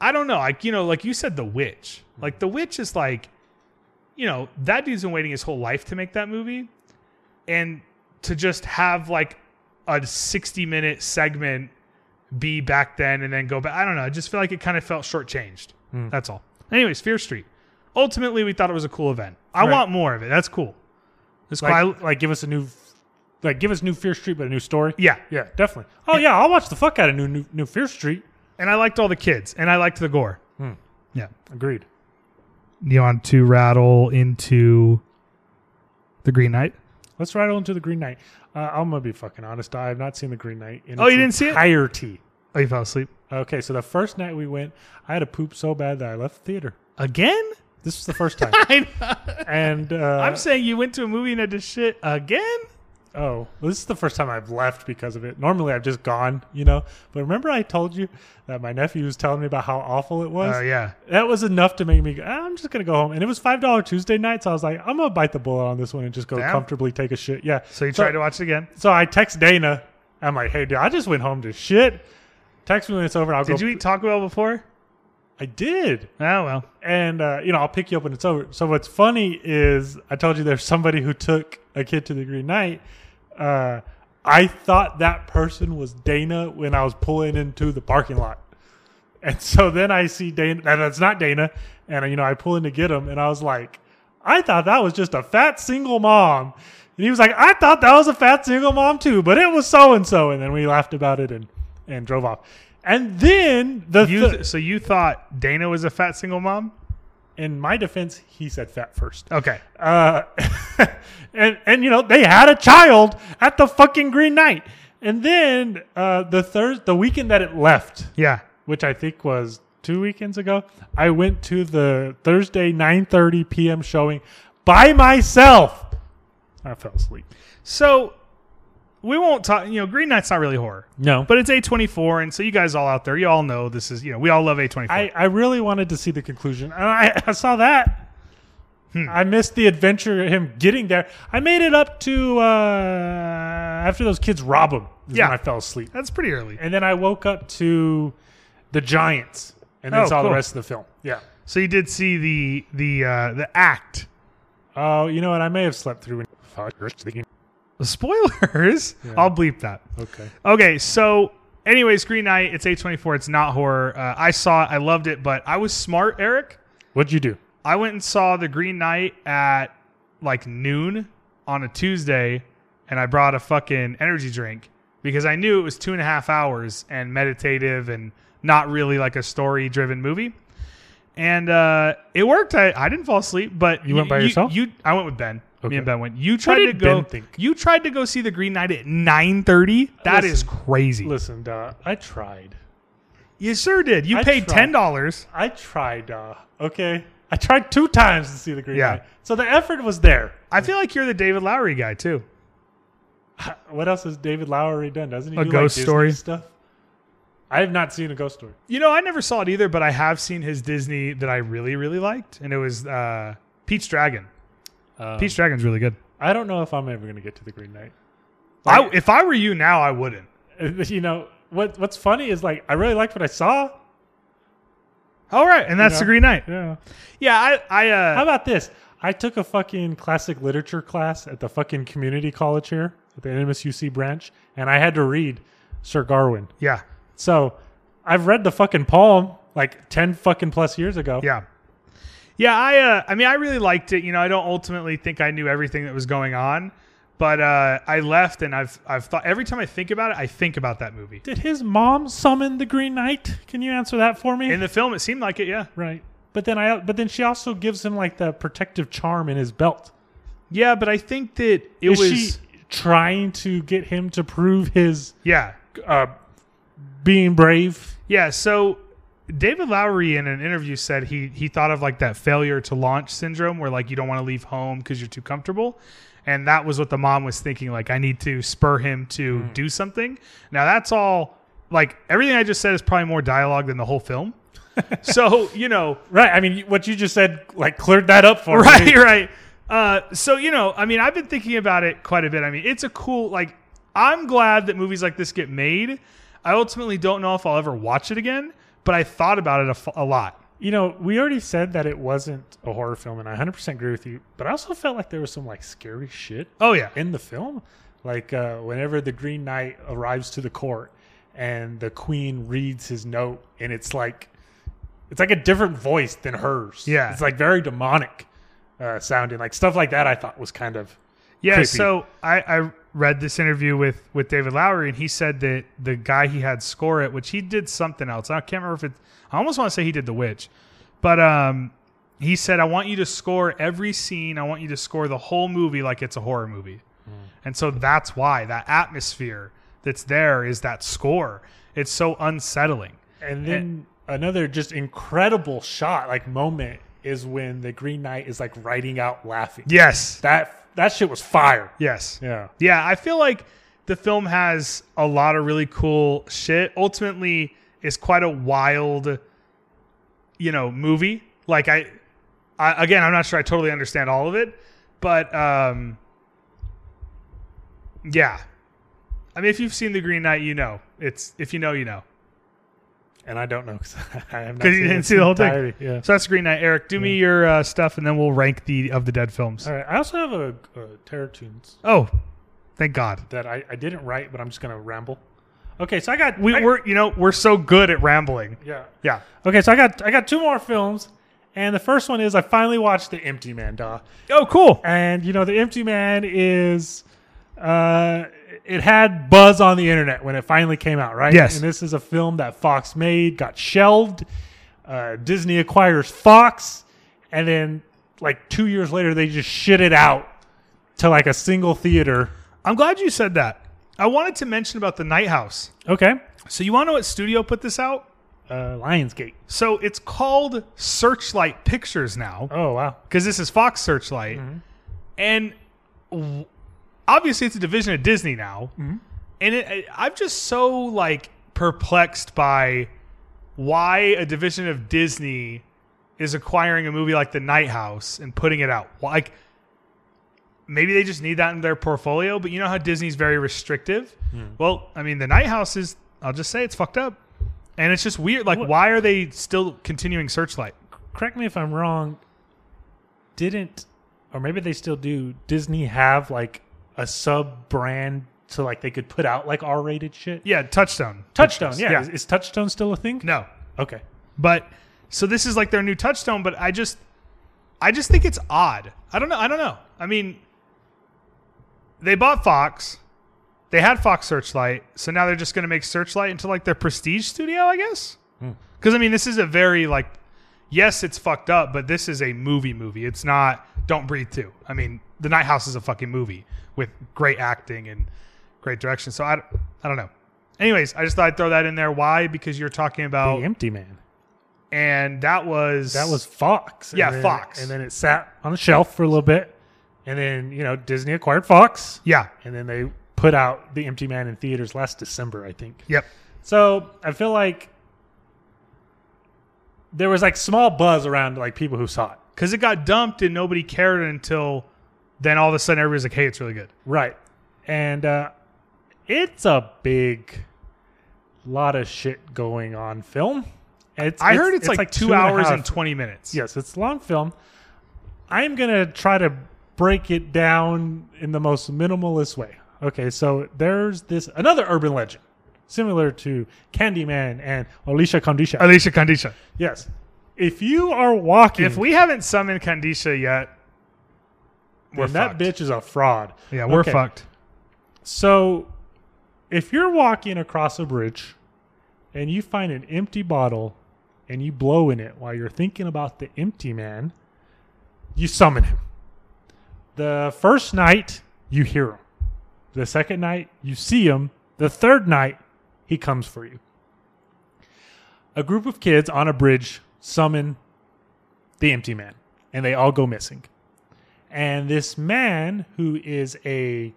i don't know like you know like you said the witch like the witch is like you know that dude's been waiting his whole life to make that movie and to just have like a 60 minute segment be back then and then go back. I don't know. I just feel like it kind of felt shortchanged.
Hmm.
That's all. Anyways, Fear Street. Ultimately, we thought it was a cool event. I
Right.
want more of it. That's cool. That's cool. I-
Like, like give us a new, like give us new Fear Street, but a new story.
yeah,
Yeah, definitely. Oh yeah, I'll watch the fuck out of new new, new Fear Street.
and I liked all the kids, and I liked the gore.
Hmm.
Yeah.
Agreed.
You want to rattle into the Green Knight?
Let's rattle into the Green Knight. Uh, I'm gonna be fucking honest. I have not seen the Green Knight. In
Oh, you didn't see it?
entirety.
Oh, you fell asleep
Okay, so the first night we went, I had to poop so bad that I left the theater.
again?
This was the first
<laughs>
time,
I
and uh,
I'm saying you went to a movie and had to shit again.
oh, well, this is the first time I've left because of it. Normally, I've just gone, you know. But remember, I told you that my nephew was telling me about how awful it was.
Oh, yeah.
that was enough to make me go, "Ah, I'm just going to go home. And it was $5 Tuesday night. So I was like, I'm going to bite the bullet on this one and just go
Damn.
comfortably take a shit. Yeah.
So you tried to watch it again?
So I text Dana. I'm like, hey, dude, I just went home to shit. Text me when it's over. I'll
Did
go.
you eat Taco Bell before?
I did.
Oh <laughs> well.
And, uh, you know, I'll pick you up when it's over. So what's funny is I told you there's somebody who took a kid to the Green Knight. Uh, I thought that person was Dana when I was pulling into the parking lot. And so then I see Dana, and that's not Dana. And, uh, you know, I pull in to get him, and I was like, I thought that was just a fat single mom. And he was like, I thought that was a fat single mom too, but it was so and so. And then we laughed about it and, and drove off. And then the
You
thi-
th- so you thought Dana was a fat single mom?
in my defense, he said fat first.
Okay.
Uh, <laughs> and and you know they had a child at the fucking Green Knight, and then uh, the third the weekend that it left,
Yeah.
which I think was two weekends ago, I went to the Thursday 9:30 p.m. showing by myself. I fell asleep.
So we won't talk. You know, Green Knight's not really horror,
No, but
but it's A twenty four, and so you guys all out there, you all know this is. You know, we all love A twenty four.
I I really wanted to see the conclusion, and I, <laughs> I saw that. I missed the adventure of him getting there. I made it up to uh, after those kids rob him. is
Yeah.
when I fell asleep.
That's pretty early.
and then I woke up to the Giants, and then
Oh,
saw
cool.
the rest of the film. Yeah.
So you did see the the uh, the act.
Oh, you know what? I may have slept through. it.
Spoilers. I'll bleep that.
Okay.
Okay, so anyways, Green Knight. It's A twenty four. It's not horror. Uh, I saw it. I loved it, but I was smart, Eric.
What'd you do?
I went and saw the Green Knight at like noon on a Tuesday and I brought a fucking energy drink because I knew it was two and a half hours and meditative and not really like a story driven movie. And uh, it worked. I, I didn't fall asleep, but
You went by yourself?
You I went with Ben.
Okay.
Me and Ben went. You tried to
did
go.
Ben think?
You tried to go see the Green Knight at nine thirty. That is
Listen.
crazy.
Listen, duh, I tried.
You sure did. You
I
paid
tried.
ten dollars.
I tried, uh, okay? I tried two times to see the Green
Yeah.
Knight. So the effort was there. <laughs>
I feel like you're the David Lowry guy too.
What else has David Lowery done? Doesn't he
A
do
ghost
like Disney
story?
stuff? I have not seen a ghost story.
You know, I never saw it either, but I have seen his Disney that I really, really liked, and it was uh, Pete's Dragon.
Um,
Pete's Dragon's really good.
I don't know if I'm ever going to get to the Green Knight. <laughs>
I, if I were you now, I wouldn't.
You know what? What's funny is like I really liked what I saw.
All right, and that's
Yeah.
the Green Knight.
Yeah.
Yeah, I, I,
How
uh,
about this? I took a fucking classic literature class at the fucking community college here at the NMSUC branch, and I had to read Sir Garwin.
yeah,
So I've read the fucking poem like ten fucking plus years ago.
yeah, yeah. I, uh, I mean, I really liked it. You know, I don't ultimately think I knew everything that was going on, but uh, I left, and I've, I've thought every time I think about it, I think about that movie.
Did his mom summon the Green Knight? Can you answer that for me?
In the film, it seemed like it. Yeah,
right. But then I. But then she also gives him like the protective charm in his belt.
yeah, but I think that it
Is
was.
she trying to get him to prove his
yeah,
uh, being brave?
Yeah, so David Lowery in an interview said he he thought of like that failure to launch syndrome where like you don't want to leave home because you're too comfortable. And that was what the mom was thinking, like, I need to spur him to do something. Now that's all like everything I just said is probably more dialogue than the whole film. so, you know,
Right. I mean, what you just said like cleared that up
<laughs>
for
right
me.
right uh, so you know i mean i've been thinking about it quite a bit i mean it's a cool like i'm glad that movies like this get made i ultimately don't know if i'll ever watch it again but i thought about it a, f- a lot
You know, we already said that it wasn't a horror film, and I 100% agree with you. But I also felt like there was some like scary shit
oh yeah
in the film. Like uh, whenever the Green Knight arrives to the court and the Queen reads his note, and it's like it's like a different voice than hers.
Yeah.
it's like very demonic uh, sounding. Like stuff like that, I thought was kind of
yeah
creepy.
so I, I read this interview with with david lowery and he said that the guy he had score it which he did something else i can't remember if it i almost want to say he did the witch but um he said i want you to score every scene i want you to score the whole movie like it's a horror movie And so that's why that atmosphere that's there is that score. It's so unsettling.
And then another just incredible shot, like moment, is when the Green Knight is like writing out laughing.
Yes.
That that shit was fire.
Yes.
Yeah.
Yeah, I feel like the film has a lot of really cool shit. Ultimately, it's quite a wild, you know, movie. Like I, I again, I'm not sure I totally understand all of it, but um, yeah. I mean, if you've seen The Green Knight, you know it's. If you know, you know.
And <laughs> I don't know because I have not
because <laughs> you
seen
didn't
its
see the whole thing.
entirety. Yeah.
So that's Green Knight. Eric, do me your uh, stuff, and then we'll rank the of the dead films.
All right. I also have a, a Terror Tunes
Oh, thank God.
that I, I didn't write, but I'm just gonna ramble. Okay, so I got
We,
I,
we're you know we're so good at rambling.
yeah.
Yeah.
Okay, so I got I got two more films, and the first one is I finally watched The Empty Man, duh.
Oh, cool.
And you know, The Empty Man is uh it had buzz on the internet when it finally came out, right?
Yes.
And this is a film that Fox made, got shelved. Uh Disney acquires Fox, and then like 2 years later they just shit it out to like a single theater.
I'm glad you said that. I wanted to mention about the Night House.
Okay.
So you want to know what studio put this out?
Uh Lionsgate.
So it's called Searchlight Pictures now
Oh, wow.
because this is Fox Searchlight,
Mm-hmm.
and w- obviously it's a division of Disney now.
Mm-hmm.
And it, I- I'm just so like perplexed by why a division of Disney is acquiring a movie like The Night House and putting it out. Why- Like maybe they just need that in their portfolio, but you know how Disney's very restrictive.
Hmm.
Well, I mean, The Night House is I'll just say it's fucked up. And it's just weird. Like,
What-
why are they still continuing Searchlight?
correct me if I'm wrong, didn't or maybe they still do Disney have like a sub brand so like they could put out like R rated shit?
Yeah, Touchstone.
Touchstone, yeah.
Yeah.
Is, is Touchstone still a thing?
No,
Okay.
But so this is like their new touchstone, but I just I just think it's odd. I don't know. I don't know. I mean, they bought Fox. They had Fox Searchlight, so now they're just going to make Searchlight into like their prestige studio, I guess. Because I mean, this is a very like, yes, it's fucked up, but this is a movie movie. It's not Don't Breathe Two. I mean, The Night House is a fucking movie with great acting and great direction. So I, d- I don't know. Anyways, I just thought I'd throw that in there. Why? Because you're talking about,
The Empty Man.
and that was
That was Fox. and
Yeah,
then-
Fox.
And then it sat on a shelf for a little bit, and then you know Disney acquired Fox,
yeah,
and then they put out The Empty Man in theaters last December, I think.
yep,
So I feel like there was like small buzz around like people who saw it.
because it got dumped and nobody cared until then. All of a sudden, everybody's like, hey, it's really good.
Right. And uh, it's a big lot of shit going on film. It's,
I heard it's, like, two,
a
hours
half-
and 20 minutes.
Yes, it's a long film. I'm going to try to break it down in the most minimalist way. Okay, so there's this another urban legend similar to Candyman and Alicia Condisha.
Alicia Kandisha.
yes. If you are walking
If we haven't summoned Kandisha yet, we're
then that
fucked.
bitch is a fraud.
Yeah, we're
Okay,
fucked.
So, if you're walking across a bridge and you find an empty bottle and you blow in it while you're thinking about the empty man, you summon him. The first night, you hear him. The second night, you see him. The third night, he comes for you. A group of kids on a bridge summon the empty man, and they all go missing. And this man, who is a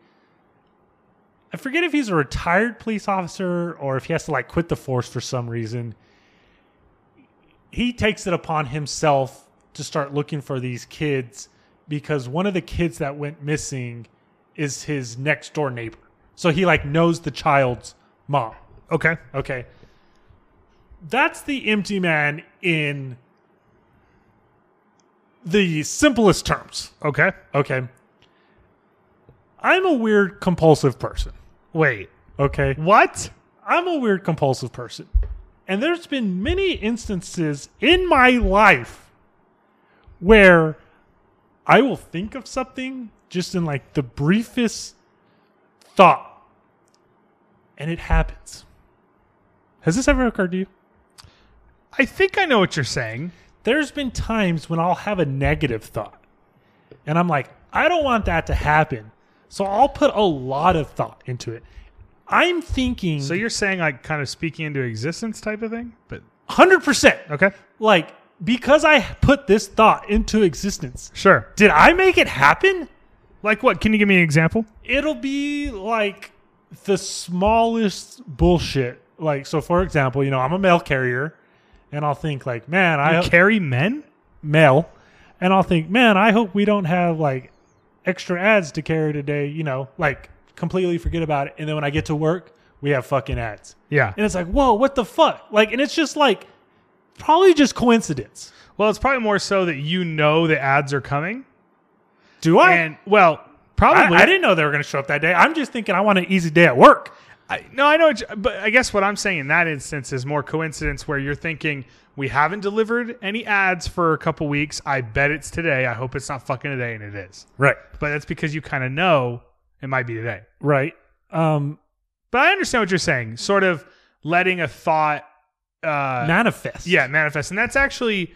I forget if he's a retired police officer or if he has to like quit the force for some reason. He takes it upon himself to start looking for these kids because one of the kids that went missing is his next door neighbor. So he like knows the child's mom.
Okay.
Okay. That's the empty man in the simplest terms.
Okay.
Okay. I'm a weird compulsive person.
Wait.
Okay.
What?
I'm a weird compulsive person. And there's been many instances in my life where I will think of something just in like the briefest thought and it happens. Has this ever occurred to you?
I think I know what you're saying.
There's been times when I'll have a negative thought and I'm like, I don't want that to happen. So I'll put a lot of thought into it. I'm thinking
So you're saying like kind of speaking into existence type of thing? But
100%.
okay.
like because I put this thought into existence,
Sure.
did I make it happen?
Like what? Can you give me an example?
It'll be like the smallest bullshit. Like so, for example, you know I'm a mail carrier, and I'll think like, man, I hope
Carry men?
mail, and I'll think, man, I hope we don't have like extra ads to carry today. You know, like completely forget about it, and then when I get to work, we have fucking ads,
Yeah.
and it's like, whoa, what the fuck? Like, and it's just like probably just coincidence.
Well, it's probably more so that you know the ads are coming.
Do I?
And well, probably
I, I didn't know they were going to show up that day. I'm just thinking I want an easy day at work.
I, no, I know, what you- but I guess what I'm saying in that instance is more coincidence where you're thinking we haven't delivered any ads for a couple weeks. I bet it's today. I hope it's not fucking today, and it is.
Right.
But that's because you kind of know it might be today.
Right. Um,
But I understand what you're saying. Sort of letting a thought, uh,
manifest.
yeah, manifest, and that's actually.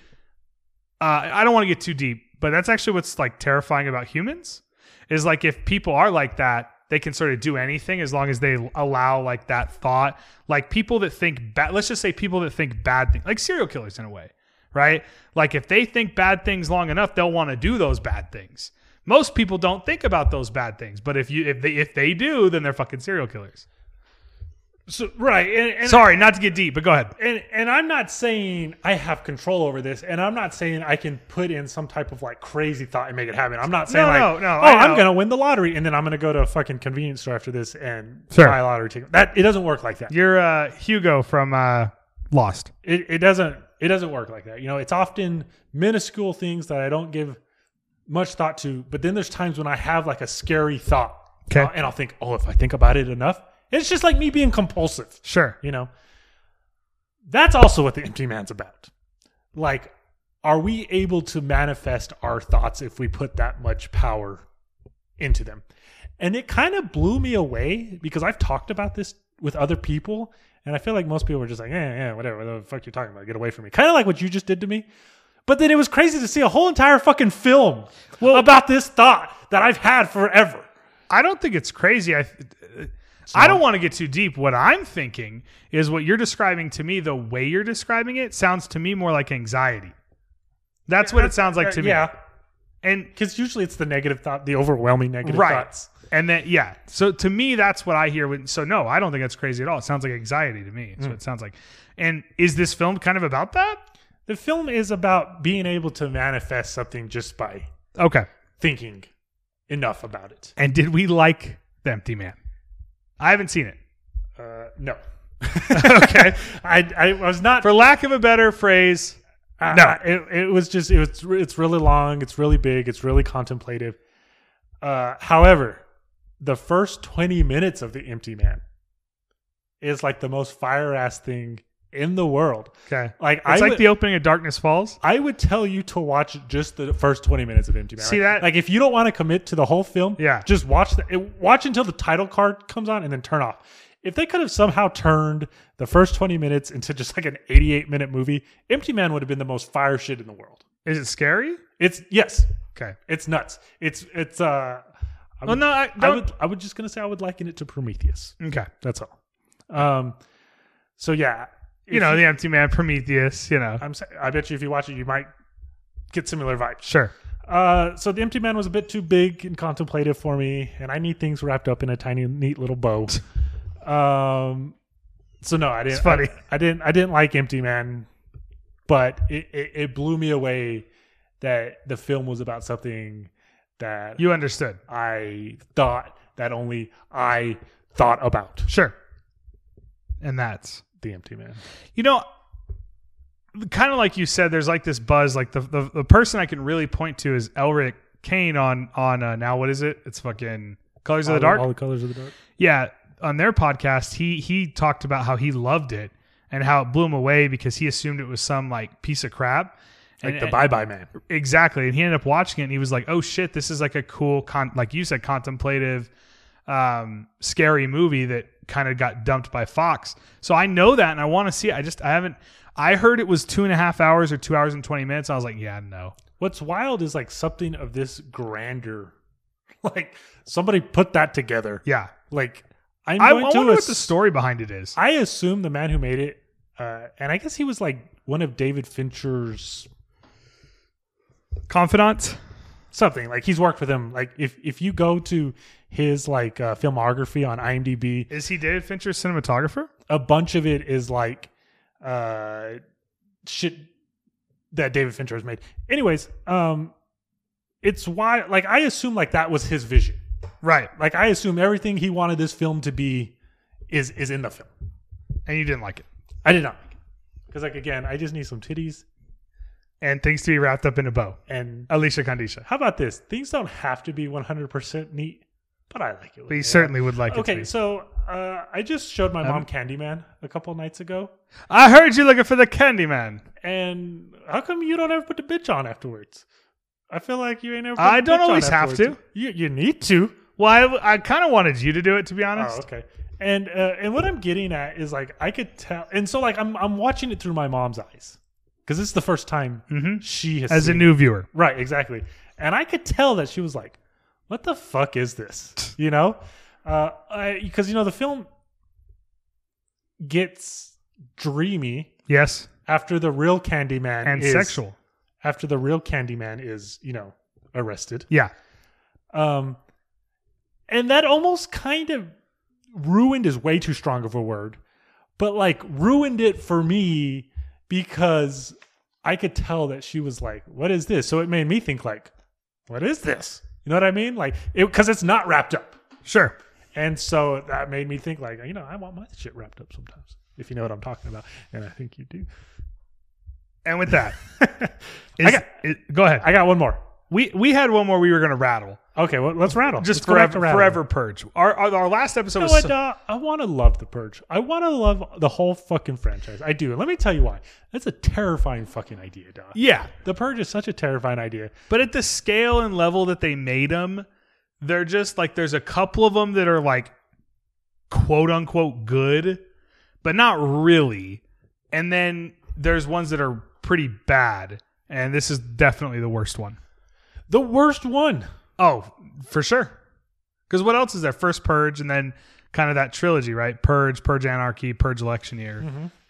Uh, I don't want to get too deep, but that's actually what's like terrifying about humans is like if people are like that, they can sort of do anything as long as they allow like that thought. Like people that think bad, let's just say people that think bad things, like serial killers in a way, right? Like if they think bad things long enough, they'll want to do those bad things. Most people don't think about those bad things, but if you if they if they do, then they're fucking serial killers.
So, right. And, and,
Sorry, not to get deep, but go ahead.
and, and I'm not saying I have control over this, and I'm not saying I can put in some type of like crazy thought and make it happen. I'm not saying
No,
like,
no, no,
oh,
I
I'm
know.
going to win the lottery, and then I'm going to go to a fucking convenience store after this and
Sure.
buy a lottery ticket. That it doesn't work like that.
You're uh, Hugo from uh, Lost.
it, it doesn't it doesn't work like that. You know, it's often minuscule things that I don't give much thought to, but then there's times when I have like a scary thought.
Okay.
And I'll think, oh, if I think about it enough, it's just like me being compulsive,
Sure.
you know. That's also what the empty man's about. Like, are we able to manifest our thoughts if we put that much power into them. And it kind of blew me away because I've talked about this with other people, and I feel like most people were just like, yeah, yeah, whatever, what the fuck you're talking about, get away from me. Kind of like what you just did to me. But then it was crazy to see a whole entire fucking film about this thought that I've had forever.
I don't think it's crazy. I, I don't want to get too deep. What I'm thinking is what you're describing to me. The way you're describing it sounds to me more like anxiety. That's what it sounds like to me.
Yeah,
And
because usually it's the negative thought, the overwhelming negative
right.
thoughts.
And then yeah. So to me, that's what I hear. When, so no, I don't think that's crazy at all. It sounds like anxiety to me. That's what it sounds like. And is this film kind of about that?
The film is about being able to manifest something just by
Okay.
thinking enough about it.
And did we like the Empty Man? I haven't seen it.
Uh, no. <laughs>
Okay.
I, I was not.
For lack of a better phrase,
uh,
no.
It, it was just, it was, it's really long. It's really big. It's really contemplative. Uh, however, the first 20 minutes of The Empty Man is like the most fire ass thing in the world.
okay.
Like,
It's
I
like
would-
the opening of Darkness Falls.
I would tell you to watch just the first twenty minutes of Empty Man.
See
right?
that?
Like if you don't want to commit to the whole film,
Yeah.
just watch the it- watch until the title card comes on and then turn off. If they could have somehow turned the first twenty minutes into just like an eighty-eight minute movie, Empty Man would have been the most fire shit in the world.
Is it scary?
It's yes,
Okay.
it's nuts. It's it's uh. I
Well,
would,
no, I
I
don't.
would I would just gonna say I would liken it to Prometheus.
okay.
That's all. Um, so yeah,
You Uh,
if
know, the Empty Man, Prometheus. You know,
I'm sa- I bet you if you watch it, you might get similar vibes.
sure.
Uh, so the empty man was a bit too big and contemplative for me, and I need things wrapped up in a tiny, neat little <laughs> bow. um, so no, I didn't.
It's funny.
I, I didn't. I didn't like Empty Man, but it, it it blew me away that the film was about something that
You understood.
I thought that only I thought about
Sure. And that's
the Empty Man.
you know kind of like you said there's like this buzz like the, the the person i can really point to is elric kane on on uh, now what is it it's fucking colors of the dark
all the colors of the dark.
yeah on their podcast he he talked about how he loved it and how it blew him away because he assumed it was some like piece of crap
Like
And-
the Bye Bye Man.
exactly and he ended up watching it and he was like oh shit this is like a cool con like you said contemplative um scary movie that kind of got dumped by fox so i know that and i want to see it i just i haven't i heard it was two and a half hours or two hours and 20 minutes i was like yeah no
What's wild is like something of this grander, <laughs> like somebody put that together.
yeah
Like I'm
i, I
going to
wonder what
ass-
the story behind it is
I assume the man who made it, uh, and I guess he was like one of David Fincher's
confidant
something. Like he's worked with him. Like if if you go to his like uh, filmography on IMDb,
is he david fincher's cinematographer
a bunch of it is like uh, shit that David Fincher has made. Anyways, um, it's why like I assume like that was his vision.
right
Like I assume everything he wanted this film to be is is in the film.
and you didn't like it
I did not like it because like again, I just need some titties
and things to be wrapped up in a bow
and uh,
alicia condisha
how about this? Things don't have to be 100% neat, but I like it.
but you certainly would like it to
Okay,
be.
so uh, I just showed my mom Candyman a couple nights ago,
i heard you looking for the candy man
and how come you don't ever put the bitch on afterwards? I feel like you ain't ever. put
I
the
don't
bitch on
always have
afterwards.
to.
You you need to.
Well, I, kind of wanted you to do it, to be honest.
Oh, okay. And uh, and what I'm getting at is like I could tell, and so like I'm I'm watching it through my mom's eyes because this is the first time she has
Mm-hmm. As a
seen
new viewer,
Right, exactly. And I could tell that she was like, "What the fuck
<laughs>
is this?" You know, because you know the film gets dreamy
yes,
after the real Candyman
and
is-
sexual,
after the real Candyman is you know arrested.
yeah,
Um, and that almost kind of ruined is way too strong of a word, but like ruined it for me because I could tell that she was like, "What is this?" So it made me think like, "What is this?" You know what I mean? Like, it because it's not wrapped up,
sure.
and so that made me think like, you know, I want my shit wrapped up sometimes, if you know what I'm talking about, and I think you do.
And with <laughs> that,
I
is-
got,
it- go ahead.
I got one more.
we we had one more we were going to rattle,
Okay, well, let's rattle.
just
Let's go back
forever,
to rattle.
forever purge. Our, our our last episode
You know
was
what?
so-
uh, I want to love the Purge. I want to love the whole fucking franchise. I do. And let me tell you why. That's a terrifying fucking idea, dog.
yeah,
The Purge is such a terrifying idea.
but at the scale and level that they made them, They're just like there's a couple of them that are like quote unquote good, but not really. And then there's ones that are pretty bad, and this is definitely the worst one.
The worst one.
Oh, for sure. Because what else is there? First Purge, and then kind of that trilogy, right? Purge, Purge Anarchy, Purge Election Year.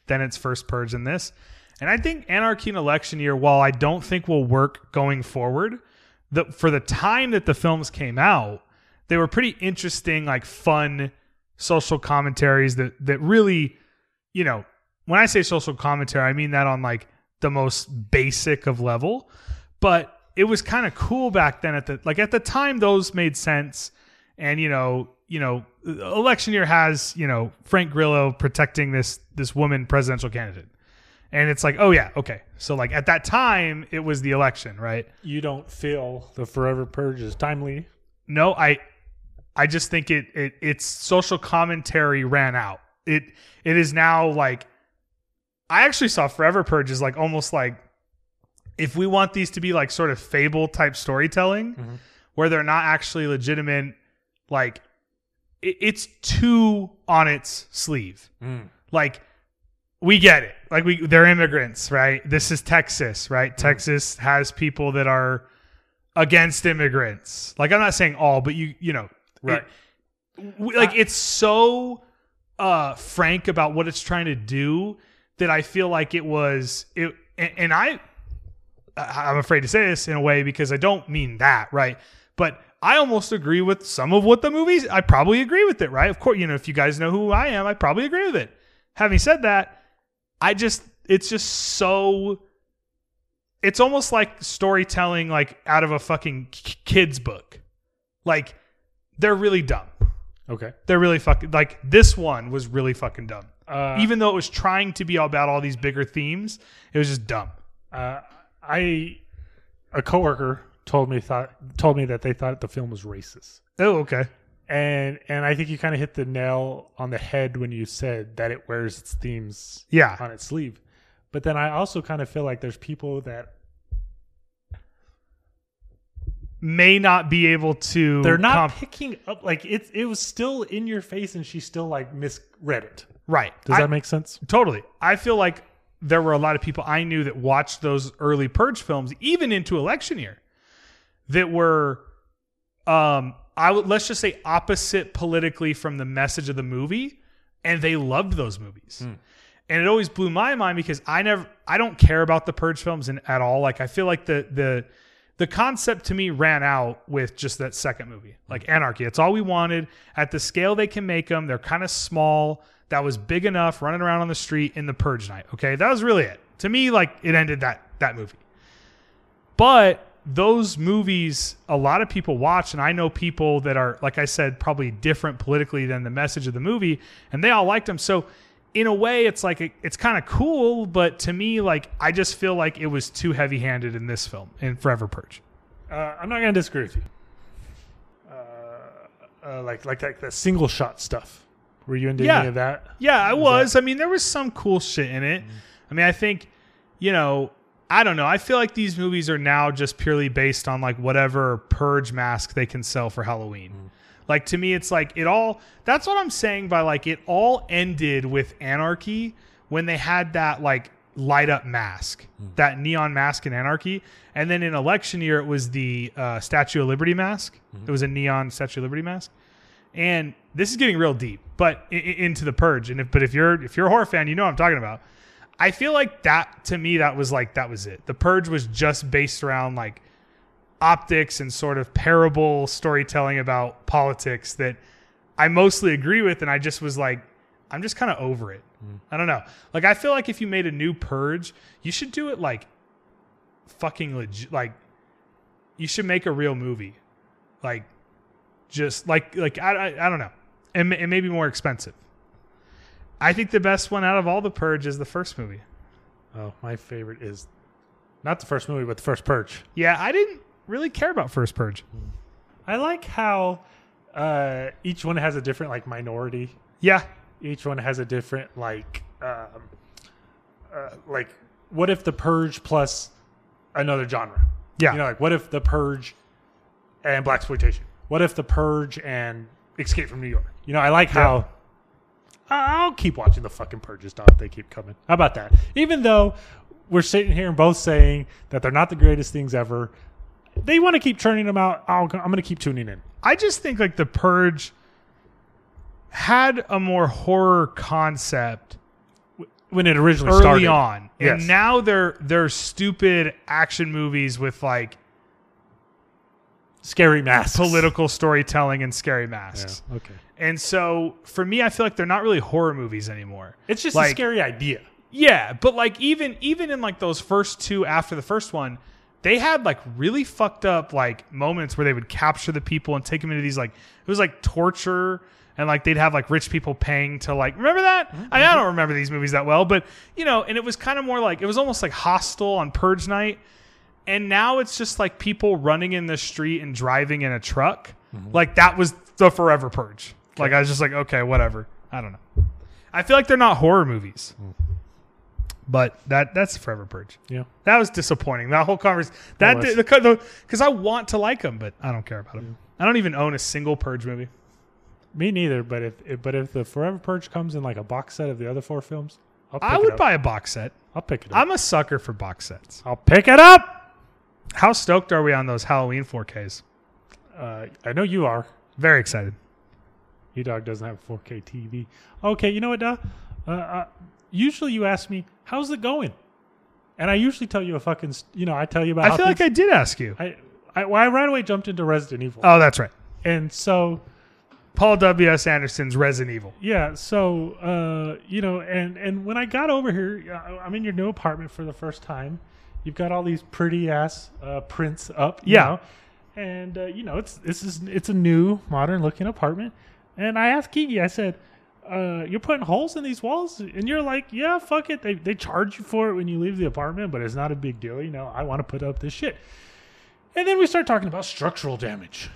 Then it's First Purge and this. And I think Anarchy and Election Year, while I don't think will work going forward, the, for the time that the films came out, they were pretty interesting, like fun social commentaries that that really, you know, when I say social commentary, I mean that on like the most basic of level. But it was kind of cool back then at the like at the time those made sense and you know you know election year has you know frank grillo protecting this this woman presidential candidate and it's like oh yeah okay so like at that time it was the election right
You don't feel the forever purge is timely.
no i i just think it, it its social commentary ran out it it is now like i actually saw forever purge is like almost like if we want these to be like sort of fable type storytelling where they're not actually legitimate like it, it's too on its sleeve like we get it like we they're immigrants right this is texas right texas has people that are against immigrants like i'm not saying all but you you know
Right.
it- we- like it's so uh frank about what it's trying to do that i feel like it was it and, and i I- I'm afraid to say this in a way because I don't mean that, right? But I almost agree with some of what the movies. I probably agree with it, right? Of course, you know, if you guys know who I am, I probably agree with it. Having said that, I just it's just so it's almost like storytelling like out of a fucking k- kids book. Like they're really dumb.
Okay.
They're really fucking like this one was really fucking dumb.
Uh,
Even though it was trying to be about all these bigger themes, it was just dumb.
uh, I a coworker told me thought told me that they thought the film was racist.
Oh, okay.
And and I think you kind of hit the nail on the head when you said that it wears its themes
Yeah.
on its sleeve. But then I also kind of feel like there's people that
may not be able to.
they're not
comp-
picking up like it it was still in your face and she still like misread it.
right.
Does
I-
that make sense?
totally? I feel like there were a lot of people I knew that watched those early purge films, even into election year, that were, um, I would let's just say opposite politically from the message of the movie, and they loved those movies. And it always blew my mind because I never, I don't care about the purge films in, at all. Like I feel like the the the concept to me ran out with just that second movie, like Anarchy. It's all we wanted at the scale they can make them. They're kind of small. That was big enough, running around on the street in the Purge night. Okay, that was really it to me. Like it ended that that movie. But those movies, a lot of people watch, and I know people that are, like I said, probably different politically than the message of the movie, and they all liked them. So, in a way, it's like it's kind of cool, but to me, like I just feel like it was too heavy-handed in this film in Forever Purge.
Uh, I'm not gonna disagree with you. Uh, uh, like like like the single shot stuff. Were you into
Yeah.
any of that?
Yeah, I was. I mean, there was some cool shit in it. I mean, I think, you know, I don't know. I feel like these movies are now just purely based on like whatever purge mask they can sell for Halloween. Like to me, it's like it all. That's what I'm saying by like it all ended with anarchy when they had that like light up mask, that neon mask in anarchy, and then in election year it was the uh, Statue of Liberty mask. It was a neon Statue of Liberty mask and this is getting real deep, but i- i- into the purge. And if but if you're if you're a horror fan, you know what I'm talking about. I feel like that to me that was like that was it. The purge was just based around like optics and sort of parable storytelling about politics that I mostly agree with, and I just was like, I'm just kind of over it. I don't know. Like I feel like if you made a new purge, you should do it like fucking legit. Like you should make a real movie. Like just like like I I, I don't know, and it may be more expensive. I think the best one out of all the Purge is the first movie.
Oh, my favorite is not the first movie, but the first Purge.
Yeah, I didn't really care about First Purge.
I like how uh, each one has a different like minority.
Yeah,
Each one has a different like um, uh, like what if the Purge plus another genre?
Yeah.
you know, like what if the Purge and black exploitation? what if The Purge and Escape from New York? You know, I like how I- I'll keep watching the fucking purges, Don, if they keep coming. How about that? Even though we're sitting here and both saying that they're not the greatest things ever, they want to keep churning them out. I'll, I'm going to keep tuning in.
I just think like the Purge had a more horror concept
When it originally
early
started.
on,
Yes.
and now they're they're stupid action movies with like
Scary masks.
political storytelling and scary masks.
Yeah, okay.
And so for me, I feel like they're not really horror movies anymore.
It's just a
Like-
scary idea.
Yeah, but like even even in like those first two after the first one, they had like really fucked up like moments where they would capture the people and take them into these like it was like torture and like they'd have like rich people paying to like remember that? I, mean, I don't remember these movies that well, but you know, and it was kind of more like it was almost like hostile on Purge night. And now it's just like people running in the street and driving in a truck. Like that was the forever purge. Like I was just like, okay, whatever. I don't know. I feel like they're not horror movies. But that that's forever purge.
Yeah.
That was disappointing. That whole conversation. That
was.
did, the because I want to like them, but I don't care about them. I don't even own a single purge movie.
Me neither, but if, if but if the Forever Purge comes in like a box set of the other four films, I'll pick
I
it
would
up.
buy a box set.
I'll pick it up.
I'm a sucker for box sets.
I'll pick it up.
How stoked are we on those Halloween 4Ks?
Uh, I know you are.
Very excited.
E Dog doesn't have a 4K TV. Okay, you know what, Duh? Uh, uh, usually you ask me, how's it going? And I usually tell you a fucking, s- you know, I tell you about
I
how
feel like I
things-
did ask you.
I, I, well, I right away jumped into Resident Evil.
Oh, that's right.
and so,
Paul W. S. Anderson's Resident Evil.
yeah, so, uh, you know, and, and when I got over here, uh, I'm in your new apartment for the first time. You've got all these pretty ass uh, prints up. you
Yeah.
know? and uh, you know it's this is it's a new modern looking apartment and i asked Kiki, i said uh, you're putting holes in these walls and you're like yeah fuck it they, they charge you for it when you leave the apartment but it's not a big deal you know i want to put up this shit and then we start talking about structural damage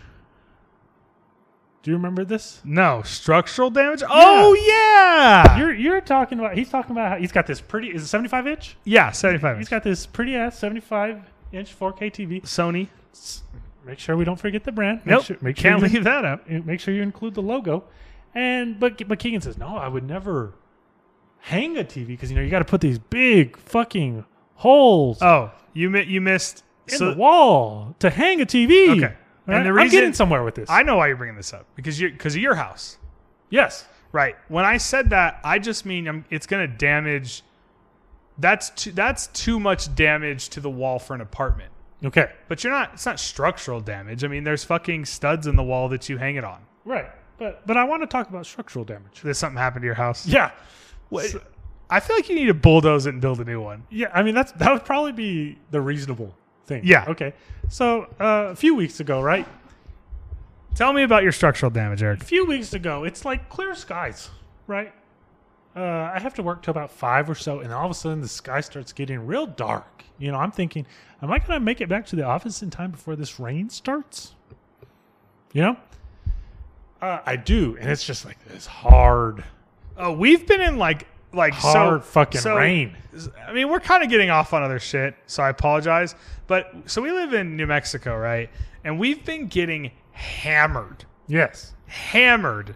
do you remember this
No structural damage. Oh yeah,
you're you're talking about he's talking about how he's got this pretty is it 75 inch
yeah. Seventy-five.
he's
Inch.
got this pretty ass 75 inch 4k tv
Sony.
make sure we don't forget the brand make
Nope.
sure, make sure
Can't
you-
leave that
<laughs>
up.
you know, make sure you include the logo. And but but Keegan says, no, I would never hang a TV because you know you got to put these big fucking holes
Oh, you mi- you missed.
in
so
the wall to hang a TV.
Okay.
All
And
right?
the
I'm
reason-
getting somewhere with this.
I know why you're bringing this up because you because of your house,
yes,
right? When I said that, I just mean i it's going to damage. That's too, that's too much damage to the wall for an apartment.
okay,
But you're not. It's not structural damage. I mean, there's fucking studs in the wall that you hang it on.
right. But but I want to talk about structural damage.
Did something happen to your house?
Yeah,
So- I feel like you need to bulldoze it and build a new one.
yeah. I mean that's that would probably be the reasonable thing.
Yeah.
Okay. So uh, a few weeks ago, right?
Tell me about your structural damage, Eric.
few weeks ago, it's like clear skies, right? Uh, I have to work till about five or so, and all of a sudden the sky starts getting real dark. You know, I'm thinking, am I going to make it back to the office in time before this rain starts? You know, uh, I do, and it's just like this hard,
Oh, we've been in like like so-
hard fucking
so-
rain.
I mean, we're kind of getting off on other shit, so I apologize. But so we live in New Mexico, right? And we've been getting hammered,
Yes,
hammered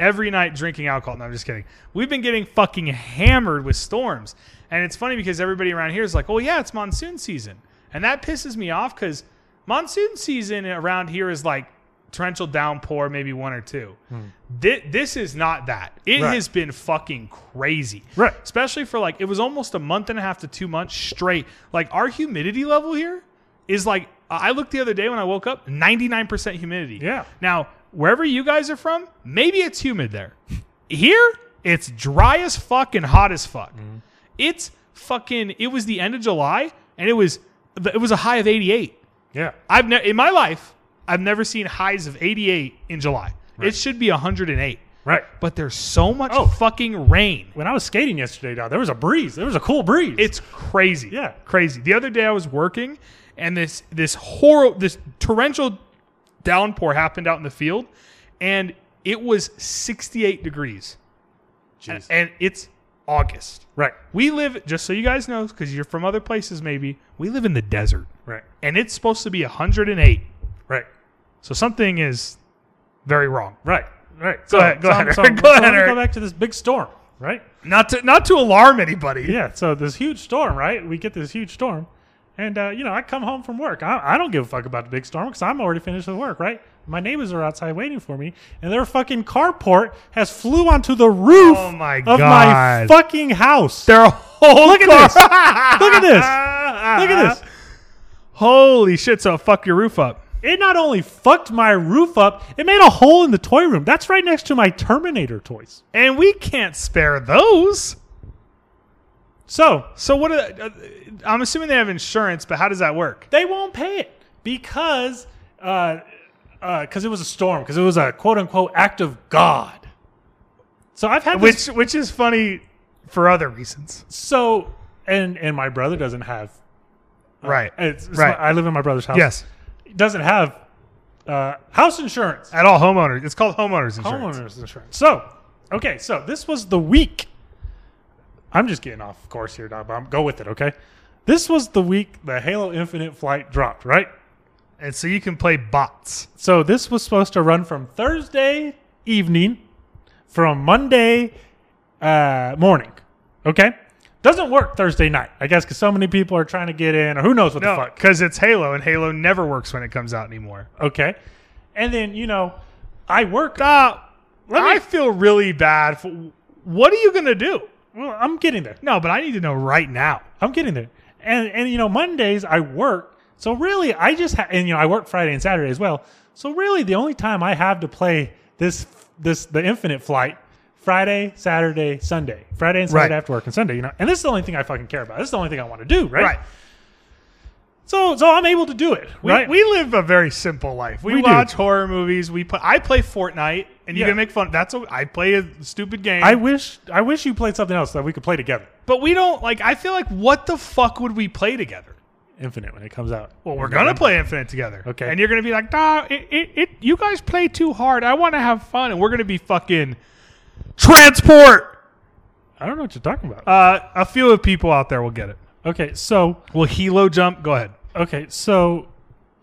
every night drinking alcohol. No, I'm just kidding. We've been getting fucking hammered with storms. And it's funny because everybody around here is like, oh, yeah, it's monsoon season. And that pisses me off because monsoon season around here is like torrential downpour, maybe one or two. Thi- This is not that. It
Hmm. Right.
has been fucking crazy.
Right.
Especially for like, it was almost a month and a half to two months straight. Like, our humidity level here is like, I I looked the other day when I woke up, 99% humidity.
Yeah.
Now, wherever you guys are from, maybe it's humid there. Here, it's dry as fuck and hot as fuck.
Mm-hmm.
It's fucking. It was the end of July, and it was it was a high of 88.
yeah,
I've never in my life I've never seen highs of 88 in July. It should be 108,
right.
but there's so much
Oh.
fucking rain.
When I was skating yesterday, dog, there was a breeze. There was a cool breeze.
It's crazy.
Yeah.
crazy. The other day I was working, and this this horrible this torrential downpour happened out in the field, and it was 68 degrees,
Jeez.
and it's August.
right,
We live just so you guys know, because you're from other places, maybe we live in the desert,
right,
and it's supposed to be 108.
right.
So something is very wrong.
Right, right.
Go ahead, go
so,
ahead,
So,
Eric.
so
Go
let
ahead,
me
Eric.
Go back to this big storm, right?
Not to not to alarm anybody.
Yeah. So this huge storm, right? We get this huge storm, and uh, you know, I come home from work. I, I don't give a fuck about the big storm because I'm already finished with work, right? My neighbors are outside waiting for me, and their fucking carport has flew onto the roof
Oh my
of my
God.
fucking house.
Their whole
Look at
car-
this. Look at this.
<laughs>
Look at this.
Holy shit! So fuck your roof up.
It not only fucked my roof up, it made a hole in the toy room. That's right next to my Terminator toys.
And we can't spare those.
So
So what? Are, uh, I'm assuming they have insurance, but how does that work?
they won't pay it because because it was a storm because it was a quote unquote act of god so i've had this,
Which which is funny for other reasons,
so and and my brother doesn't have
right?
Uh, it's, it's
Right.
my- i live in my brother's house
yes,
doesn't have uh, house insurance
at all homeowners. It's called homeowners insurance.
homeowners insurance so okay so this was the week i'm just getting off course here Doc, but i'm go with it okay this was the week the halo infinite flight dropped right
And so you can play bots.
So this was supposed to run from Thursday evening from Monday uh, morning. Okay? Doesn't work Thursday night, I guess, because so many people are trying to get in, or who knows what
No,
the fuck.
because it's Halo, and Halo never works when it comes out anymore.
Okay. And then, you know, I work.
Uh,
me-
I feel really bad. For, what are you gonna do?
Well, I'm getting there.
No, but I need to know right now.
I'm getting there. And and you know, Mondays I work. So really, I just ha- and you know, I work Friday and Saturday as well. So really, the only time I have to play this this the Infinite Flight Friday, Saturday, Sunday, Friday and Saturday
Right.
after work and Sunday. You know, and this is the only thing I fucking care about. This is the only thing I want to do. Right.
Right.
So so I'm able to do it.
We,
right.
we live a very simple life. We,
We do.
watch horror movies. We play, I play Fortnite, and you
Yeah.
can make fun. That's a, I play a stupid game.
I wish I wish you played something else that we could play together.
but we don't like. I feel like what the fuck would we play together?
Infinite when it comes out.
Well, we're gonna play Infinite together.
Okay.
And you're gonna be like, nah, it, it, it you guys play too hard. I want to have fun, and we're gonna be fucking transport.
I don't know what you're talking about.
Uh, a few of people out there will get it.
okay, so
Will Hilo jump? Go ahead.
Okay, so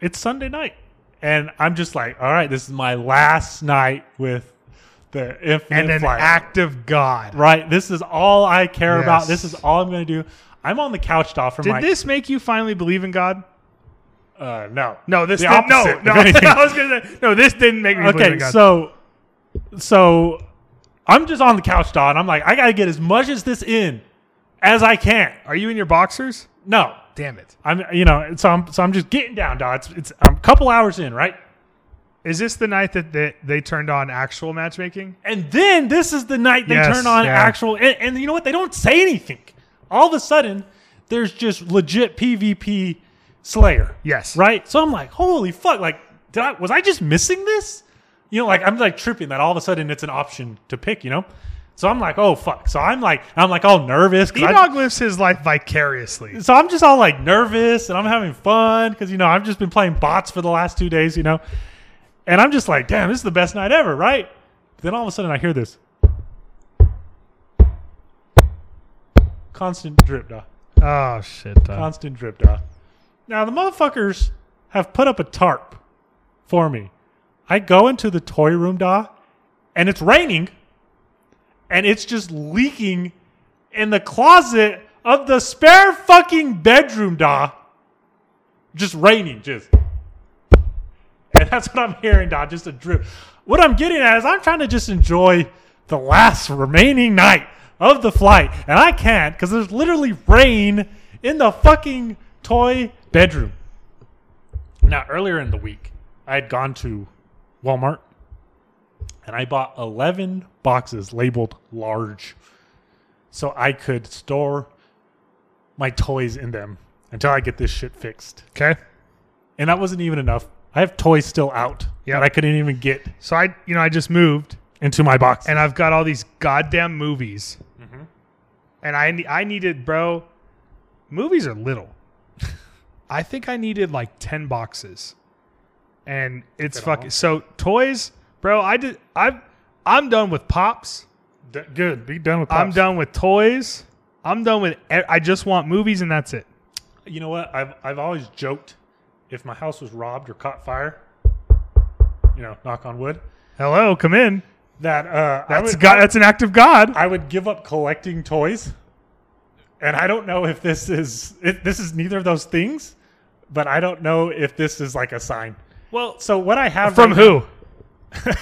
it's Sunday night, and I'm just like, all right, this is my last night with the infinite
And an
flight.
act of God.
right, this is all I care
Yes.
about. This is all I'm going to do. I'm on the couch, off from
Did
like,
this make you finally believe in God?
uh, no,
No, this
the
didn't,
opposite,
no, <laughs>
if
no.
anything.
I was gonna say, no, this didn't make me believe in
okay,
God.
so, so I'm just on the couch, Don. I'm like, I got to get as much as this in as I can.
Are you in your boxers?
No,
Damn it.
I'm, you know, so I'm, so I'm just getting down, Don. It's, it's, I'm a couple hours in, right?
Is this the night that they, they turned on actual matchmaking?
And then this is the night they
Yes,
turn on
yeah.
actual. And, and you know what? They don't say anything. All of a sudden, there's just legit PvP Slayer.
Yes.
Right? So I'm like, holy fuck. Like, did I, was I just missing this? You know, like, I'm like tripping that all of a sudden it's an option to pick, you know? So I'm like, oh fuck. So I'm like, I'm like all nervous. 'cause I-
E-Dog lives his life vicariously.
so I'm just all like nervous and I'm having fun because you know I've just been playing bots for the last two days, you know, and I'm just like, damn, this is the best night ever, right? But then all of a sudden I hear this constant drip, dog.
Oh shit. dog.
constant drip, dog. Now the motherfuckers have put up a tarp for me. I go into the toy room, dog, and it's raining, and it's just leaking in the closet of the spare fucking bedroom, da. Just raining, just. <laughs> And that's what I'm hearing, da. Just a drip. What I'm getting at is I'm trying to just enjoy the last remaining night of the flight, and I can't because there's literally rain in the fucking toy bedroom. Now, earlier in the week, I had gone to Walmart and I bought 11 boxes labeled large so I could store my toys in them until I get this shit fixed.
Okay.
And that wasn't even enough. I have toys still out
Yeah.
that I couldn't even get
So I, you know, I just moved
into my box.
and I've got all these goddamn movies.
Mm-hmm.
And I ne- I needed, bro, movies are
<laughs>
little. I think I needed like 10 boxes. And it's
it all.
fucking so toys, bro, I did I I'm done with pops.
D- good. Be done with
I'm
Pops.
done with toys. I'm done with e- I just want movies and that's it.
You know what? I've, I've always joked if my house was robbed or caught fire, you know, knock on wood.
Hello, come in.
That uh, I
That's
would,
God. That's an act of God.
I would give up collecting toys, and I don't know if this is it, this is neither of those things, but I don't know if this is like a sign.
well,
So what I have
from
right
who?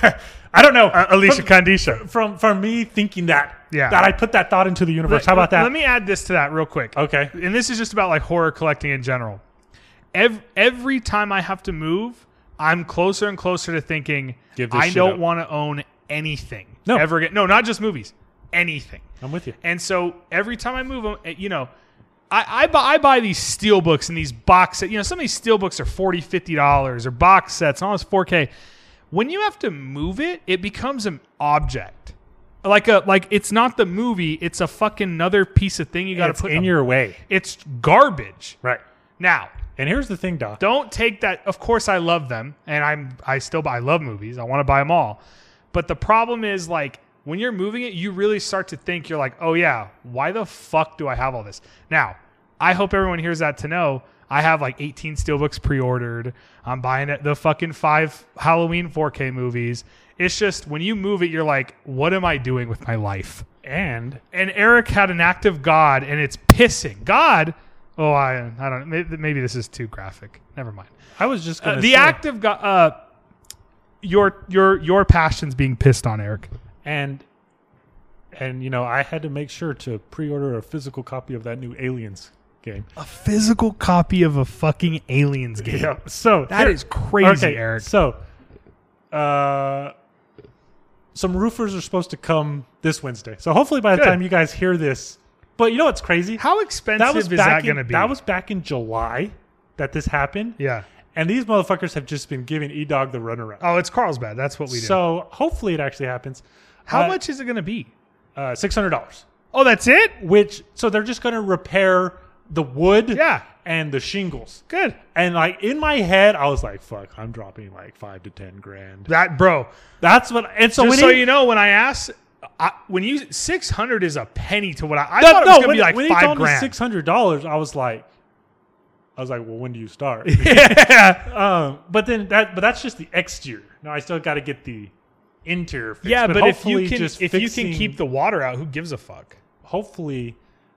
now- <laughs> I don't know.
Uh, Alicia
from,
Condisha.
from from me thinking that
Yeah.
that I put that thought into the universe. How about that?
Let me add this to that real quick.
okay.
and this is just about like horror collecting in general. Every, every time I have to move, I'm closer and closer to thinking
Give this
I
shit up.
don't want to own anything
No.
ever again. No, not just movies, anything.
I'm with you.
And so every time I move them, you know, I, I, buy, I buy these steel books and these box sets. You know, some of these steel books are $40, $50 or box sets and all this 4K. When you have to move it, it becomes an object. Like a like it's not the movie, it's a fucking another piece of thing you gotta
It's
put
in
a
your way.
it's garbage.
Right.
Now,
And here's the thing, Doc.
don't take that. Of course, I love them, and I'm I still buy, I love movies. I want to buy them all, but the problem is like when you're moving it, you really start to think you're like, oh yeah, why the fuck do I have all this? Now, I hope everyone hears that to know. I have like 18 steelbooks pre-ordered. I'm buying it- the fucking five Halloween 4K movies. It's just when you move it, you're like, what am I doing with my life?
And
and Eric had an act of God, and it's pissing. God, oh, I, I don't. Maybe, maybe this is too graphic. Never mind.
I was just
Uh,
gonna
the
say-
act of God, uh, your your your passions being pissed on, Eric.
and and you know I had to make sure to pre-order a physical copy of that new Aliens
<laughs>
game.
A physical copy of a fucking Aliens game.
Yep. So
That
here-
is crazy,
okay,
Eric.
So, uh, some roofers are supposed to come this Wednesday. So hopefully by the
Good.
time you guys hear this, but you know what's crazy?
How expensive
that was
is
back
that
in-
going to be?
That was back in July that this happened.
yeah.
And these motherfuckers have just been giving E Dog the runaround.
Oh, it's Carlsbad. That's what we do.
so hopefully it actually happens.
how
uh,
much is it going to be?
Uh, Six hundred dollars.
Oh, that's it.
Which so they're just going to repair the wood.
Yeah.
And the shingles.
Good.
And like in my head, I was like, "Fuck, I'm dropping like five to ten grand."
That bro.
That's what. And so
Just
when
so
he,
you know, when I asked, I, when you six hundred is a penny to what I, I
no,
thought it
no,
was going
when,
to be like
when he
five
told me
grand.
six hundred dollars, I was like, I was like, "Well, when do you start?"
<laughs>
<laughs>
yeah.
um, but then that, but that's just the exterior. Now I still got to get the interior. Fixed,
Yeah, but, if you
hopefully
can
just
if you can keep
fixing-
the water out, who gives a fuck?
hopefully,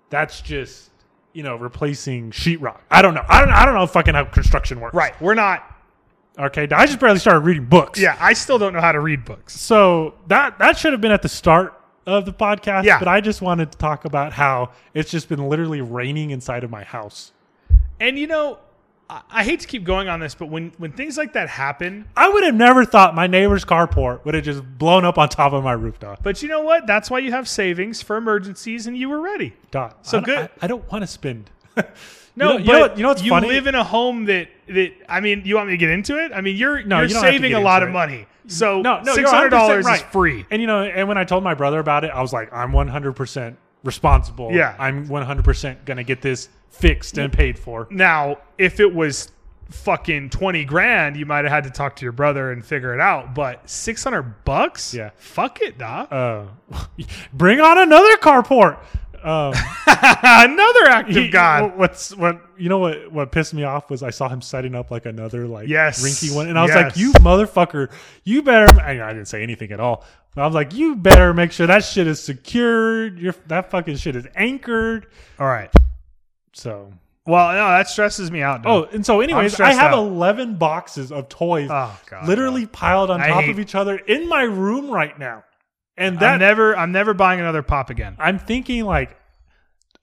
that's just you know replacing sheetrock. I don't know. I don't. I don't know fucking how construction works.
Right. We're not.
Okay. I just barely started reading books.
Yeah, I still don't know how to read books.
So that that should have been at the start of the podcast.
Yeah.
But I just wanted to talk about how it's just been literally raining inside of my house.
And you know, I, I hate to keep going on this, but when when things like that happen,
I would have never thought my neighbor's carport would have just blown up on top of my roof, Doc. <laughs>
but you know what? That's why you have savings for emergencies, and you were ready.
Doc,
So
I don't-
good-
I, I don't want
<laughs>
to <laughs> spend.
No,
you know,
but
you know, what- you know what's
you
funny?
live in a home that that I mean, you want me to get into it? I mean, you're
No,
you're
you don't have to
saving
get
a lot
into
of
it.
money, so
no, no,
six hundred dollars
right.
is free.
And you know, and when I told my brother about it, I was like, I'm 100 percent responsible.
Yeah.
I'm 100 percent gonna get this fixed and paid for. <laughs>
Now, if it was fucking 20 grand, you might have had to talk to your brother and figure it out, but 600 bucks?
Yeah.
Fuck it, doc.
Uh, bring on another carport. Um,
<laughs> Another act
he- <laughs>
of God.
what- What's what? You know what? What pissed me off was I saw him setting up like another like
Yes.
rinky one, and I was
Yes.
like, "You motherfucker! You better." I, I didn't say anything at all. But I was like, "You better make sure that shit is secured. Your that fucking shit is anchored."
All right.
So
Well, no, that stresses me out.
oh,
Doc.
and so anyways, I
stressed
have
out.
eleven boxes of toys,
Oh, God,
literally piled on
I
top
hate-
of each other in my room right now, and
I'm
that
never I'm never buying another pop again.
I'm thinking like,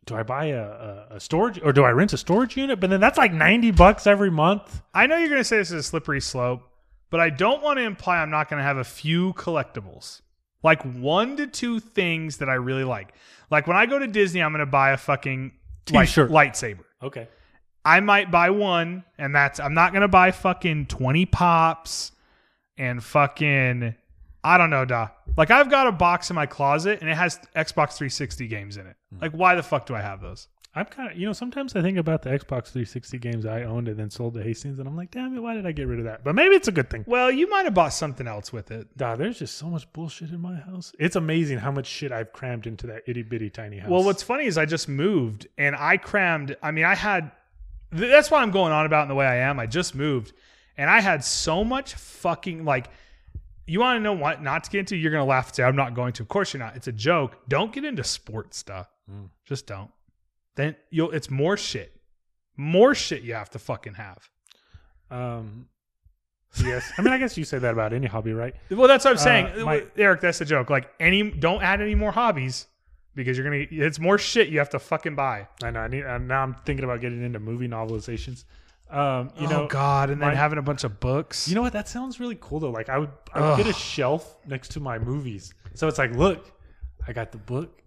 do I buy a, a, a storage or do I rent a storage unit? But then that's like ninety bucks every month.
I know you're going to say this is a slippery slope, but I don't want to imply I'm not going to have a few collectibles. Like one to two things that I really like. Like when I go to Disney, I'm going to buy a fucking light-
T-shirt.
lightsaber.
Okay.
I might buy one, and that's I'm not gonna buy fucking twenty pops and fucking I don't know, da. Like I've got a box in my closet and it has Xbox 360 games in it.
Hmm.
Like why the fuck do I have those?
I'm kind of you know sometimes I think about the Xbox 360 games I owned and then sold to Hastings, and I'm like, damn it, why did I get rid of that? But maybe it's a good thing.
Well, you might have bought something else with it.
Nah, there's just so much bullshit in my house. It's amazing how much shit I've crammed into that itty bitty tiny house.
Well, what's funny is I just moved and I crammed. I mean, I had. th- That's why I'm going on about in the way I am. I just moved, and I had so much fucking like you want to know what not to get into? You're going to laugh and say, I'm not going to. Of course you're not. It's a joke. Don't get into sports stuff.
Mm.
Just don't. Then you'll, it's more shit. More shit you have to fucking have.
Um, yes. I mean, I guess you say that about any hobby, right?
Well, that's what I'm saying.
Uh, my-
Eric, that's the joke. Like, any, don't add any more hobbies because you're going to, it's more shit you have to fucking buy.
I know. I need, uh, now I'm thinking about getting into movie novelizations. Um, you know,
oh, God. And then
my-
having a bunch of books.
you know what? That sounds really cool though. Like I would, I would get a
Ugh.
shelf next to my movies. So it's like, look, I got the book.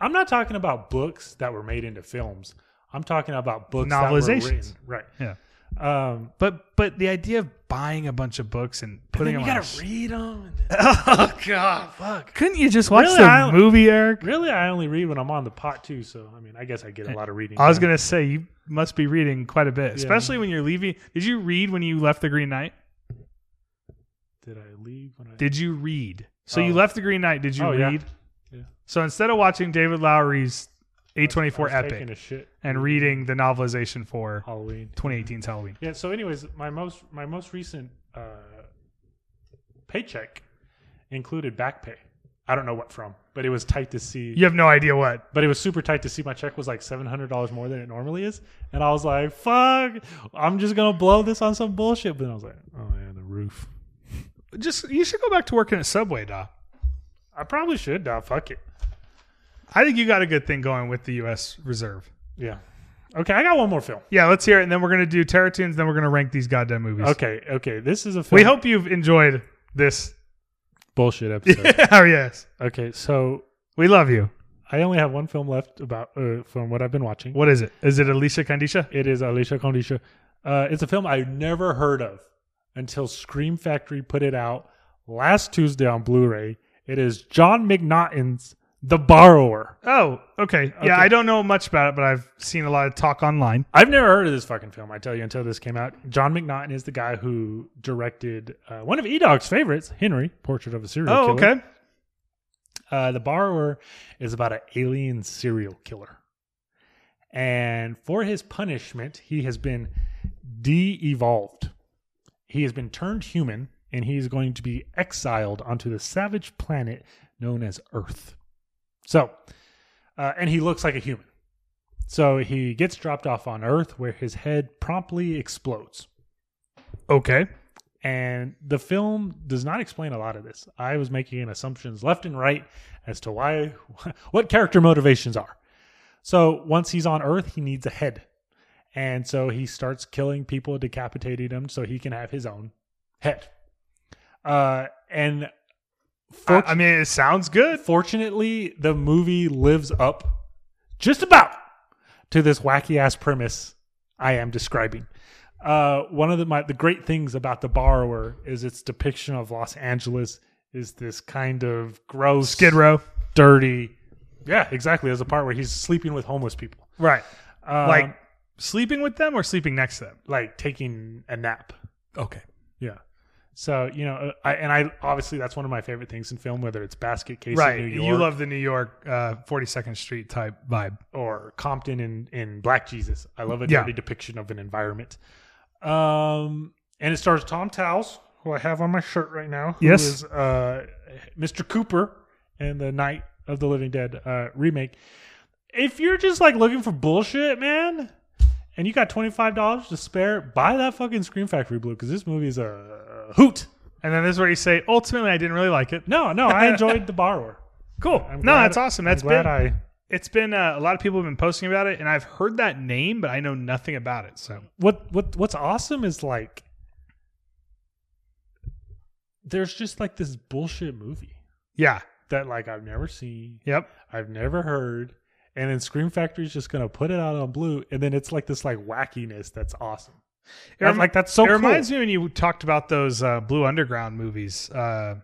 I'm not talking about books that were made into films. I'm talking about books
Novelizations.
novelizations, right?
yeah.
Um,
But, but the idea of buying a bunch of books and
but
putting
then you
them on a
gotta
sh-
read them.
Oh God! Fuck! Couldn't you just watch
Really,
the
I don't-
movie, Eric?
<laughs> Really, I only read when I'm on the pot too. So I mean, I guess I get a lot of reading.
Eh, I was
done.
gonna say you must be reading quite a bit, especially when you're leaving. Did you read when you left the Green Knight?
Did I leave when I?
Did you read? So
Oh.
you left the Green Knight. Did you
Oh, yeah.
read?
Yeah.
So instead of watching David Lowery's
I
A24
was Taking
epic
a shit. Oh.
and reading the novelization for
Halloween.
2018's Halloween,
Yeah. So, anyways, my most my most recent uh, paycheck included back pay. I don't know what from, but it was tight to see.
you have no idea what.
But it was super tight to see my check was like seven hundred dollars more than it normally is, and I was like, "Fuck, I'm just gonna blow this on some bullshit." But then I was like, "Oh man, the roof.
Just you should go back to working at Subway, Da.
I probably should. Nah, fuck it.
I think you got a good thing going with the U.S. Reserve.
Yeah. Okay, I got one more film.
Yeah, let's hear it, and then we're gonna do Terra Tunes. Then we're gonna rank these goddamn movies.
Okay, okay. This is a film.
We hope you've enjoyed
<laughs>
this.
bullshit
<laughs>
episode.
oh yes,
okay, so
we love you.
I only have one film left about uh, from what I've been watching.
What is it? Is it Alicia Candisha?
It is Alicia Condisha. Uh, it's a film I never heard of until Scream Factory put it out last Tuesday on Blu-ray. It is John McNaughton's The Borrower.
Oh, okay.
Okay.
Yeah, I don't know much about it, but I've seen a lot of talk online.
I've never heard of this fucking film. I tell you, until this came out, John McNaughton is the guy who directed uh, one of E Dog's favorites, Henry, Portrait of a Serial
Oh,
Killer.
okay.
Uh, the borrower is about an alien serial killer. And for his punishment, he has been de evolved. He has been turned human and he is going to be exiled onto the savage planet known as Earth. So, uh, and he looks like a human. So he gets dropped off on Earth where his head promptly explodes
Okay.
and the film does not explain a lot of this. I was making assumptions left and right as to why, <laughs> what character motivations are. So once he's on Earth, he needs a head, and so he starts killing people, decapitating them, so he can have his own head. Uh, and
I,
for-
I mean, it sounds good.
fortunately, the movie lives up just about to this wacky ass premise I am describing. Uh, one of the my, the great things about the borrower is its depiction of Los Angeles is this kind of gross,
Skid Row.
dirty. Yeah, exactly. There's a part where he's sleeping with homeless people,
Right.
um,
like sleeping with them or sleeping next to them.
like taking a nap.
Okay.
Yeah. So you know, uh, I, and I obviously that's one of my favorite things in film, whether it's Basket Case
Right.
in New York,
You love the New York uh, 42nd Street type vibe.
or Compton in in Black Jesus. I love a
Yeah.
dirty depiction of an environment. Um, and it stars Tom Towles, who I have on my shirt right now. who
Yes.
is, uh, Mr. Cooper in the Night of the Living Dead uh, remake. If you're just like looking for bullshit, man, and you got twenty five dollars to spare, buy that fucking Scream Factory blue because this movie is a hoot.
And then this is where you say, ultimately, I didn't really like it.
No, no,
<laughs>
I enjoyed The Borrower.
Cool.
I'm
no,
glad-
that's awesome. That's
I'm glad
been,
I
it's been uh, a lot of people have been posting about it, and I've heard that name, but I know nothing about it. So
what what what's awesome is like there's just like this bullshit movie
yeah.
that like I've never seen,
Yep.
I've never heard, and then Scream Factory's just gonna put it out on blue, and then it's like this like wackiness that's awesome.
It
I'm
rem-
like that's so
it
cool.
reminds me when you talked about those uh, Blue Underground movies. Uh,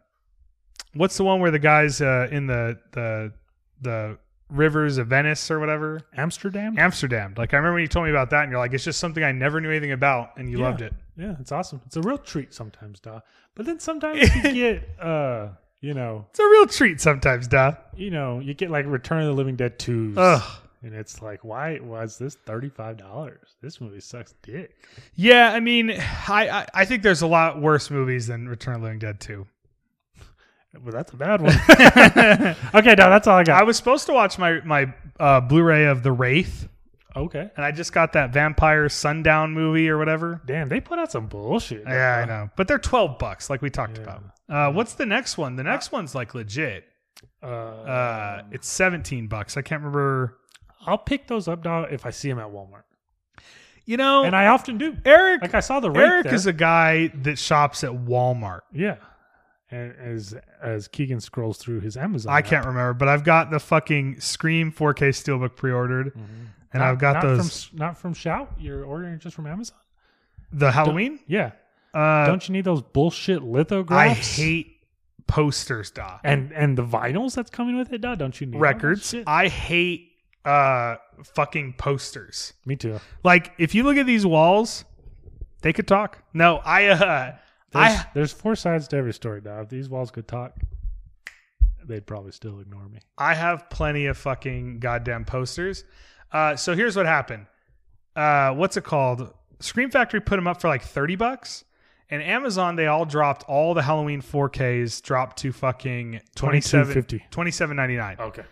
what's the one where the guys uh, in the the the rivers of Venice or whatever
Amsterdam.
Amsterdam? Like I remember when you told me about that, and you're like, it's just something I never knew anything about, and you
Yeah.
loved it.
yeah, it's awesome. It's a real treat sometimes, duh. But then sometimes
<laughs>
you get uh you know
It's a real treat sometimes, duh.
you know you get like Return of the Living Dead twos.
Ugh.
And it's like, why was this thirty five dollars? This movie sucks dick.
<laughs> Yeah, I mean, I, I I think there's a lot worse movies than Return of the Living Dead 2.
But that's a bad
<laughs>
one. okay, no, that's all I
I
got.
was supposed to watch my my uh, Blu-ray of The Wraith,
okay.
and I just got that Vampire Sundown movie or whatever.
Damn, they put out some bullshit.
Yeah, I know. But they're twelve bucks, like we talked about. Uh, what's the next one? The next one's like legit.
Uh,
Uh, it's seventeen bucks. I can't remember.
I'll pick those up now if I see them at Walmart,
You know,
and I often do.
Oh, Eric.
Like I saw the
Eric
is
is a guy that shops at Walmart.
yeah. And as as Keegan scrolls through his Amazon,
I
app.
can't remember, but I've got the fucking Scream 4K steelbook pre-ordered, and
Mm-hmm. Not-
I've got
not
those
From, s- not from Shout. You're ordering just from Amazon.
the Halloween.
Yeah.
uh,
Don't you need those bullshit
I
lithographs?
hate posters, Doc.
and and the vinyls that's coming with it. No, don't you need all that
Records.
shit?
I hate uh fucking posters.
Me too.
Like if you look at these walls, they could talk. No, I uh
There's,
I
there's four sides to every story. Now, if these walls could talk, they'd probably still ignore me.
I have plenty of fucking goddamn posters. Uh, so here's what happened. Uh, what's it called? Scream Factory put them up for like 30 bucks. And Amazon, they all dropped all the Halloween 4Ks, dropped to fucking 27
$22.50.
27.99.
Okay.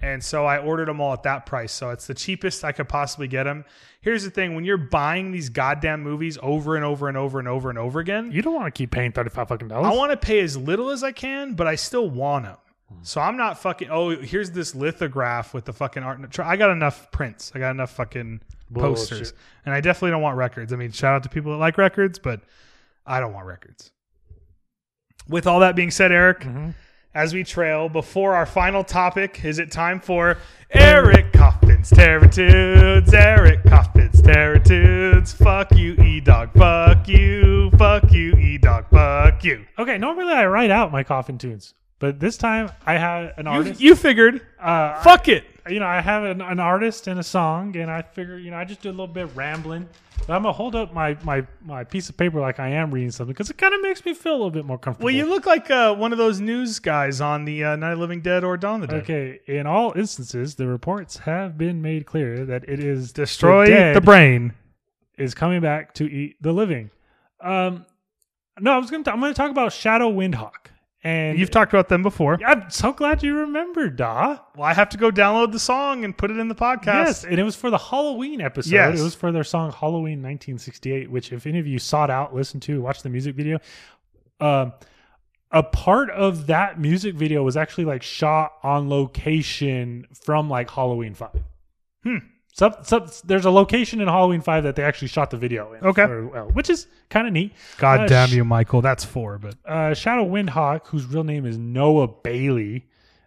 And so I ordered them all at that price. So it's the cheapest I could possibly get them. Here's the thing when you're buying these goddamn movies over and over and over and over and over again,
You don't want to keep paying thirty five fucking dollars.
I want to pay as little as I can, but I still want them. So I'm not fucking. Oh, here's this lithograph with the fucking art. try- I got enough prints. I got enough fucking
Bullshit.
posters, and I definitely don't want records. I mean, shout out to people that like records, but I don't want records. With all that being said, Eric, as we trail before our final topic, is it time for Eric Coffin's Territudes? Eric Coffin's Territudes. Fuck you, E Dog. Fuck you. Fuck you, E Dog. Fuck you.
Okay. Normally I write out my coffin tunes, but this time I had an
You,
artist.
you figured.
uh,
Fuck it.
you know, I have an, an artist and a song, and I figure, you know, I just do a little bit of rambling. But I'm gonna hold up my my my piece of paper like I am reading something because it kind of makes me feel a little bit more comfortable.
Well, you look like uh, one of those news guys on the uh, Night of the Living Dead or Dawn of the Dead.
okay? In all instances, the reports have been made clear that it is
Destroy
the,
the,
dead
brain.
is coming back to eat the living. Um, no, I was gonna t- I'm gonna talk about Shadow Windhawk, and
You've talked about them before.
I'm so glad you remembered, Da.
Well, I have to go download the song and put it in the
Yes,
podcast.
and it was for the Halloween episode.
Yes.
It was for their song Halloween 1968, which if any of you sought out, listened to, watched the music video, um, a part of that music video was actually like shot on location from like Halloween 5.
Hmm.
Some, some, there's a location in Halloween 5 that they actually shot the video in.
Okay.
for- well, which is kind of neat.
God
Uh,
damn
sh-
you, Michael. That's four, but
uh, Shadow Windhawk, whose real name is Noah Bailey,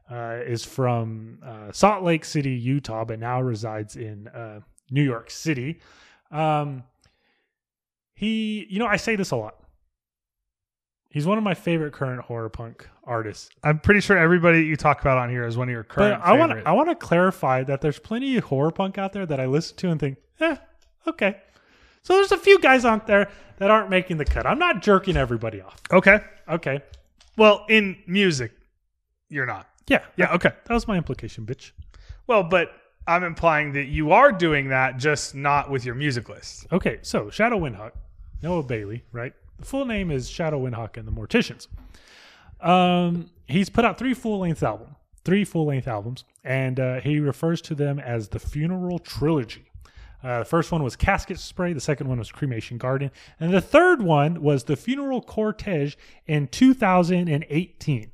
uh, is from uh, Salt Lake City, Utah, but now resides in uh, New York City. Um, he, you know, I say this a lot. He's one of my favorite current horror punk artists.
I'm pretty sure everybody you talk about on here is one of your current.
But I want
favorite.
I want to clarify that there's plenty of horror punk out there that I listen to and think, eh, okay. So there's a few guys out there that aren't making the cut. I'm not jerking everybody off.
Okay.
Okay.
Well, in music, you're not.
Yeah.
Yeah. Okay.
That was my implication, bitch.
Well, but I'm implying that you are doing that, just not with your music list.
Okay, so Shadow Windhawk, Noah Bailey, right? The full name is Shadow Windhawk and the Morticians. Um, he's put out three full length album, three full length albums, and uh, he refers to them as the Funeral Trilogy. Uh, the first one was Casket Spray, the second one was Cremation Garden, and the third one was the Funeral Cortege in 2018.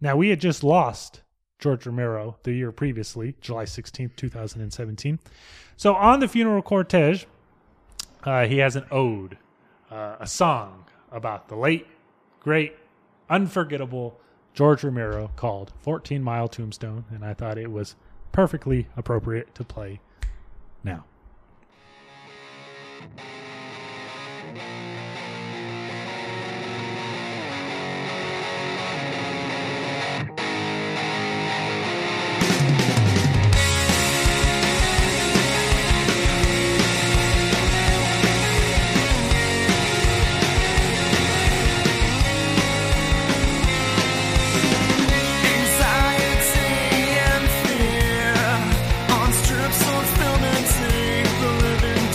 Now we had just lost George Romero the year previously, July 16th, 2017. So on the Funeral Cortege, uh, he has an ode, uh, a song about the late, great, unforgettable George Romero called 14 Mile Tombstone, and I thought it was perfectly appropriate to play now.
Anxiety and fear on strips of film and tape.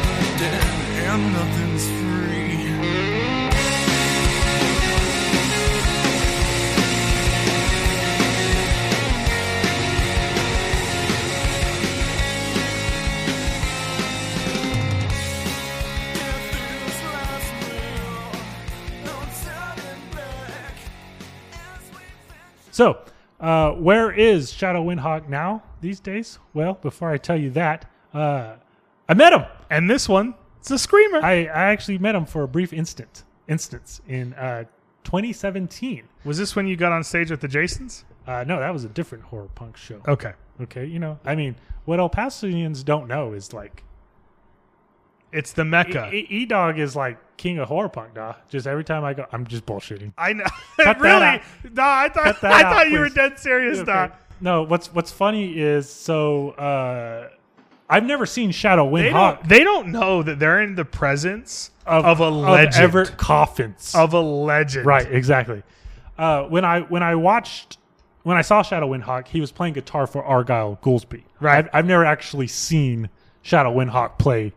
time nothing's free. If this last meal, no turning back. As we venture-
So, uh, where is Shadow Windhawk now these days? Well, before I tell you that, uh, I met him.
And this one, it's a screamer.
<laughs> I, I actually met him for a brief instant instance in uh, 2017.
was this when you got on stage with the Jasons?
Uh, no, that was a different horror punk show.
Okay.
Okay, you know, I mean, what El Pasoians don't know is like
It's the Mecca.
E Dog is like king of horror punk, dog. Just every time I go, I'm just bullshitting.
I <laughs> know.
Cut that
really?
out.
No, I thought
Cut that
I
out,
thought you were
please.
dead serious.
Okay.
Doc.
No, what's what's funny is so uh, I've never seen Shadow
They
Wind Hawk
don't, they don't know that they're in the presence of, a legend. Of,
Everett Coffins.
a legend.
right, exactly. Uh, when I when I watched when I saw Shadow Wind Hawk, he was playing guitar for Argyle Goolsby.
Right.
I've, I've never actually seen Shadow Wind Hawk play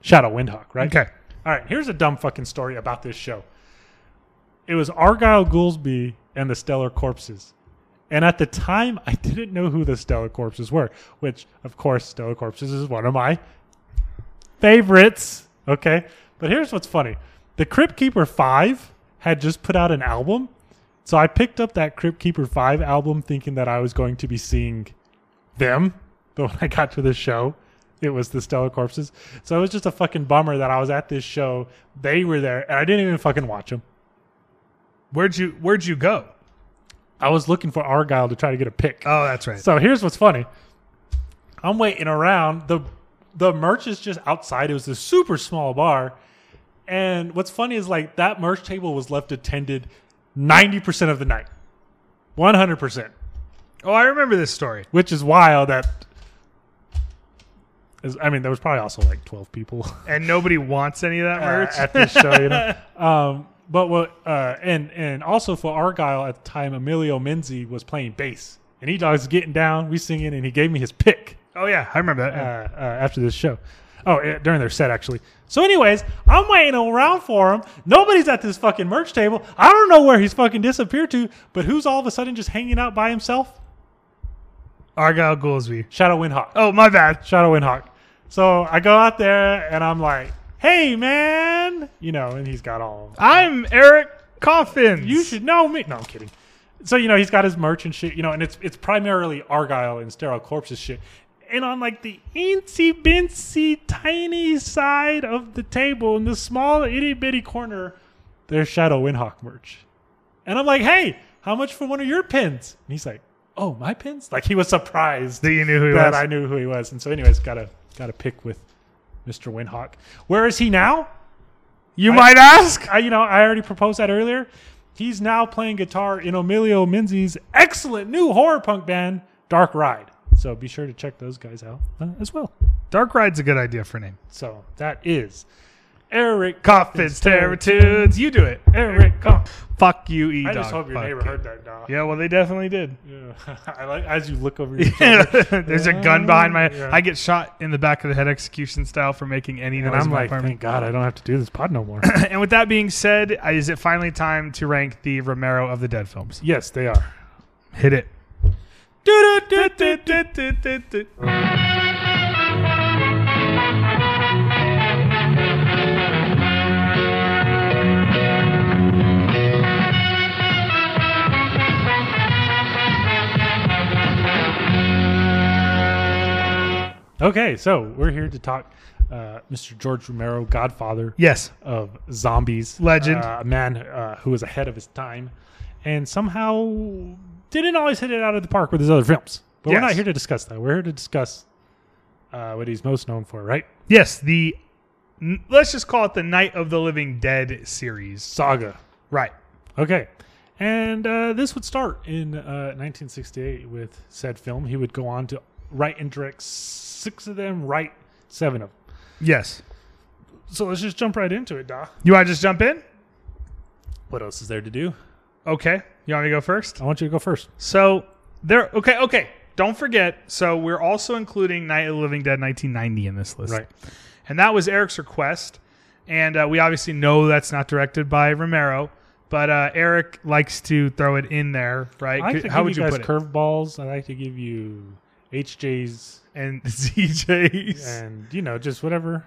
Shadow Wind Hawk. Right.
Okay.
All right, here's a dumb fucking story about this show. It was Argyle Goolsby and the Stellar Corpses. And at the time, I didn't know who the Stellar Corpses were, which, of course, Stellar Corpses is one of my favorites. Okay. But here's what's funny The Crypt Keeper 5 had just put out an album. So I picked up that Crypt Keeper 5 album thinking that I was going to be seeing them. <laughs> But when I got to the show, it was the Stellar Corpses. So it was just a fucking bummer that I was at this show. They were there, and I didn't even fucking watch them.
Where'd you Where'd you go?
I was looking for Argyle to try to get a pick.
Oh, that's right.
So here's what's funny. I'm waiting around. The the merch is just outside. It was a super small bar. And what's funny is like that merch table was left attended 90% of the night. 100%,
oh, I remember this story.
which is wild that is, I mean there was probably also like 12 people <laughs>
And nobody wants any of that merch.
uh, at this show, you know. um, but what uh, and and also for Argyle at the time, Emilio Menzi was playing bass, and he dog's getting down, we singing, and he gave me his pick
<laughs> oh yeah, I remember that.
uh, uh, after this show. Oh, uh, during their set actually. So, anyways, I'm waiting around for him. Nobody's at this fucking merch table. I don't know where he's fucking disappeared to, but who's all of a sudden just hanging out by himself?
Argyle Goolsby.
Shadow Windhawk.
Oh my bad.
Shadow and Hawk. So I go out there and I'm like, hey man, you know, and he's got all
I'm Eric Coffin.
you should know me. No, I'm kidding. So you know he's got his merch and shit. You know, and it's it's primarily Argyle and Sterile Corpses shit. And on like the incy bincy tiny side of the table in the small itty bitty corner, there's Shadow Windhawk merch. And I'm like, hey, how much for one of your pins? And he's like, oh, my pins? Like he was surprised
That you knew who he
that
was.
I knew who he was. And so, anyways, got a got a pick with Mr. Windhawk. Where is he now?
you might ask.
I, you know, I already proposed that earlier. He's now playing guitar in Emilio Menzies' excellent new horror punk band, Dark Ride. So be sure to check those guys out uh, as well.
Dark Ride's a good idea for a name.
So that is Eric
Coffin's Territudes. You do it.
Eric. Com-
Fuck you, E
I
Dog.
just hope your neighbor heard that. Dog.
Yeah, well, they definitely did.
Yeah. <laughs> I like as you look over your shoulder,
<laughs> There's a <laughs> gun behind my.
Yeah.
I get shot in the back of the head, execution style, for making any noise.
and I'm
in my
like,
apartment.
thank God I don't have to do this pod no
<coughs>
more.
<laughs> And with that being said, uh, is it finally time to rank the Romero of the Dead films?
yes, they are.
Hit <laughs> it.
Okay, so we're here to talk uh, Mr. George Romero, Godfather
Yes.
of zombies.
Legend.
Uh, a man uh, who was ahead of his time and somehow didn't always hit it out of the park with his other films. But
Yes.
we're not here to discuss that. We're here to discuss uh, what he's most known for, right?
Yes. The n- let's just call it the Night of the Living Dead series.
Saga.
Right.
Okay. And uh, this would start in uh, 1968 with said film. He would go on to write and direct six of them, write seven of them.
Yes.
So let's just jump right into it, Doc.
You want to just jump in?
What else is there to do?
Okay. You want me to go first?
I want you to go first.
So there. Okay. Okay. Don't forget. So we're also including Night of the Living Dead 1990 in this list.
Right.
And that was Eric's request. And uh, we obviously know that's not directed by Romero, but uh, Eric likes to throw it in there, right?
I like to
How
give
would
you
you,
guys
put it?
curveballs. I like to give you HJs
and <laughs> ZJs,
and you know just whatever.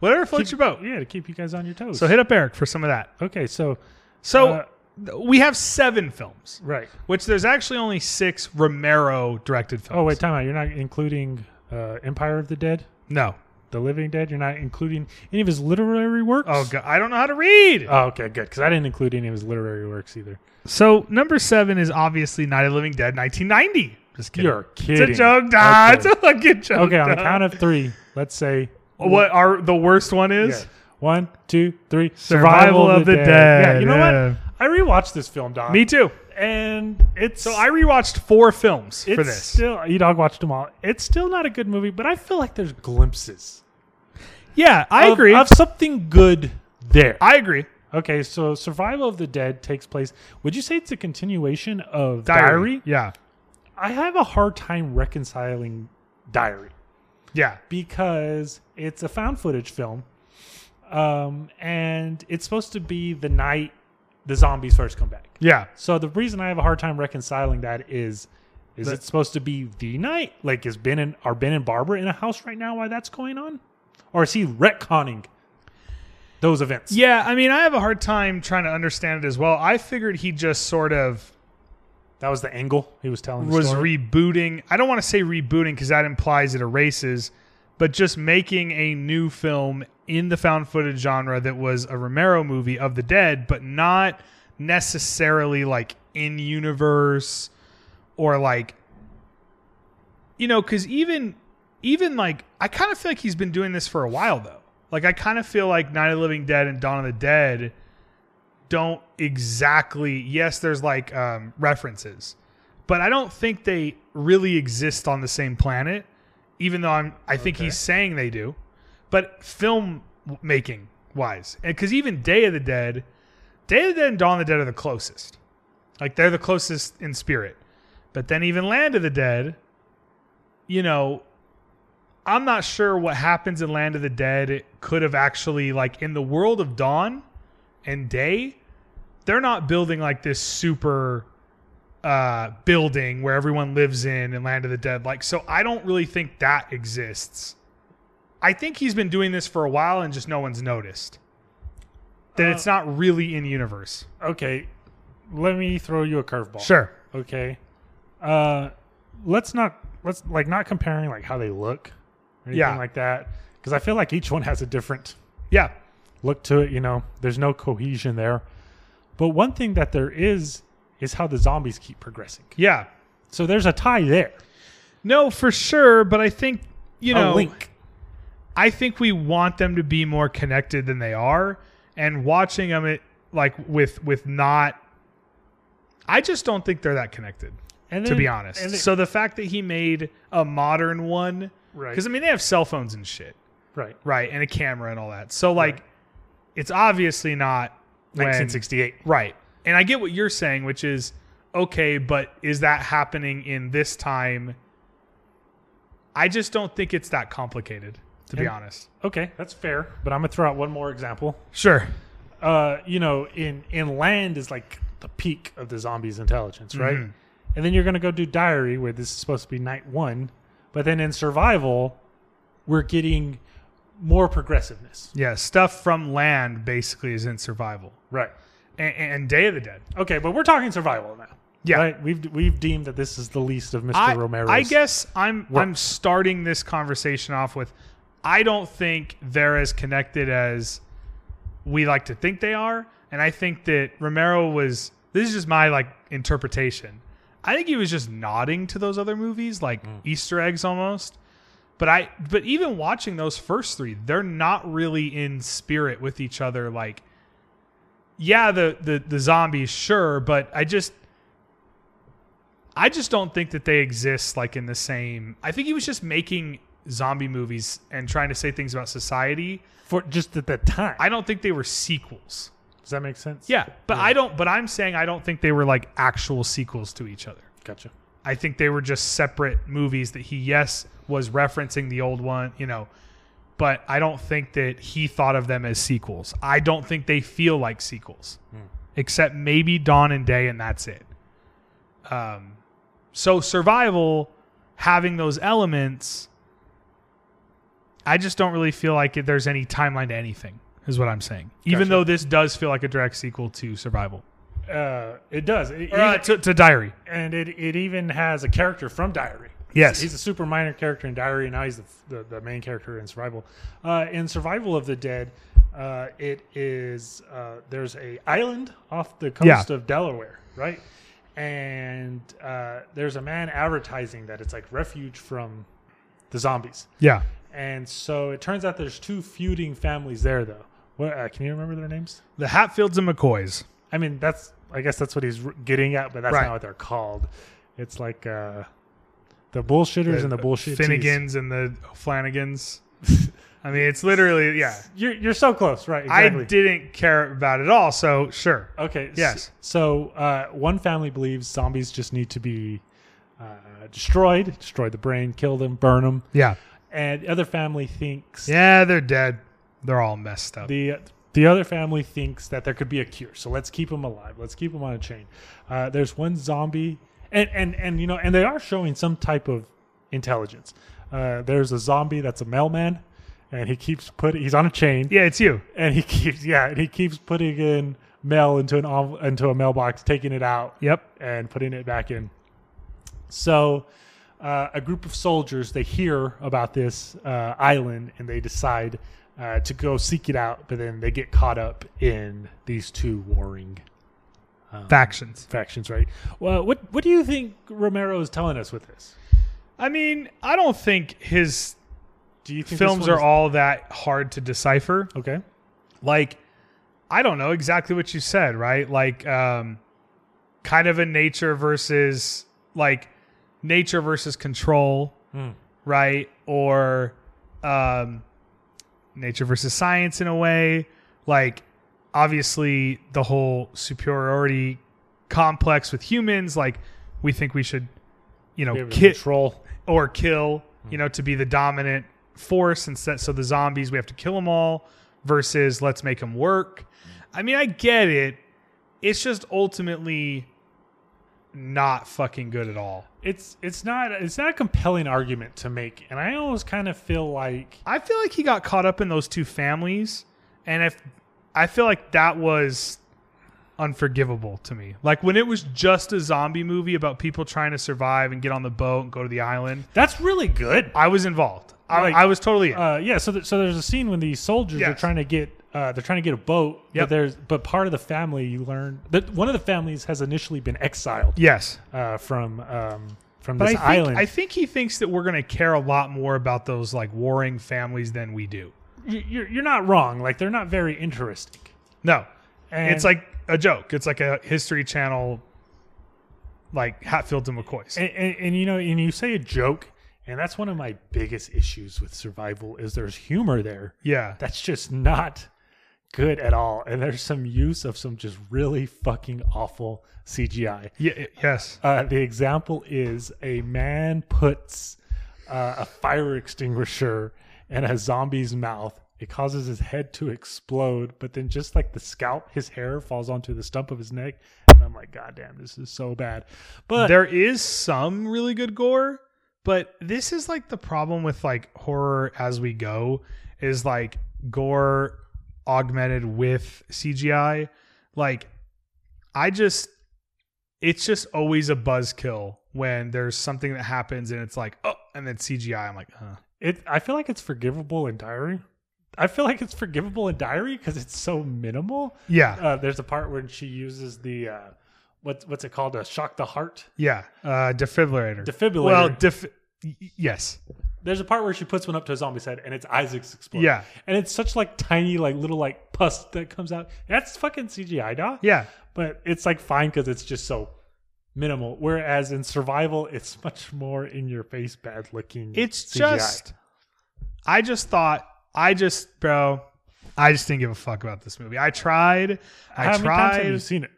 whatever floats your boat.
Yeah, to keep you guys on your toes.
So hit up Eric for some of that.
okay, so
So
Uh,
th- we have seven films,
right.
which there's actually only six Romero directed films.
Oh wait, time out. You're not including uh, Empire of the Dead,
no.
The Living Dead. You're not including any of his literary works.
Oh god, I don't know how to read.
Oh, okay, good. Because I didn't include any of his literary works either.
so number seven is obviously Night of the Living Dead, 1990. Just kidding.
You're
it's
kidding.
a joke, Don.
Okay.
It's a fucking joke.
Okay, on the
Don.
count of three, let's say
what are the worst one is?
Yeah. One, two, three.
Survival of the Dead,
Yeah, you know
yeah.
what? I rewatched this film, Don.
Me too.
and it's
So I rewatched four films
it's
for this.
still you dog watched them all. It's still not a good movie, but I feel like there's glimpses.
yeah, I
of-
agree.
of something good there.
I agree.
okay, so Survival of the Dead takes place. Would you say it's a continuation of
Diary.
Diary?
Yeah.
I have a hard time reconciling Diary.
Yeah.
because it's a found footage film. Um, and it's supposed to be the night the zombies first come back.
Yeah.
So the reason I have a hard time reconciling that is is
The-
it supposed to be the night? Like is Ben and are Ben and Barbara in a house right now while that's going on? Or is he retconning those events?
Yeah, I mean, I have a hard time trying to understand it as well. I figured he just sort of
That was the angle he was telling the
was
story.
rebooting. I don't want to say rebooting because that implies it erases, but just making a new film in the found footage genre that was a Romero movie of the dead, but not necessarily like in universe or like you know because even even like i kind of feel like he's been doing this for a while though like i kind of feel like night of the living dead and dawn of the dead don't exactly yes there's like um, references but i don't think they really exist on the same planet even though i'm i think he's saying they do but film making wise because even day of the dead day of the dead and dawn of the dead are the closest like they're the closest in spirit but then even land of the dead you know i'm not sure what happens in land of the dead it could have actually like in the world of dawn and day they're not building like this super uh building where everyone lives in and land of the dead like so i don't really think that exists i think he's been doing this for a while and just no one's noticed that
Uh-huh.
it's not really in universe
Okay. Let me throw you a curveball.
sure
okay uh let's not let's like not comparing like how they look or anything
Yeah.
like that because i feel like each one has a different
yeah
look to it you know there's no cohesion there but one thing that there is is how the zombies keep progressing
yeah
so there's a tie there
no for sure but i think you know
a link
I think we want them to be more connected than they are, and watching them it like with with not. I just don't think they're that connected,
and
to
then-
be honest.
and then-
so the fact that he made a modern one,
Right.
Because I mean, they have cell phones and shit,
right
right, and a camera and all that. So like, it's obviously not when-
1968
right? And I get what you're saying, which is okay, but is that happening in this time? I just don't think it's that complicated, to be
And-
honest.
okay that's fair but i'm gonna throw out one more example
Sure.
uh, you know, in in land is like the peak of the zombies' intelligence, right?
Mhm.
And then you're gonna go do diary where this is supposed to be night one, but then in survival, we're getting more progressiveness,
Yeah, stuff from land basically is in survival.
right?
And, and Day of the Dead.
Okay, but we're talking survival now.
Yeah.
right? we've we've deemed that this is the least of Mr.
I,
Romero's.
I guess I'm
work.
I'm starting this conversation off with I don't think they're as connected as we like to think they are, and I think that Romero was this is just my like interpretation. I think he was just nodding to those other movies like Easter eggs almost. But I but even watching those first three, they're not really in spirit with each other like yeah, the the the zombies sure, but I just I just don't think that they exist like in the same. I think he was just making zombie movies and trying to say things about society.
for just at that time.
I don't think they were sequels.
Does that make sense?
Yeah, but I don't but I'm saying I don't think they were like actual sequels to each other.
gotcha.
I think they were just separate movies that he yes was referencing the old one, you know, but I don't think that he thought of them as sequels. I don't think they feel like sequels, except maybe Dawn and Day, and that's it. Um, so survival having those elements, I just don't really feel like it- there's any timeline to anything. Is what I'm saying. Even
Gotcha.
though this does feel like a direct sequel to Survival,
Uh, it does. It,
Or, uh,
even-
to, to Diary.
and it, it even has a character from Diary.
Yes.
he's a super minor character in Diary, and now he's the, the, the main character in Survival. Uh, in Survival of the Dead, uh, it is uh, there's a island off the coast
Yeah.
of Delaware, right? And uh, there's a man advertising that it's like refuge from the zombies.
Yeah.
And so it turns out there's two feuding families there, though. What uh, can you remember their names?
The Hatfields and McCoys.
I mean, that's I guess that's what he's r- getting at, but that's
Right.
not what they're called. It's like uh, the bullshitters and the bullshit
Finnegans and the
<laughs>
Flanagans. I mean, it's literally yeah.
You're you're so close, right?
I didn't care about it at all, so sure.
Okay. s-
Yes.
So uh, one family believes zombies just need to be uh, destroyed, destroy the brain, kill them, burn them,
Yeah,
and the other family thinks
yeah, they're dead. They're all messed up.
the the other family thinks that there could be a cure, so let's keep them alive. Let's keep them on a chain. Uh, there's one zombie, and and and you know, and they are showing some type of intelligence. Uh, there's a zombie that's a mailman, and he keeps putting he's on a chain,
yeah, it's you.
and he <laughs> keeps yeah, and he keeps putting in mail into an env- into a mailbox, taking it out,
Yep.
and putting it back in. So, uh, a group of soldiers they hear about this uh, island and they decide uh, to go seek it out, but then they get caught up in these two warring Oh.
Factions.
factions. Right? Well, what what do you think Romero is telling us with this?
I mean, I don't think his
Do you think this
films
one
are
is-
all that hard to decipher.
okay?
Like, I don't know exactly what you said, right? Like, um, kind of a nature versus like nature versus control,
Hmm.
right? Or um, nature versus science in a way. Like, obviously, the whole superiority complex with humans. Like, we think we should, you
Be
know,
able to
kid
control. Hmm.
or kill, you know, to be the dominant force. And so- so the zombies, we have to kill them all versus let's make them work.
Hmm.
I mean, I get it. It's just ultimately not fucking good at all.
It's it's not it's not a compelling argument to make, and I always kind of feel like
I feel like he got caught up in those two families. And if I feel like that was unforgivable to me. Like when it was just a zombie movie about people trying to survive and get on the boat and go to the island,
that's really good.
I was involved. I,
Like,
I was totally in.
uh, yeah. So, th- so there's a scene when these soldiers are
Yes.
trying to get uh, they're trying to get a boat.
Yep.
But there's but part of the family you learn that one of the families has initially been exiled
yes.
uh, from um, from
But I
this
think,
island.
I think he thinks that we're going to care a lot more about those like warring families than we do.
You- you're you're not wrong. Like they're not very interesting.
No,
And-
it's like a joke. It's like a History Channel, like Hatfields and McCoys.
And, and, and you know, and you say a joke, and that's one of my biggest issues with survival is there's humor there
yeah,
that's just not good at all, and there's some use of some just really fucking awful CGI.
yeah, y- yes,
Uh, the example is a man puts uh, a fire extinguisher in a zombie's mouth. It causes his head to explode, but then just like the scalp, his hair falls onto the stump of his neck. And I'm like, God damn, this is so bad. <laughs> But
there is some really good gore, but this is like the problem with like horror as we go is like gore augmented with CGI. Like I just it's just always a buzzkill when there's something that happens and it's like oh and then CGI I'm like huh.
it, I feel like it's forgivable in Diary. I feel like it's forgivable in Diary because it's so minimal.
Yeah.
Uh, there's a part when she uses the uh, what, what's it called? A shock the heart
yeah. Uh defibrillator.
defibrillator.
Well, def- y- yes.
There's a part where she puts one up to a zombie's head and it's Isaac's exploding.
Yeah.
And it's such like tiny, like little like pus that comes out. That's fucking CGI, dog.
Yeah.
But it's like fine because it's just so minimal. Whereas in survival, it's much more in your face, bad looking.
It's
CGI.
just, I just thought, I just, bro, I just didn't give a fuck about this movie. I tried, I
How many times have you
tried
seen it?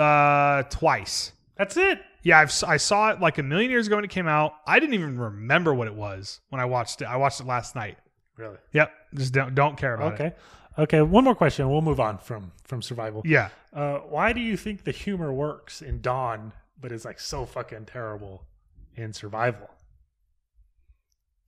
uh, twice.
That's it.
Yeah, I've, si saw it like a million years ago when it came out. I didn't even remember what it was when I watched it. I watched it last night.
Really?
Yep. Just don't don't care about it.
Okay. Okay. One more question. We'll move on from from survival.
Yeah.
Uh, why do you think the humor works in Dawn, but is like so fucking terrible in Survival?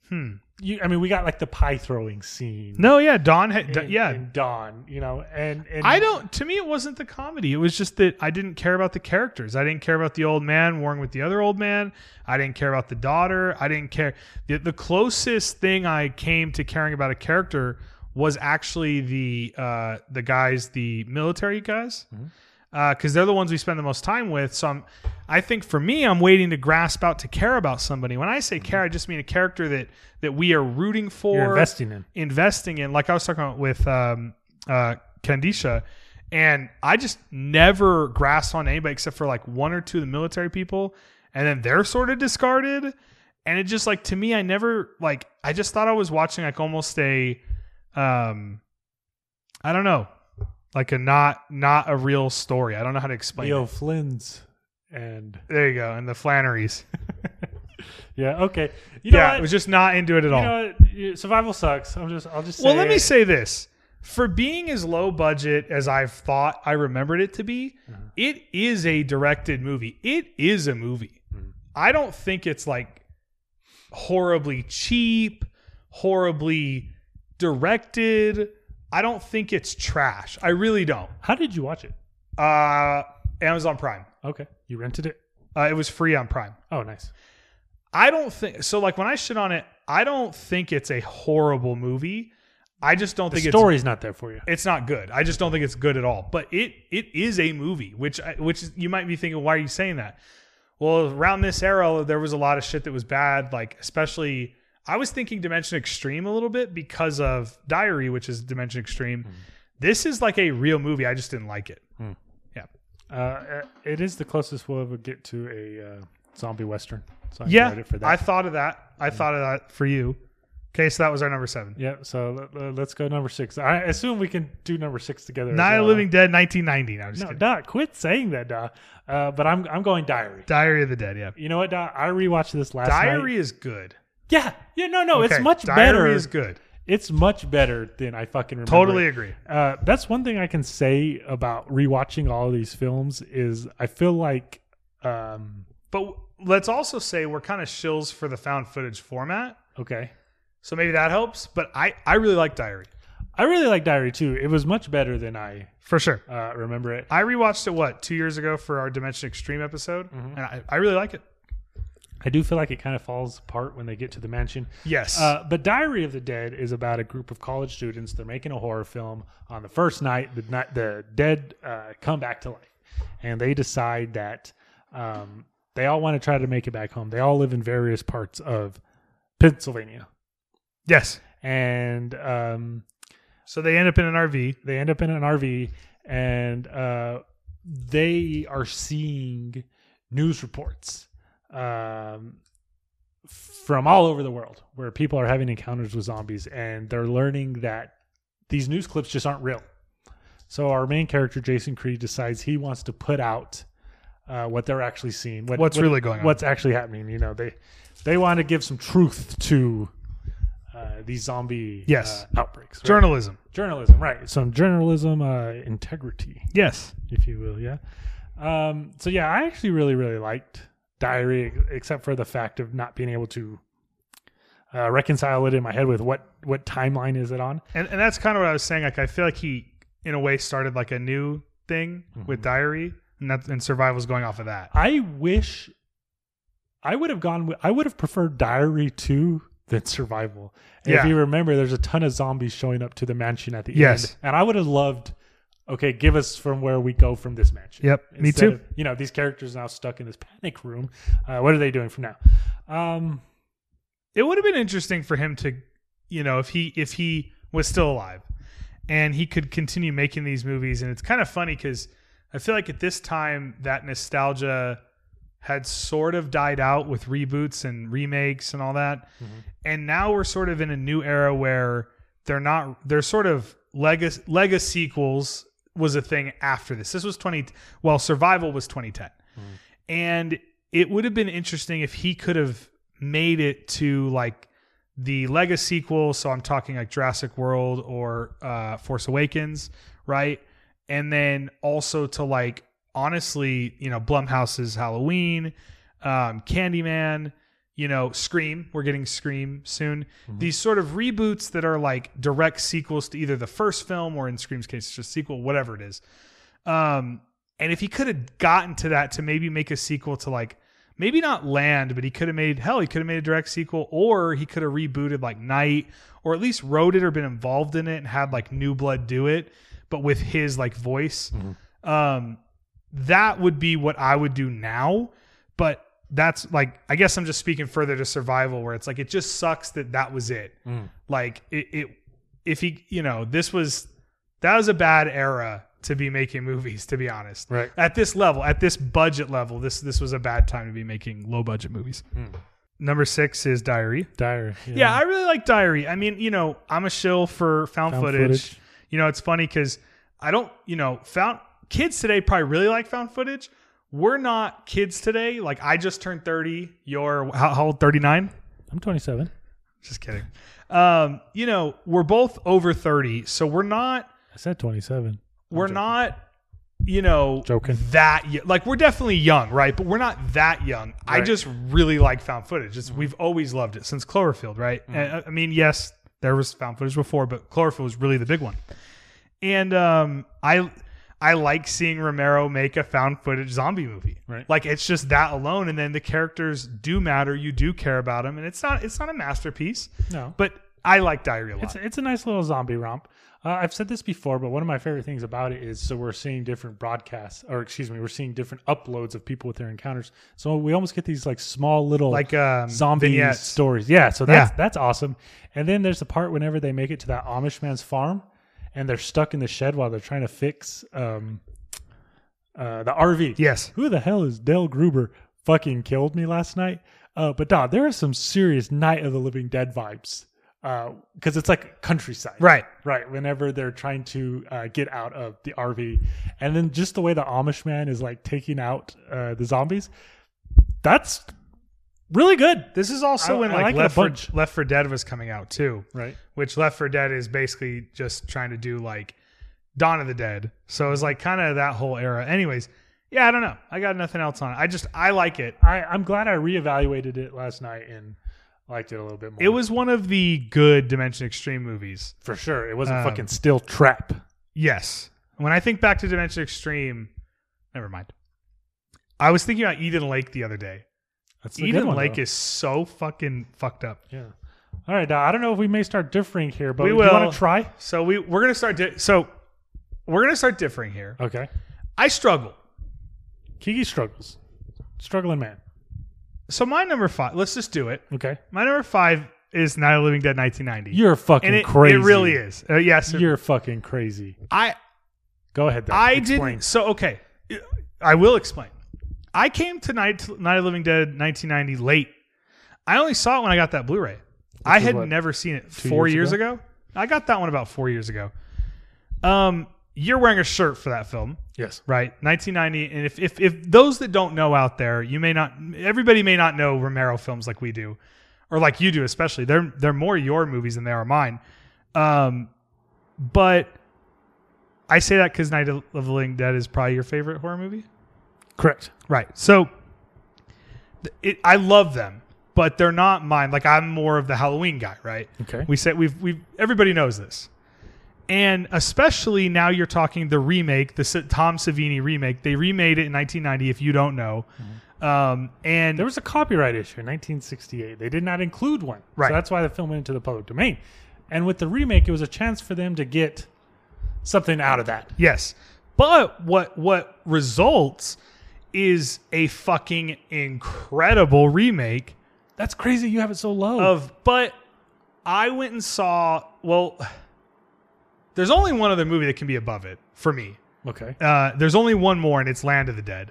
Hmm.
You, I mean, we got like the pie throwing scene.
No, yeah, Don. Ha-
in-
Don- yeah,
in Dawn, you know, and, and
I don't. To me, it wasn't the comedy. It was just that I didn't care about the characters. I didn't care about the old man warring with the other old man. I didn't care about the daughter. I didn't care. The, the closest thing I came to caring about a character was actually the uh, the guys, the military guys,
Mm-hmm.
because they're the ones we spend the most time with. So I'm, I think for me, I'm waiting to grasp out to care about somebody. When I say care, I just mean a character that that we are rooting for
Mm-hmm. You're investing in.
investing in, like I was talking about with um, uh, Candisha, and I just never grasped on anybody except for like one or two of the military people, and then they're sort of discarded. And it just like to me, I never like I just thought I was watching like almost a, um, I don't know, like a not not a real story. I don't know how to explain.
Leo
It.
Flynn's and
There you go, and the Flannerys.
yeah, okay. You know
yeah,
what?
I was just not into it at all.
you know what? You- Survival sucks. I'm just I'll just say
Well, let me
it.
say this. For being as low budget as I've thought I remembered it to be, it is a directed movie. It is a movie. I don't think it's like horribly cheap, horribly directed. I don't think it's trash. I really don't.
How did you watch it?
Uh Amazon Prime.
Okay, you rented it.
Uh, it was free on Prime.
Oh, nice.
I don't think so like when I shit on it, I don't think it's a horrible movie. I just don't
The
think it's
story's not there for you.
it's not good. I just don't think it's good at all. But it it is a movie, which I- which is- you might be thinking, why are you saying that? Well, around this era, there was a lot of shit that was bad. Like especially, I was thinking Dimension Extreme a little bit because of Diary, which is Dimension Extreme.
Hmm.
This is like a real movie. I just didn't like it. Yeah,
Uh, it is the closest we'll ever get to a uh, zombie western. So I
yeah.
credit for that.
I thought of that. I thought of that for you. Okay, so that was our number seven.
yeah. So let, let- let's go number six. I assume we can do number six together. as
Night of the
well.
Living Dead, 1990. No, I'm just
uh, No,
kidding.
duh. Quit saying that, duh. Uh, but I'm I'm going diary.
Diary of the Dead. Yeah,
You know what, duh? I rewatched this last
Diary
night.
is good.
Yeah. Yeah. No. No.
Okay,
It's much
Diary
better.
Is good.
It's much better than I fucking remember.
Totally
it.
agree.
Uh, that's one thing I can say about rewatching all of these films is I feel like um,
But w- let's also say we're kind of shills for the found footage format.
okay.
So maybe that helps. But I, I really like Diary
I really like Diary too. It was much better than I
for sure.
uh, remember it.
I rewatched it, what, two years ago for our Dimension Extreme episode. And I, I really like it.
I do feel like it kind of falls apart when they get to the mansion.
Yes.
Uh, but Diary of the Dead is about a group of college students. They're making a horror film on the first night. The night the dead uh, come back to life, and they decide that um, they all want to try to make it back home. They all live in various parts of Pennsylvania,
yes.
and um,
So they end up in an RV.
they end up in an RV and uh, they are seeing news reports um, from all over the world where people are having encounters with zombies and they're learning that these news clips just aren't real. So our main character Jason Creed decides he wants to put out uh, what they're actually seeing, what,
What's
what-
really going on.
what's actually happening. You know, they they want to give some truth to uh, these zombie
Yes.
uh, outbreaks. right?
Journalism.
journalism right some journalism uh, integrity
Yes.
if you will yeah um, so yeah i actually really really liked diary ex- except for the fact of not being able to uh, reconcile it in my head with what what timeline is it on
And, and that's kind of what I was saying. Like, I feel like he, in a way, started like a new thing with Diary. And, that, and survival's going off of that.
i wish i would have gone with i would have preferred diary 2 than survival And if
Yeah.
you remember there's a ton of zombies showing up to the mansion at the
Yes.
end and i would have loved okay give us from where we go from this mansion
Yep, me
Instead
too.
of, you know, these characters now stuck in this panic room. Uh, what are they doing from now? Um,
it would have been interesting for him to you know if he if he was still alive and he could continue making these movies and it's kind of funny because i feel like at this time that nostalgia had sort of died out with reboots and remakes and all that and now we're sort of in a new era where they're not they're sort of legacy legacy sequels was a thing after this this was 20 well survival was 2010 and it would have been interesting if he could have made it to like the Lego sequel, so I'm talking like Jurassic World or uh, Force Awakens, right? And then also to like honestly, you know, Blumhouse's Halloween, um, Candyman, you know, Scream. We're getting Scream soon. These sort of reboots that are like direct sequels to either the first film or in Scream's case, it's just a sequel, whatever it is. Um, and if he could have gotten to that to maybe make a sequel to like maybe not land, but he could have made hell, he could have made a direct sequel, or he could have rebooted like Night, or at least wrote it or been involved in it and had like New Blood do it, but with his like voice. Um, that would be what I would do now. But that's like, I guess I'm just speaking further to survival, where it's like, it just sucks that that was it. Like, it, it, if he, you know, this was, that was a bad era to be making movies, to be honest.
Right.
At this level, at this budget level, this, this was a bad time to be making low budget movies. Number six is Diary.
Dire.
Yeah, I really like Diary. I mean, you know, I'm a shill for found,
Found
footage.
footage.
You know, it's funny because I don't, you know, found kids today probably really like found footage. We're not kids today. Like I just turned 30. You're how, how old? 39.
I'm 27.
Just kidding. Um, you know, we're both over 30, so we're not
I said 27.
we're not you know
Joking.
that y- like we're definitely young right but we're not that young i
Right.
just really like found footage it's, we've always loved it since cloverfield right
Mm-hmm.
and, uh, I- i mean yes there was found footage before but cloverfield was really the big one and um i i like seeing romero make a found footage zombie movie
Right.
like it's just that alone and then the characters do matter you do care about them and it's not it's not a masterpiece
No.
but i like diary a lot
It's it's a nice little zombie romp. Uh, I've said this before, but one of my favorite things about it is so we're seeing different broadcasts, or excuse me, we're seeing different uploads of people with their encounters. So we almost get these like small little
Like, um,
zombie
vignettes.
stories. Yeah, so that's
Yeah.
that's awesome. And then there's the part whenever they make it to that Amish man's farm, and they're stuck in the shed while they're trying to fix um, uh, the RV.
yes
Who the hell is Dale Gruber? Fucking killed me last night. Uh, but dog, there are some serious Night of the Living Dead vibes because it's like countryside,
right
Right. Whenever they're trying to uh, get out of the RV, and then just the way the Amish man is like taking out uh, the zombies, that's really good.
This is also
I-
when
I
like,
like it a
Left, for,
bunch.
Left for Dead was coming out too,
Right.
which Left for Dead is basically just trying to do like Dawn of the Dead. So it was like kind of that whole era. Anyways, yeah, I don't know. I got nothing else on it. I just I like it.
I, I'm glad I reevaluated it last night and liked it a little bit more.
It was one of the good Dimension Extreme movies.
for sure. It wasn't
um,
fucking still trap.
Yes. When I think back to Dimension Extreme, never mind. I was thinking about Eden Lake the other day.
That's a good
Eden
one,
Lake
though.
is so fucking fucked up.
Yeah. All right, Doc, I don't know if we may start differing here, but
We
we will.
will.
want to try?
So we we're gonna start. Di- so we're gonna start differing here.
Okay.
I struggle.
Kiki struggles. Struggling man.
So my number five. Let's just do it.
Okay.
My number five is Night of the Living Dead 1990.
You're fucking
and it,
crazy.
It really is. Uh, yes.
You're fucking crazy.
I
Go ahead, Doc.
I
Explain.
didn't. So okay, I will explain. I came to Night, Night of the Living Dead 1990 late. I only saw it when I got that Blu-ray. I
was
had
what,
never seen it four years,
years
ago? I got that one about four years ago. Um, you're wearing a shirt for that film,
Yes.
right? 1990. And if if if those that don't know out there, you may not. Everybody may not know Romero films like we do, or like you do, especially. They're they're more your movies than they are mine. Um, but I say that because Night of the Living Dead is probably your favorite horror movie,
Correct.
right? So, th- it, I love them, but they're not mine. Like I'm more of the Halloween guy, right?
Okay.
We said we've we've everybody knows this, and especially now you're talking the remake, the S- Tom Savini remake. They remade it in 1990. If you don't know, um, and
Mm-hmm. There was a copyright issue in 1968. They did not include one.
Right.
So that's why the film went into the public domain. And with the remake, it was a chance for them to get something out of that.
Yes. But what what results is a fucking incredible remake
That's crazy. You have it so low.
of but I went and saw well there's only one other movie that can be above it for me.
okay.
Uh, there's only one more and it's Land of the Dead.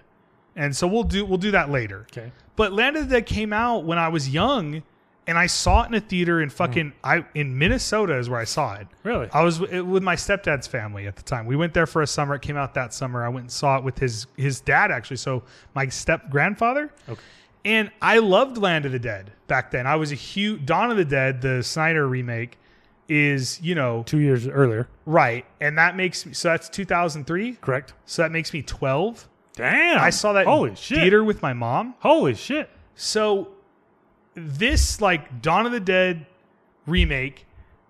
And so we'll do we'll do that later.
Okay.
But Land of the Dead came out when I was young and I saw it in a theater in fucking I in Minnesota is where I saw it.
Mm. Really?
I was w- with my stepdad's family at the time. We went there for a summer. It came out that summer. I went and saw it with his his dad actually. So my step grandfather.
Okay.
And I loved Land of the Dead back then. I was a huge Dawn of the Dead, the Snyder remake, is you know
two years earlier.
right, and that makes me so that's 2003.
Correct.
So that makes me 12.
Damn.
I saw that
Holy
in
shit.
theater with my mom.
Holy shit.
So this like Dawn of the Dead remake,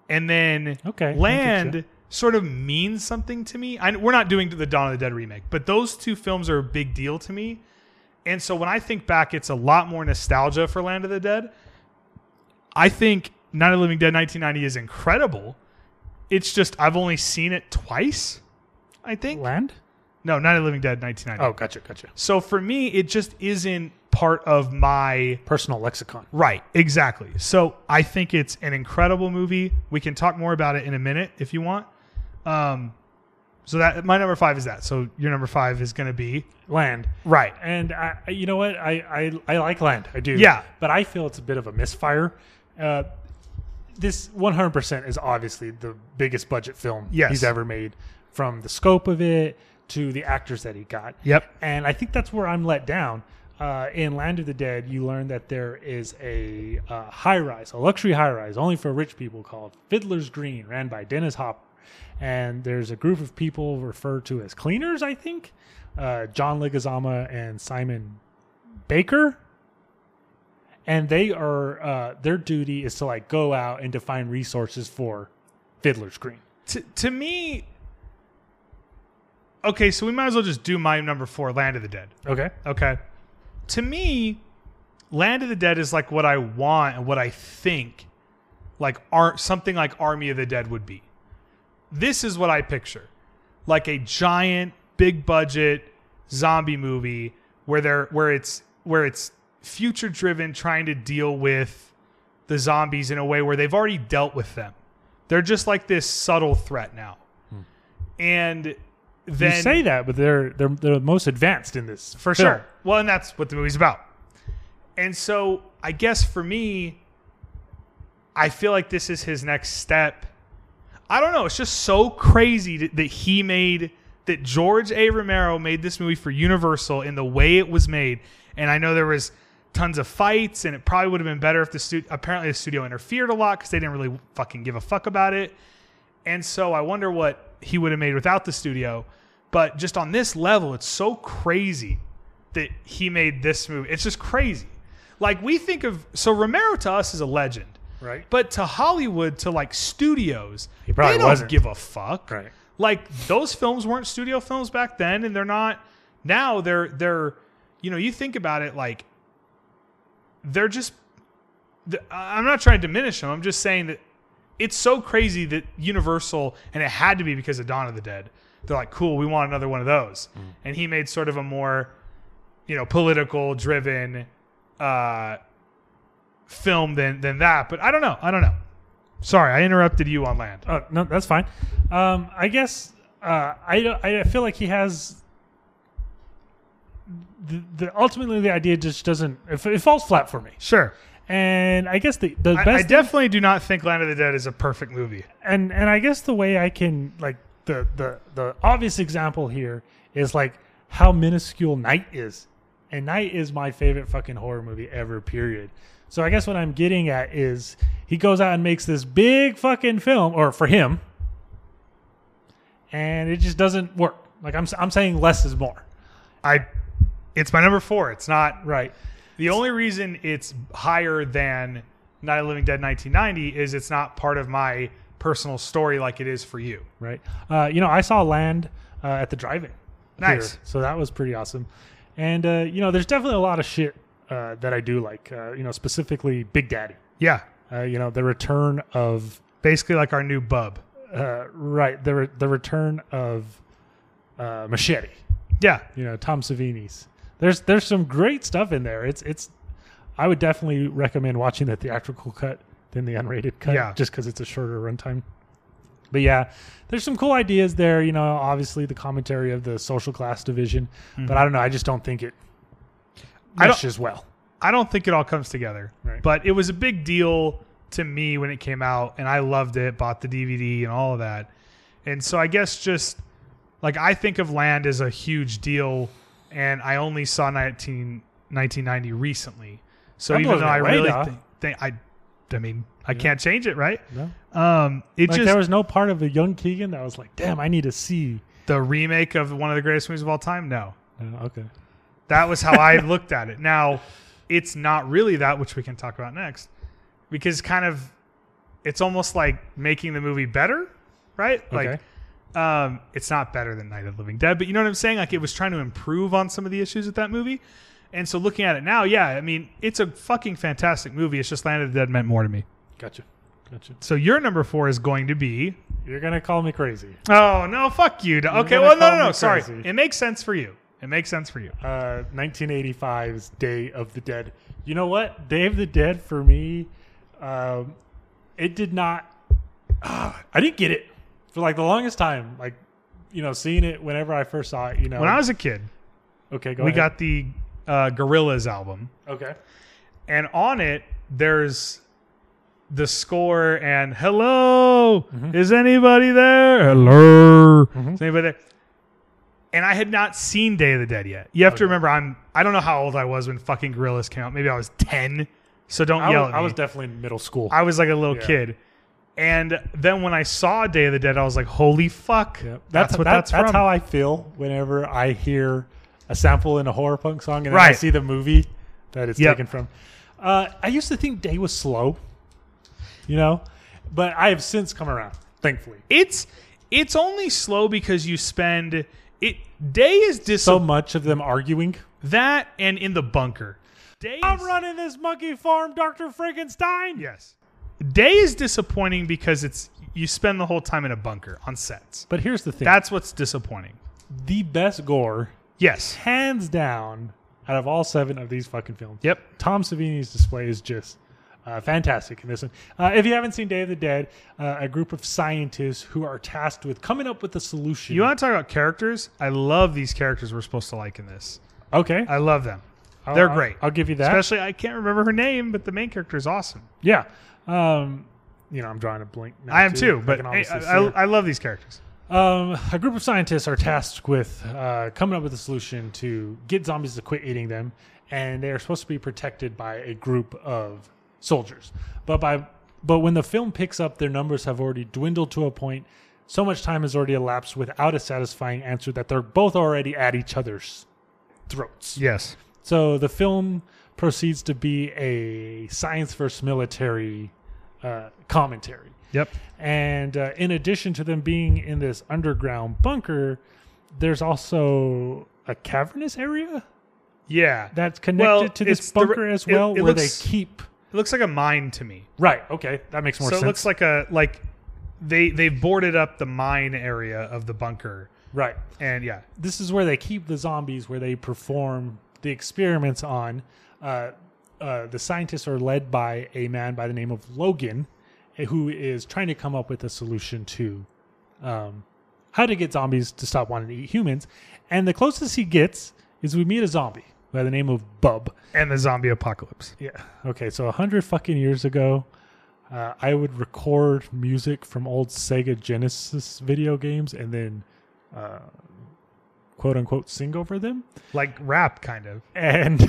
and then
Okay, I get
Land
you.
sort of means something to me. I, we're not doing the Dawn of the Dead remake, but those two films are a big deal to me. And so when I think back, it's a lot more nostalgia for Land of the Dead. I think Night of the Living Dead 1990 is incredible. It's just I've only seen it twice. I think
Land?
no, Night of the Living Dead 1990.
Oh, gotcha, gotcha.
So for me, it just isn't part of my
Personal lexicon.
Right, exactly. So I think it's an incredible movie. We can talk more about it in a minute if you want. Um, so that my number five is that. So your number five is going to be
Land.
right.
And I, I- you know what? I, I I like land. I do.
Yeah.
But I feel it's a bit of a misfire. Uh, this 100% is obviously the biggest budget film
Yes.
he's ever made, from the scope of it to the actors that he got.
Yep.
And I think that's where I'm let down. Uh, in Land of the Dead, you learn that there is a uh, high rise, a luxury high rise, only for rich people called Fiddler's Green, ran by Dennis Hopper. And there's a group of people referred to as cleaners, I think. Uh, John Leguizamo and Simon Baker, and they are uh, their duty is to like go out and to find resources for Fiddler's Green.
To, to me, okay. So we might as well just do my number four, Land of the Dead.
Okay,
Okay. To me, Land of the Dead is like what I want and what I think like ar- something like Army of the Dead would be. This is what I picture. Like a giant big budget zombie movie where they're where it's where it's future driven trying to deal with the zombies in a way where they've already dealt with them. They're just like this subtle threat now. And then
you say that, but they're they're they're the most advanced in this
for
film.
sure. Well, and that's what the movie's about. And so I guess for me, I feel like this is his next step. I don't know. It's just so crazy that, that he made that George A. Romero made this movie for Universal in the way it was made. And I know there was tons of fights, and it probably would have been better if the studio apparently the studio interfered a lot because they didn't really fucking give a fuck about it. And so I wonder what he would have made without the studio. But just on this level, it's so crazy that he made this movie. It's just crazy. Like we think of so Romero to us is a legend.
Right.
But to Hollywood, to like studios,
He probably
they don't
wasn't.
give a fuck.
Right.
Like those films weren't studio films back then, and they're not now. They're they're you know you think about it like they're just. th- I'm not trying to diminish them. I'm just saying that it's so crazy that Universal and it had to be because of Dawn of the Dead. They're like, cool, we want another one of those,
Mm.
and he made sort of a more you know political driven uh film than than that but i don't know i don't know sorry i interrupted you on land
Oh no, that's fine. Um, I guess uh, I don't- I feel like he has. The, the ultimately the idea just doesn't it, it falls flat for me
sure
and i guess the, the
I, I
best
definitely do not think land of the dead is a perfect movie
and and I guess the way I can like the the the obvious example here is like how minuscule Night is, and Night is my favorite fucking horror movie ever. Period. So I guess what I'm getting at is he goes out and makes this big fucking film, or for him, and it just doesn't work. Like I'm s- I'm saying less is more.
i it's my number four it's not
Right.
the only reason it's higher than night of the living dead 1990 is it's not part of my personal story like it is for you
right? Uh, you know, I saw Land uh, at the drive-in.
Nice.
theater, so that was pretty awesome. And uh, you know, there's definitely a lot of shit uh, that I do like. Uh, you know, specifically Big Daddy.
yeah
Uh, you know, the return of
basically like our new bub
uh, right the re- the return of uh, Machete.
yeah
You know, Tom Savini's. There's there's some great stuff in there. It's it's. I would definitely recommend watching the theatrical cut than the unrated cut,
Yeah.
just because it's a shorter runtime. But yeah, there's some cool ideas there. You know, obviously the commentary of the social class division, but I don't know. I just don't think it
Mm-hmm. I don't-
meshes well.
I don't think it all comes together,
Right.
but it was a big deal to me when it came out, and I loved it. Bought the DVD and all of that, and so I guess just like I think of Land as a huge deal, and I only saw 19 1990 recently. So
That
even
blows
though
me
I
away,
really
though.
thi- think I, I mean I can't change it, right?
No.
Um, it
Like
just
there was no part of a young Keegan that was like, damn, I need to see.
the remake of one of the greatest movies of all time. No,
No, Uh, okay.
That was how I looked at it. Now, it's not really that, which we can talk about next, because kind of, it's almost like making the movie better, right?
Okay.
Like, um, it's not better than Night of the Living Dead, but you know what I'm saying? Like, it was trying to improve on some of the issues with that movie. And so looking at it now, yeah, I mean, it's a fucking fantastic movie. It's just Land of the Dead meant more to me.
Gotcha. Gotcha.
So your number four is going to be.
You're going to call me crazy.
Oh, no, fuck you. Okay,
gonna
well, no,
call
no, no.
me
Sorry.
crazy.
It makes sense for you. It makes sense for you.
Uh, 1985's Day of the Dead. You know what? Day of the Dead for me, um, it did not. Ah, I didn't get it for like the longest time. Like, you know, seeing it whenever I first saw it. You know,
When I was a kid,
okay, go
we
ahead.
got the uh, Gorillas album,
okay.
and on it there's the score and "Hello,
Mm-hmm.
is anybody there? Hello, is anybody there?" And I had not seen Day of the Dead yet.
Oh,
You have to remember, I'm I don't know how old I was when fucking Gorillas came out. Maybe I was ten, so don't
I
yell
was,
at me.
I was definitely in middle school.
I was like a little
Yeah.
kid. And then when I saw Day of the Dead, I was like, "Holy fuck!"
Yep.
That's, what
that-
that's,
That's
from.
how I feel whenever I hear a sample in a horror punk song and then I
Right.
see the movie that it's
Yep.
taken from. Uh, I used to think Day was slow, you know, but I have since come around, thankfully.
it's it's only slow because you spend it. Day is dis-
So much of them arguing.
That and in the bunker. Day
I'm
is-
running this monkey farm, Dr. Frankenstein.
Yes. Day is disappointing because it's you spend the whole time in a bunker on sets.
But here's the thing
That's what's disappointing.
the best gore,
Yes.
hands down, out of all seven of these fucking films.
Yep.
Tom Savini's display is just uh, fantastic in this one. Uh, if you haven't seen Day of the Dead, uh, a group of scientists who are tasked with coming up with a solution.
You want to talk about characters? I love these characters we're supposed to like in this.
okay,
I love them.
I'll-
They're
I'll-
great.
I'll give you that.
Especially I can't remember her name, but the main character is awesome.
yeah. Um, you know, I'm drawing a blank. now,
I am too,
I
but
can
I,
obviously see
I-
it.
I love these characters.
Um, a group of scientists are tasked with uh, coming up with a solution to get zombies to quit eating them, and they are supposed to be protected by a group of soldiers. But by but when the film picks up, their numbers have already dwindled to a point. So much time has already elapsed without a satisfying answer that they're both already at each other's throats.
Yes.
So the film proceeds to be a science versus military uh, commentary.
Yep.
And uh, in addition to them being in this underground bunker, there's also a cavernous area
Yeah. That
that's connected
Well,
to this
it's the-
bunker as
it-
well,
it
where
looks-
they keep.
it looks like a mine to me.
Right. Okay, that makes more
so
sense.
it looks like a like they they boarded up the mine area of the bunker
right.
and yeah
This is where they keep the zombies, where they perform the experiments on. Uh, uh, the scientists are led by a man by the name of Logan, eh, who is trying to come up with a solution to um, how to get zombies to stop wanting to eat humans. And the closest he gets is we meet a zombie by the name of Bub.
and the zombie apocalypse
Yeah. Okay. So a hundred fucking years ago, uh, I would record music from old Sega Genesis video games and then, uh, quote unquote, sing over them.
like rap kind of
And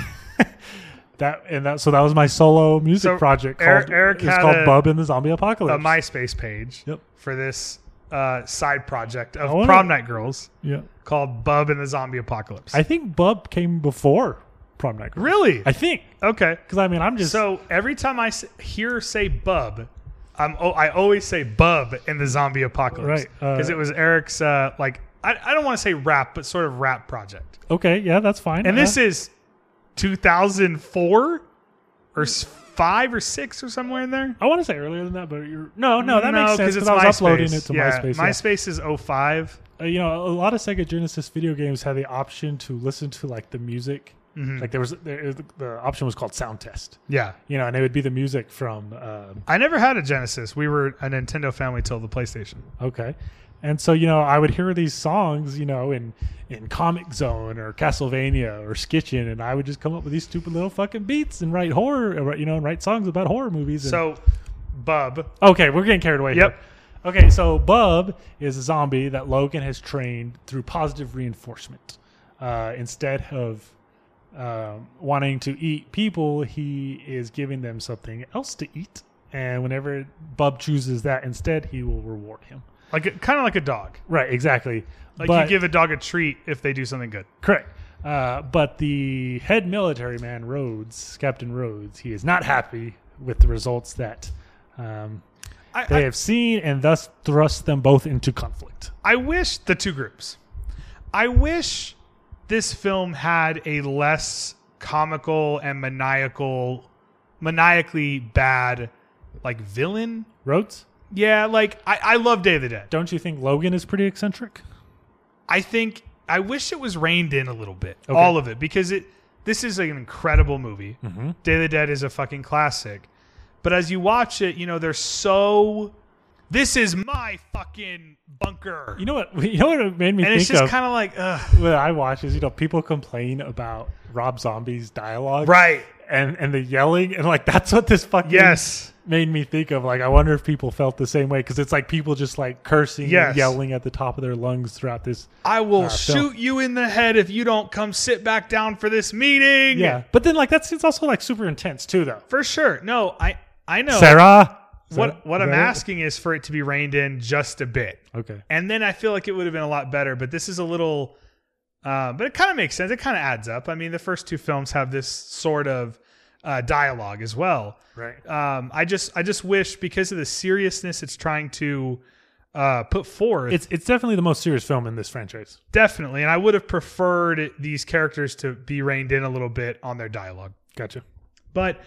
<laughs> that and that. So that was my solo music
So
project.
Er-
Called,
Eric
it's
had
called
a-
Bub and the Zombie
a
Apocalypse.
myspace page
Yep.
for this uh, side project of
I wanna-
prom night girls
yeah.
called bub and the zombie apocalypse
I think Bub came before Prom Night. Girls.
really
I think
okay
because I mean I'm just
so every time i s- hear say bub I'm, oh, i always say bub and the zombie apocalypse
Right, uh,
because it was eric's uh, like i, I don't want to say rap but sort of rap project
okay. Yeah, that's fine.
And this
Yeah.
is 2004 or s- five or six or somewhere in there.
I want to say earlier than that, but you're no, no, that makes sense
it's
I was
MySpace.
uploading it to
yeah,
MySpace. yeah.
MySpace is 05.
uh, you know, a lot of Sega Genesis video games had the option to listen to like the music.
Mm-hmm.
Like there was there, the option was called Sound Test.
Yeah.
You know, and it would be the music from um,
I never had a Genesis. We were a Nintendo family till the PlayStation.
okay. And so you know, I would hear these songs, you know, in in Comic Zone or Castlevania or Skitchin, and I would just come up with these stupid little fucking beats and write horror, or, you know, and write songs about horror movies. And,
So, Bub.
Okay, we're getting carried away.
Yep.
Here. Okay, so Bub is a zombie that Logan has trained through positive reinforcement uh, instead of um, wanting to eat people, he is giving them something else to eat. And whenever Bub chooses that instead, he will reward him.
Like kind of like a dog.
Right, exactly.
Like
But-
you give a dog a treat if they do something good.
Correct. Uh, but the head military man, Rhodes, Captain Rhodes, he is not happy with the results that um,
I,
they
I,
have seen and thus thrust them both into conflict.
I wish the two groups. I wish this film had a less comical and maniacal, maniacally bad, like villain.
Rhodes,
Yeah, like I, I love Day of the Dead.
don't you think Logan is pretty eccentric?
I think I wish it was reined in a little bit,
Okay.
all of it, because it this is an incredible movie.
Mm-hmm.
Day of the Dead is a fucking classic, but as you watch it, you know they're so. This is my fucking bunker,
You know what? <laughs> You know what it made me
and
think
it's just
of
kind of like, ugh,
when I watch is you know people complain about Rob Zombie's dialogue,
right?
And and the yelling and like <laughs> that's what this fucking
Yes,
made me think of like I wonder if people felt the same way because it's like people just like cursing
Yes.
and yelling at the top of their lungs throughout this.
I will shoot
Phil.
you in the head if you don't come sit back down for this meeting.
Yeah, but then like that's it's also like super intense too though.
for sure. No, I I know
Sarah, Is
what
that-
what
is
I'm
that it?
asking is for it to be reined in just a bit.
Okay,
And then I feel like it would have been a lot better, but this is a little, uh, but it kind of makes sense. It kind of adds up. I mean, the first two films have this sort of uh, dialogue as well.
right.
Um, I just, I just wish because of the seriousness it's trying to uh, put forth,
It's it's definitely the most serious film in this franchise.
definitely. And I would have preferred these characters to be reined in a little bit on their dialogue.
Gotcha.
But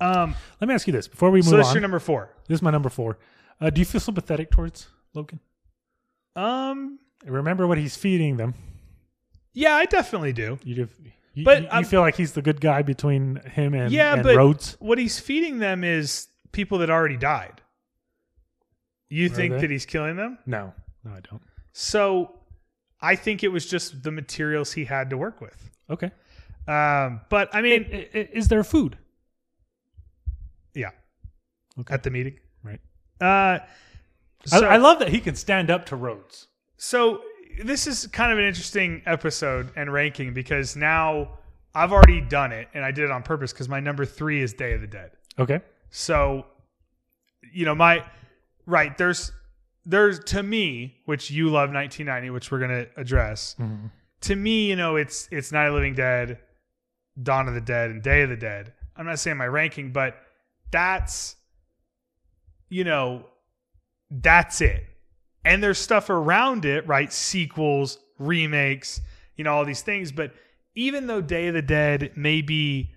um,
Let me ask you this before we move
so that's
on.
your number four.
this is my number four. Uh, do you feel sympathetic towards Logan?
Um,
Remember what he's feeding them.
yeah, I definitely do.
You, just, you,
But
you- you
I'm-
feel like he's the good guy between him and,
yeah,
and
but
Rhodes.
what he's feeding them is people that already died. You think
they?
that he's killing them?
No, no, I don't.
So I think it was just the materials he had to work with.
Okay.
Um, but I mean,
I- I- is there food?
yeah,
Okay.
at the meeting.
Right.
Uh,
I,
so,
I love that he can stand up to Rhodes.
so this is kind of an interesting episode and ranking because now I've already done it and I did it on purpose because my number three is Day of the Dead.
Okay.
So, you know, my right there's there's to me, which you love 1990, which we're gonna address. To me, you know, it's it's Night of the Living Dead, Dawn of the Dead, and Day of the Dead. I'm not saying my ranking, but that's you know that's it. And there's stuff around it, right? Sequels, remakes, you know, all these things. But even though Day of the Dead may be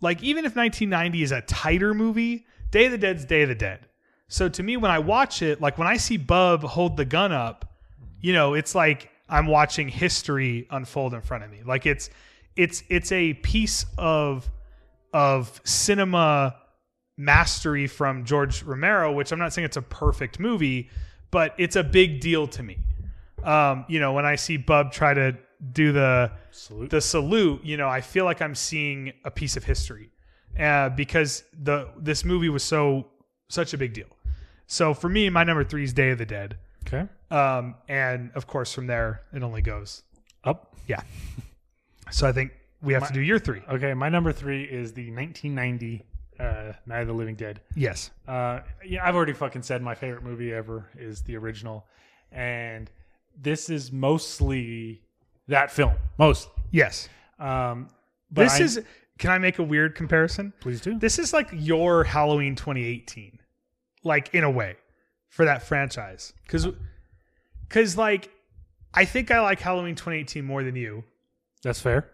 like, even if 1990 is a tighter movie, Day of the Dead's Day of the Dead. So to me, when I watch it, like when I see Bub hold the gun up, you know, it's like I'm watching history unfold in front of me. Like it's, it's, it's a piece of, of cinema mastery from George Romero, which I'm not saying it's a perfect movie, but it's a big deal to me. Um, you know, when I see Bub try to do the
Salute.
the salute, you know, I feel like I'm seeing a piece of history uh, because the this movie was so such a big deal. So for me, my number three is Day of the Dead,
Okay.
um, and of course from there it only goes.
Up.
Yeah. So I think we have to do your three.
Okay. My number three is the 1990 uh, Night of the Living Dead.
Yes.
Uh, yeah, I've already fucking said my favorite movie ever is the original, and this is mostly that film. Most.
Yes.
Um, but
This
I-
is. Can I make a weird comparison?
please do.
This is like your Halloween 2018, like in a way, for that franchise. Because, because like, I think I like Halloween 2018 more than you,
That's fair.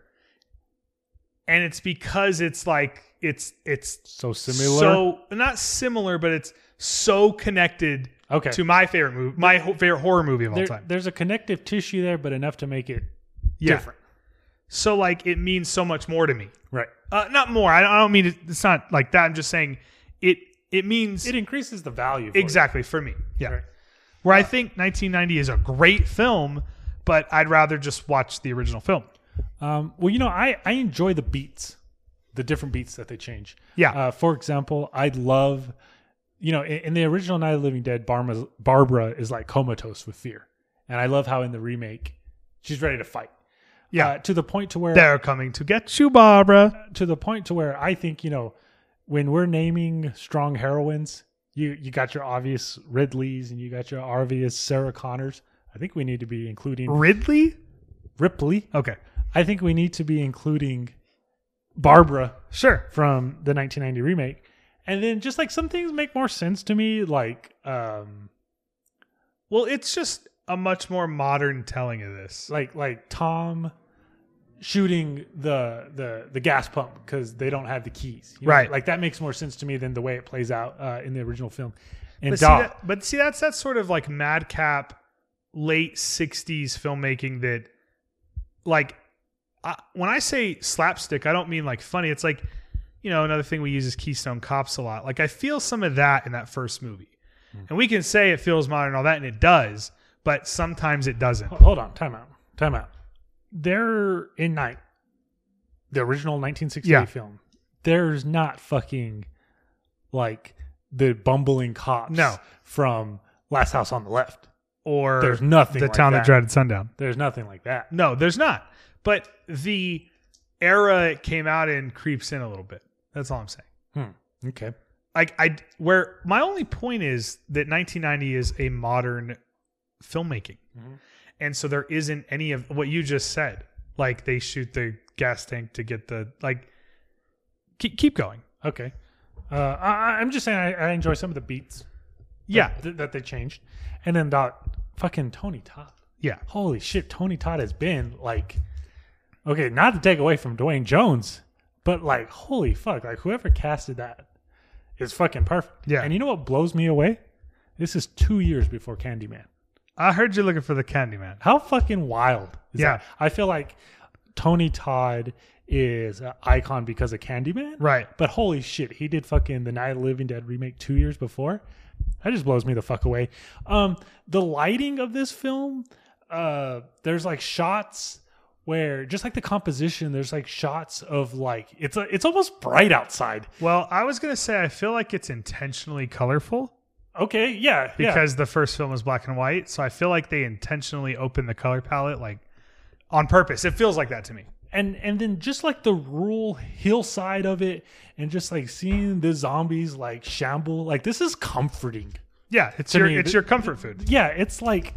and it's because it's like it's it's
So similar.
so not similar, but it's so connected
okay.
to my favorite movie, my ho- favorite horror movie of all
There-
time.
There's a connective tissue there, but enough to make it
Yeah.
different.
So like, it means so much more to me.
Right.
Uh, not more. I, I don't mean it, it's not like that. I'm just saying it. It means
It increases the value. for it.
exactly for me. Yeah.
Right.
where I think 1990 is a great film, but I'd rather just watch the original film.
Um, well, you know, I, I enjoy the beats, the different beats that they change.
Yeah.
Uh, for example, I love, you know, in, in the original Night of the Living Dead, Barbara, Barbara is like comatose with fear. And I love how in the remake, she's ready to fight.
Yeah.
uh, to the point to where
They're coming to get you, Barbara.
to the point to where I think you know when we're naming strong heroines, you you got your obvious Ridleys and you got your obvious Sarah Connors. I think we need to be including
Ridley?
Ripley.
Okay.
I think we need to be including Barbara
Sure.
from the 1990 remake. And then just like some things make more sense to me, like um
Well, it's just a much more modern telling of this.
like like Tom shooting the the the gas pump because they don't have the keys, you know?
Right.
Like that makes more sense to me than the way it plays out uh, in the original film. And
But see,
Doc,
that- but see, that's that sort of like madcap late 60s filmmaking that, like, I, when I say slapstick, I don't mean like funny. It's like, you know, another thing we use is Keystone Cops a lot. Like, I feel some of that in that first movie. And we can say it feels modern and all that, and it does, but sometimes it doesn't.
Ho- hold on, time out, time out. They're in night, the original 1968
Yeah.
film. There's not fucking like the bumbling cops
No.
from Last House on the Left.
Or
There's nothing
The
like
Town
that.
That Dreaded Sundown.
There's nothing like that.
No, there's not. But the era it came out in creeps in a little bit. That's all I'm saying.
Hmm. Okay.
Like I where my only point is that 1990 is a modern filmmaking. And so there isn't any of what you just said. Like they shoot the gas tank to get the like keep keep going.
Okay. Uh, I, I- I'm just saying I, I enjoy some of the beats.
Yeah.
That, that they changed. And then that fucking Tony Todd.
Yeah.
Holy shit, Tony Todd has been like, okay, not to take away from Dwayne Jones, but like, holy fuck, like whoever casted that is fucking perfect.
Yeah.
And you know what blows me away? This is two years before Candyman.
I heard you're looking for the Candyman.
How fucking wild is
Yeah.
that? I feel like Tony Todd is an icon because of Candyman.
Right.
But holy shit, he did fucking the Night of the Living Dead remake two years before. That just blows me the fuck away. Um, the lighting of this film, uh, there's like shots where just like the composition, there's like shots of like it's a, it's almost bright outside.
Well, I was gonna say I feel like it's intentionally colorful
Okay, yeah, yeah.
because the first film was black and white, so I feel like they intentionally opened the color palette like on purpose. It feels like that to me.
and and then just like the rural hillside of it and just like seeing the zombies like shamble like this is comforting
Yeah, it's
To
your
me,
it's
th-
your comfort food.
yeah it's like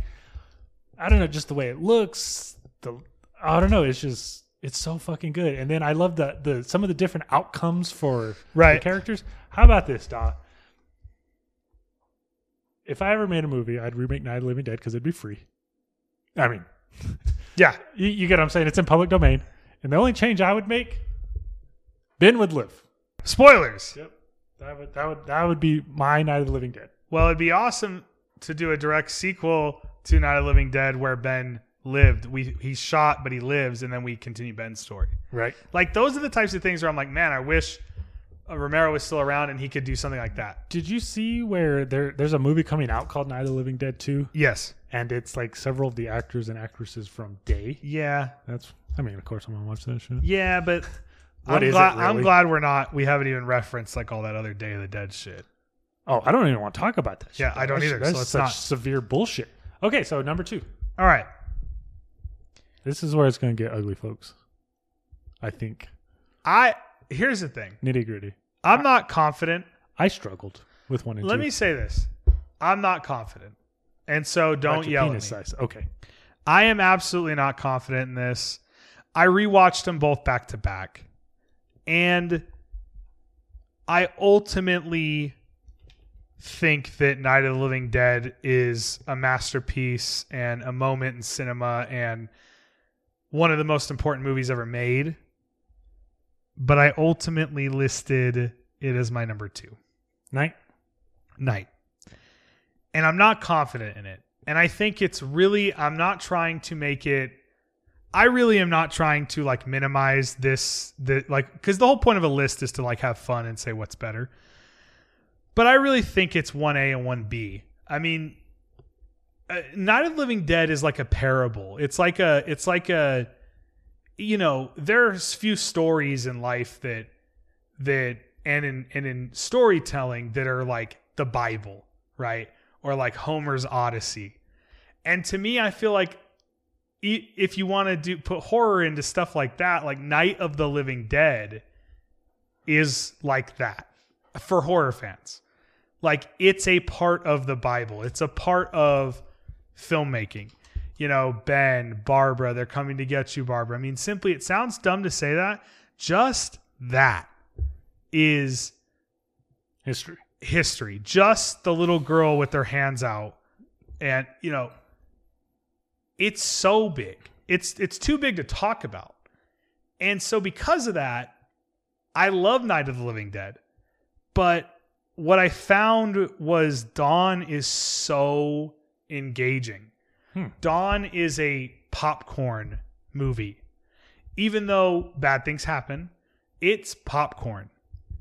i don't know just the way it looks the i don't know it's just it's so fucking good and then i love the the some of the different outcomes for the
Right.
characters how about this doc if i ever made a movie i'd remake night of the living dead because it'd be free i mean
Yeah,
you, you get what I'm saying? It's in public domain. And the only change I would make, Ben would live.
spoilers.
Yep. That would that would that would be my Night of the Living Dead.
Well, it'd be awesome to do a direct sequel to Night of the Living Dead where Ben lived. We he shot, but he lives, and then we continue Ben's story.
Right.
Like those are the types of things where I'm like, man, I wish uh, Romero was still around and he could do something like that.
Did you see where there there's a movie coming out called Night of the Living Dead 2?
Yes.
And it's like several of the actors and actresses from Day.
Yeah.
That's I mean, of course I'm gonna watch that shit.
Yeah, but
What
I'm,
is it,
glad, I'm
really?
glad we're not. We haven't even referenced like all that other Day of the Dead shit.
Oh, I don't even want to talk about that shit.
Yeah, I don't
That's-
either,
That's
so let's
such
not.
severe bullshit. Okay, so number two.
All right.
This is where it's gonna get ugly, folks. I think.
I here's the thing.
Nitty gritty.
I'm not confident
I struggled with one and
Let
two.
me say this. I'm not confident. And so
About
don't
your
yell at me.
penis size. Okay.
I am absolutely not confident in this. I rewatched them both back to back. And I ultimately think that Night of the Living Dead is a masterpiece and a moment in cinema and one of the most important movies ever made. But I ultimately listed it as my number two.
Night.
night. And I'm not confident in it. And I think it's really, I'm not trying to make it, I really am not trying to like minimize this, the, like, because the whole point of a list is to like have fun and say what's better. But I really think it's 1A and 1B. I mean, uh, Night of the Living Dead is like a parable. It's like a, it's like a, you know, there's few stories in life that that and in and in storytelling that are like the Bible, right? Or like Homer's Odyssey. And to me, I feel like e- if you want to do put horror into stuff like that, like Night of the Living Dead is like that for horror fans. Like it's a part of the Bible. It's a part of filmmaking. You know, Ben, Barbara, they're coming to get you, Barbara. I mean, simply it sounds dumb to say that. Just that is
History.
history. Just the little girl with her hands out, and you know, it's so big. It's it's too big to talk about, and so because of that, I love Night of the Living Dead. But what I found was Dawn is so engaging.
Hmm.
Dawn is a popcorn movie. Even though bad things happen, it's popcorn.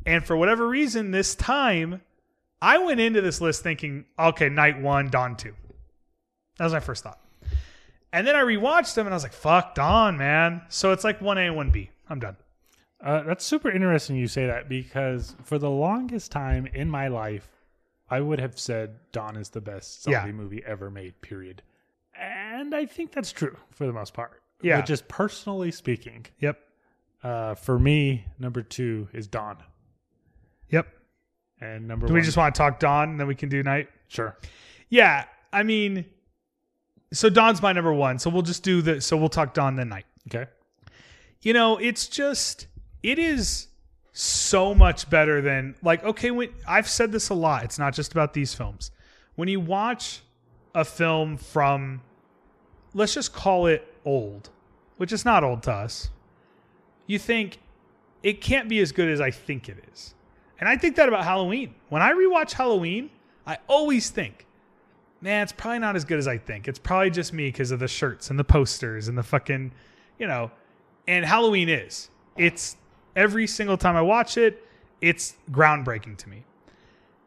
And for whatever reason, this time, I went into this list thinking, okay, night one, Dawn two. That was my first thought. And then I rewatched them and I was like, fuck, Dawn, man. So it's like 1A and 1B. I'm done.
Uh, that's super interesting you say that because for the longest time in my life, I would have said Dawn is the best zombie
Yeah.
movie ever made, period. And I think that's true for the most part.
Yeah.
But just personally speaking,
Yep.
uh, for me, number two is Dawn.
Yep.
And number
Do
one.
we just want to talk Dawn and then we can do night?
Sure.
Yeah. I mean, so Dawn's my number one. So we'll just do the, so we'll talk Dawn then night.
Okay.
you know, it's just it is so much better than like okay, when I've said this a lot, it's not just about these films. When you watch a film from let's just call it old, which is not old to us, you think it can't be as good as I think it is. And I think that about Halloween. When I rewatch Halloween, I always think, man, it's probably not as good as I think. It's probably just me because of the shirts and the posters and the fucking, you know, and Halloween is. It's every single time I watch it, it's groundbreaking to me.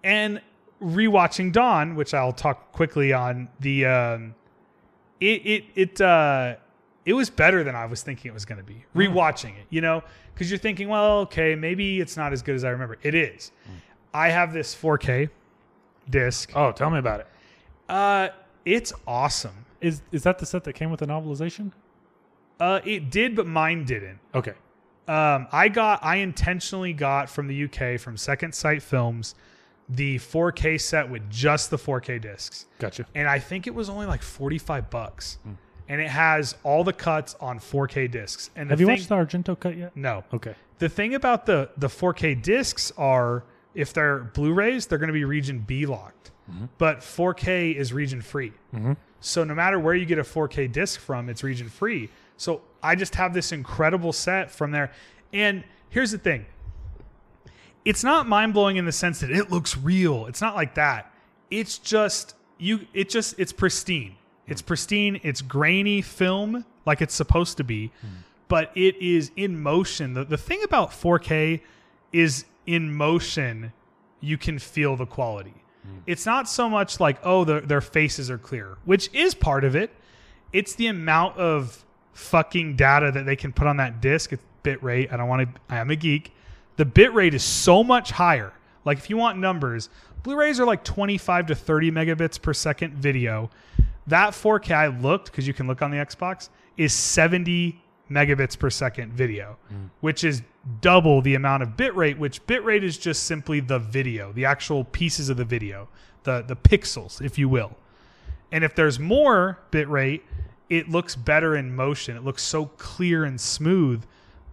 And rewatching Dawn, which I'll talk quickly on the um it it it uh it was better than I was thinking it was going to be. Rewatching it, you know, cuz you're thinking, well, okay, maybe it's not as good as I remember. It is. I have this 4K disc.
Oh, tell me about it.
Uh it's awesome.
Is is that the set that came with the novelization?
Uh it did but mine didn't.
Okay.
um, I got I intentionally got from the UK from Second Sight Films the 4K set with just the 4K discs,
Gotcha.
and I think it was only like 45 bucks,
Hmm.
and it has all the cuts on 4K discs. And the
Have you
thing-
watched the Argento cut yet?
No.
Okay.
The thing about the the 4K discs are if they're Blu-rays, they're going to be region B locked, but 4K is region free. So no matter where you get a 4K disc from, it's region free. So I just have this incredible set from there. And here's the thing. It's not mind-blowing in the sense that it looks real. It's not like that. It's just you it just it's pristine. It's pristine, it's grainy film like it's supposed to be, but it is in motion. The the thing about 4K is in motion you can feel the quality. It's not so much like, oh, their their faces are clear, which is part of it. It's the amount of fucking data that they can put on that disc. It's bit rate. I don't want to, I am a geek. The bit rate is so much higher. Like, if you want numbers, Blu rays are like 25 to 30 megabits per second video. That 4K I looked, because you can look on the Xbox, is 70 megabits per second video, which is double the amount of bitrate, which bitrate is just simply the video, the actual pieces of the video, the, the pixels, if you will. And if there's more bitrate, it looks better in motion. It looks so clear and smooth,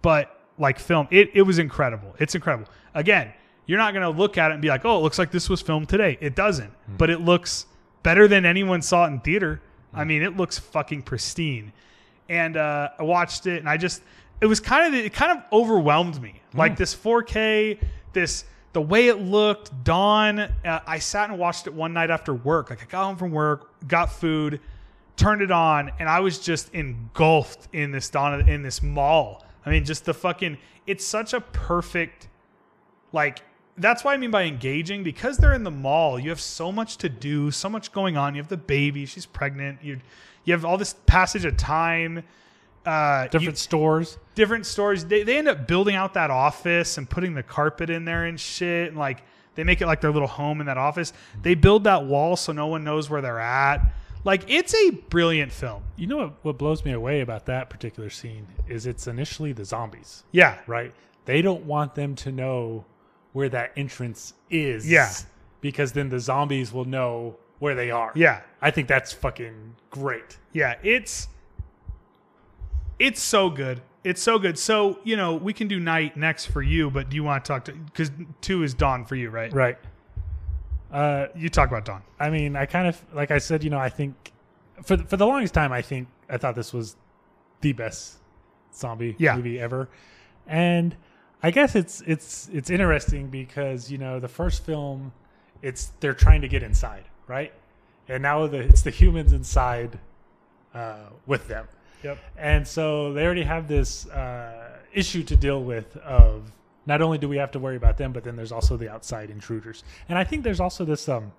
but like film, it, it was incredible. It's incredible. Again, you're not going to look at it and be like, oh, it looks like this was filmed today. It doesn't, but it looks better than anyone saw it in theater. I mean, it looks fucking pristine. And uh, I watched it and I just, it was kind of, it kind of overwhelmed me. Like this 4K, this, the way it looked, dawn. Uh, I sat and watched it one night after work. Like I got home from work, got food, turned it on, and I was just engulfed in this dawn in this mall. I mean, just the fucking. It's such a perfect, like. That's what I mean by engaging because they're in the mall. You have so much to do, so much going on. You have the baby; she's pregnant. You, you have all this passage of time. Uh, you-
Different stores.
different stores they, they end up building out that office and putting the carpet in there and shit and like they make it like their little home in that office they build that wall so no one knows where they're at Like it's a brilliant film.
You know what, what blows me away about that particular scene is it's initially the zombies,
Yeah.
right? They don't want them to know where that entrance is.
Yeah.
Because then the zombies will know where they are.
Yeah.
I think that's fucking great.
Yeah, it's it's so good. It's so good. So, you know, we can do night next for you, but do you want to talk to cuz 2 is dawn for you, right?
Right. Uh,
You talk about dawn.
I mean, I kind of like I said, you know, I think for the- for the longest time, I think I thought this was the best zombie
Yeah.
movie ever, and I guess it's it's it's interesting because you know the first film, it's they're trying to get inside, right, and now the, it's the humans inside uh, with them,
Yep.
and so they already have this uh, issue to deal with of not only do we have to worry about them, but then there's also the outside intruders. And I think there's also this um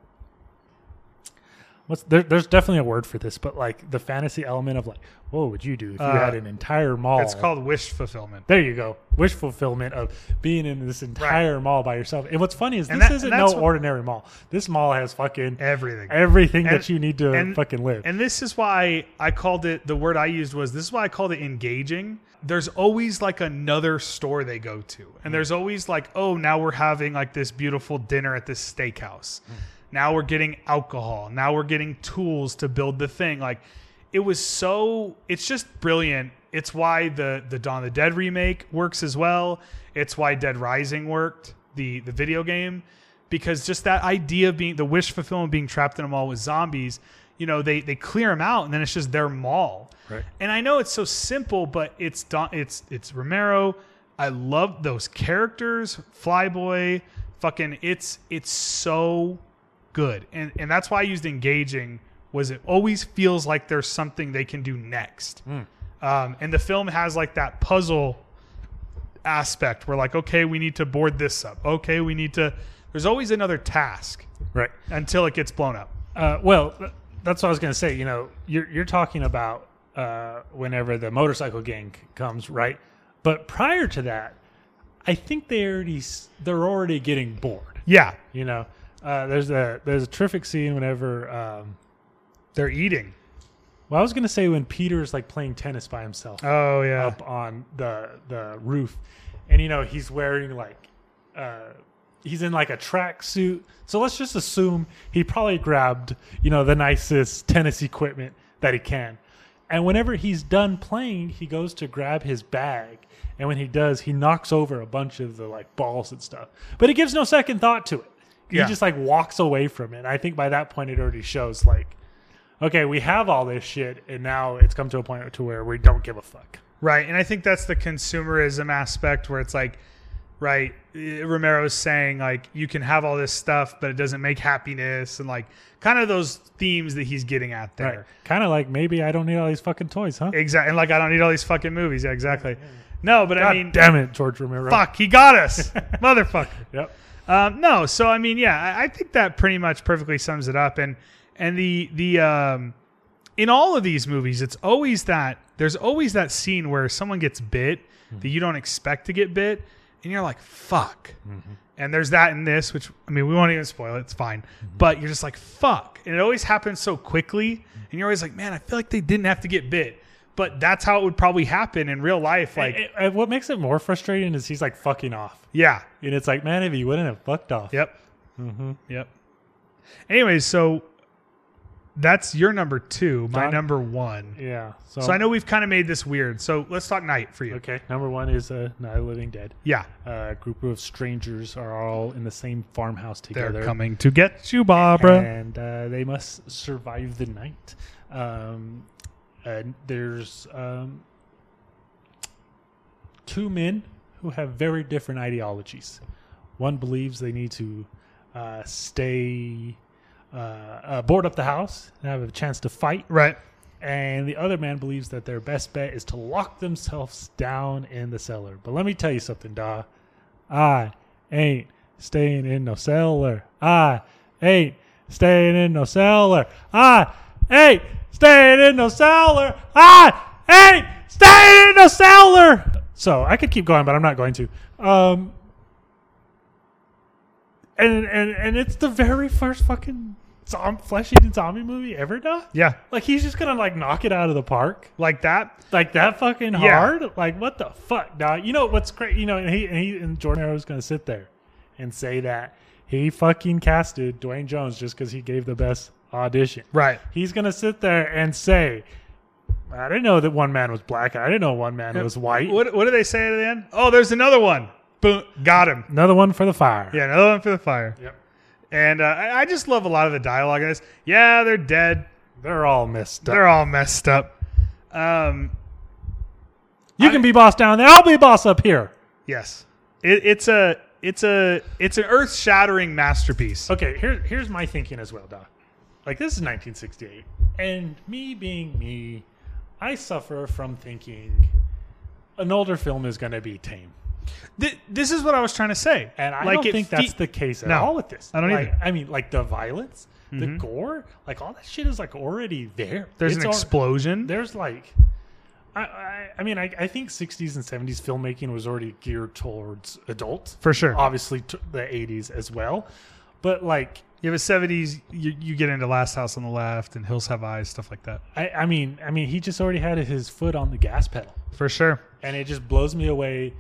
what's there, there's definitely a word for this, but like the fantasy element of like, what would you do if you
Uh,
had an entire mall?
It's called wish fulfillment.
there you go. Wish fulfillment of being in this entire mall by yourself. And what's funny is
And
this
that-
isn't
and
no
that's what-
ordinary mall. This mall has fucking
Everything.
everything
And-
that you need to
and-
fucking live.
And this is why I called it the word I used was this is why I called it engaging. There's always like another store they go to.
Hmm.
And there's always like, oh, now we're having like this beautiful dinner at this steakhouse.
Hmm.
Now we're getting alcohol. Now we're getting tools to build the thing. Like it was so it's just brilliant. It's why the the Dawn of the Dead remake works as well. It's why Dead Rising worked, the the video game because just that idea of being the wish fulfillment being trapped in a mall with zombies you know they they clear them out and then it's just their mall
Right.
and i know it's so simple but it's Don- it's it's romero i love those characters flyboy fucking it's it's so good and and that's why i used engaging was it always feels like there's something they can do next um, and the film has like that puzzle aspect where like okay we need to board this up okay we need to there's always another task
right.
until it gets blown up
Uh, well, th- that's what I was going to say. You know, you're you're talking about uh, whenever the motorcycle gang c- comes, right? But prior to that, I think they already s- they're already getting bored.
yeah
You know, uh, there's a there's a terrific scene whenever. Um,
they're eating
well, I was going to say when Peter's like playing tennis by himself
oh yeah
up on the the roof, and you know he's wearing like uh, he's in like a track suit. So let's just assume he probably grabbed you know the nicest tennis equipment that he can. And whenever he's done playing, he goes to grab his bag, and when he does, he knocks over a bunch of the like balls and stuff. But he gives no second thought to it. He
Yeah.
just like walks away from it. And I think by that point, it already shows like. Okay, we have all this shit, and now it's come to a point to where we don't give a fuck.
right and i think that's the consumerism aspect where it's like right eh, romero's saying like you can have all this stuff but it doesn't make happiness and like kind of those themes that he's getting at there
Kind of like maybe I don't need all these fucking toys, huh?
exactly and like i don't need all these fucking movies yeah exactly no but i
God
mean
damn it, George Romero.
fuck he got
<laughs>
us motherfucker
Yep.
Um, no, so I mean, yeah, I, I think that pretty much perfectly sums it up. And and the the um, in all of these movies, it's always that there's always that scene where someone gets bit that you don't expect to get bit, and you're like, fuck. And there's that in this, which I mean, we won't even spoil it. It's fine, but you're just like, fuck, and it always happens so quickly, and you're always like, man, I feel like they didn't have to get bit, but that's how it would probably happen in real life. Like,
Like, what makes it more frustrating is he's like fucking off,
yeah,
and it's like, man, if he wouldn't have fucked off,
Yep. Mm-hmm. Yep. Anyways, so that's your number two, my
Done.
number one.
yeah. So,
So I know we've kind of made this weird. So let's talk night for you.
Okay, number one is uh, not a living dead. Uh,
Yeah.
A group of strangers are all in the same farmhouse
They're
together.
coming to get you, Barbara.
and uh, they must survive the night. Um, and there's um, two men who have very different ideologies. One believes they need to uh, stay, uh, uh, board up the house, and have a chance to fight
right.
and the other man believes that their best bet is to lock themselves down in the cellar. But let me tell you something, Da. I ain't staying in no cellar. I ain't staying in no cellar. I ain't staying in no cellar. I ain't staying in no cellar. So I could keep going, but I'm not going to. Um, and and and it's the very first fucking zom- flesh eating zombie movie ever done?
Yeah,
Like he's just gonna like knock it out of the park.
like that.
Like that fucking
Yeah.
hard? Like what the fuck, dog? You know what's great? You know, and he and, he, and Jordan Arrow's gonna sit there and say that he fucking casted Dwayne Jones just because he gave the best audition.
Right.
He's gonna sit there and say, "I didn't know that one man was black. I didn't know one man was white."
What What do they say at the end? Oh, there's another one. Boom, got him.
Another one for the fire.
Yeah, another one for the fire.
Yep.
And uh, I, I just love a lot of the dialogue. in this. yeah, they're dead.
They're all messed up.
They're all messed up. Um,
you can be boss down there. I'll be boss up here.
yes, it, it's a it's a it's an earth shattering masterpiece.
Okay, here, here's my thinking as well, Doc. Like, this is 1968. And me being me, I suffer from thinking an older film is going to be tame.
Th- this is what I was trying to say.
And I
Like,
don't
it
think
fe-
that's the case at
No,
all with this.
I don't
like,
either.
I Mm-hmm. mean, like, the violence, the gore, like, all that shit is, like, already there.
There's
It's
an
al-
explosion.
There's, like... I, I, I mean, I, I think 60s and 70s filmmaking was already geared towards adults.
For sure.
Obviously, t- the 80s as well. But, like...
you have a '70s. You, you get into Last House on the Left and Hills Have Eyes, stuff like that.
I, I mean, I mean, he just already had his foot on the gas pedal,
For sure.
and it just blows me away